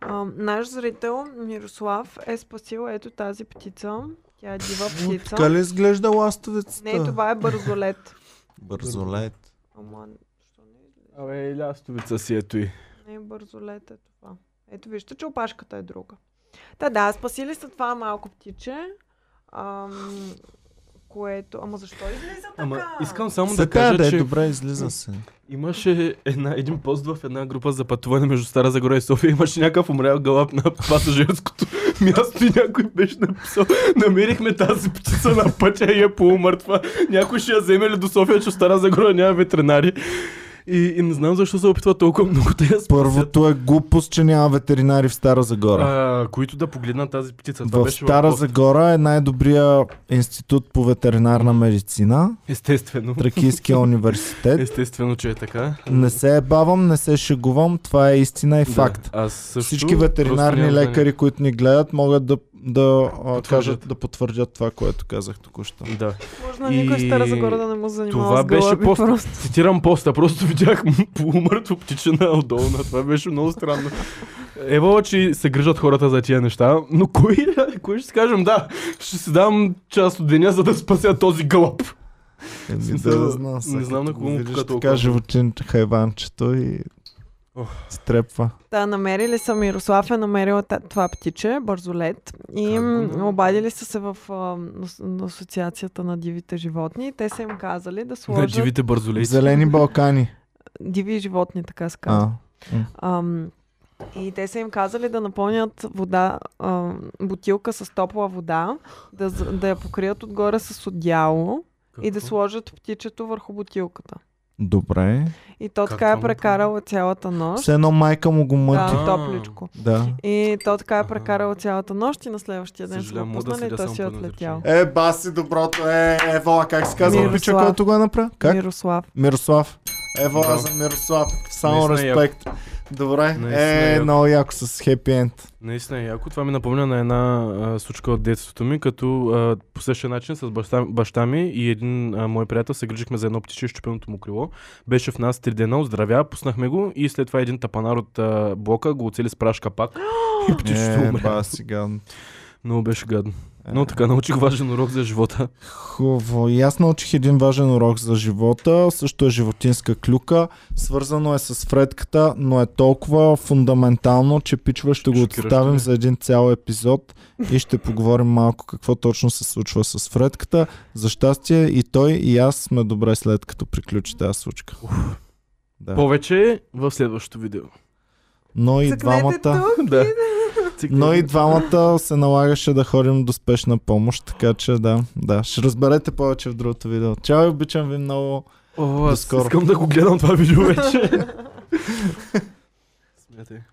C: А, наш зрител Мирослав е спасил ето тази птица. Тя е дива
B: Така
C: птица.
B: ли изглежда ластовицата?
C: Не, това е бързолет.
B: Бързолет.
C: Ама, що не излезе?
A: Абе, лястовица си ето и.
C: Не е бързолет е това. Ето вижте, че опашката е друга. Та да, спасили са това малко птиче. Ам, което... Ама защо излиза така?
A: Ама искам само да
B: Сега
A: кажа,
B: да е
A: че
B: добре, излиза се.
A: имаше една, един пост в една група за пътуване между Стара Загора и София. Имаше някакъв умрял галап на пасажирското място и някой беше написал Намерихме тази птица на пътя и е полумъртва. Някой ще я вземе ли до София, че в Стара Загора няма ветеринари. И, и не знам защо се опитва толкова много да я спасят.
B: Първото е глупост, че няма ветеринари в Стара Загора.
A: А, които да погледнат тази птица. Това
B: В
A: беше
B: Стара
A: въпрос.
B: Загора е най-добрия институт по
A: *laughs*
B: ветеринарна медицина,
A: Естествено.
B: Тракийския университет.
A: Естествено, че е така.
B: Не се е бавам, не се шегувам, това е истина и факт.
A: Да, аз също
B: Всички
A: просто
B: ветеринарни
A: нямам
B: лекари, които ни гледат, могат да, да а,
A: Потвърдят.
B: кажат, да потвърдят това, което казах току-що.
A: знание. Да.
C: Може на никой в Стара
A: И
C: Загора да не му занимава
A: това
C: с
A: беше
C: гълъби,
A: пост-
C: просто.
A: Цитирам поста, просто видях *laughs* полумъртво птичена отдолу на това. Беше много странно. Ева, че се грижат хората за тия неща, но кой, *laughs* кой ще си кажем, да, ще си дам част от деня, за да спася този гълъб.
B: Еми,
A: смисъл,
B: да, знам,
A: не
B: сега
A: знам на
B: като
A: кого
B: го
A: му
B: видиш
A: пука
B: така
A: толкова.
B: животин, хайванчето и
A: Ох.
B: стрепва.
C: Да, намерили са Мирослав е намерил та- това птиче, бързолет, и
A: Как го
C: м,
A: намери?
C: обадили са се в ам, ас- на асоциацията на дивите животни. Те са им казали да
A: На
C: сложат диви...
A: дивите
B: В
A: бързолейци.
B: Зелени Балкани.
C: диви животни, така се казва.
B: А,
C: Ам, и те са им казали да напълнят вода, ам, бутилка с топла вода, да, з- да я покрият отгоре с одяло и да сложат птичето върху бутилката.
B: добре.
C: И то
A: Как
C: така е
A: това му
C: прекарала цялата нощ.
B: Все едно майка му го мъти.
A: А.
C: Да, топличко.
B: Да.
C: И то така е
A: Аха.
C: прекарал цялата нощ и на следващия ден са
A: Съжалявам,
C: го
A: мога да
C: пуснали и
A: следя
C: той
A: само
C: си е
A: по едно
C: отлетял.
B: Е, баси, доброто. Е, Евола, как се
C: казва
B: казва?
C: Мирослав.
B: Пича, който го е направи? Как?
C: Мирослав.
B: Мирослав. Евола
A: Браво.
B: за Мирослав. Само
A: Наистина яко.
B: респект. Добре.
A: Наистина
B: Е,
A: яко.
B: много яко с хепи енд.
A: Наистина е яко. Това ми напомня на една а, случка от детството ми, като а, по същия начин с баща, баща ми и един а, мой приятел се грижихме за едно птиче, щупеното му крило. Беше в нас три дена, оздравя, пуснахме го и след това един тапанар от а, блока го оцели с прашка пак. *gasps* и птичето
B: Е,
A: умря.
B: баси, гадно.
A: Много беше гадно.
B: Е.
A: Но така научих важен урок за живота.
B: Хубаво. И аз научих един важен урок за живота. Също е животинска клюка. Свързано е с фредката, но е толкова фундаментално, че пичва ще го
A: Шокиращо
B: отставим
A: е.
B: за един цял епизод и ще поговорим малко какво точно се случва с фредката. За щастие и той и аз сме добре след като приключи тази случка. Да.
A: Повече в следващото видео.
B: Но и
C: Цъкнете
B: Ами, двамата...
A: *laughs*
C: тук.
A: да.
B: Но и двамата се налагаше да ходим до спешна помощ, така че да, да. Ще разберете повече в другото видео. Чао и обичам ви много.
A: О, аз
B: Доскоро.
A: искам да го гледам това видео вече. *laughs* Смятай.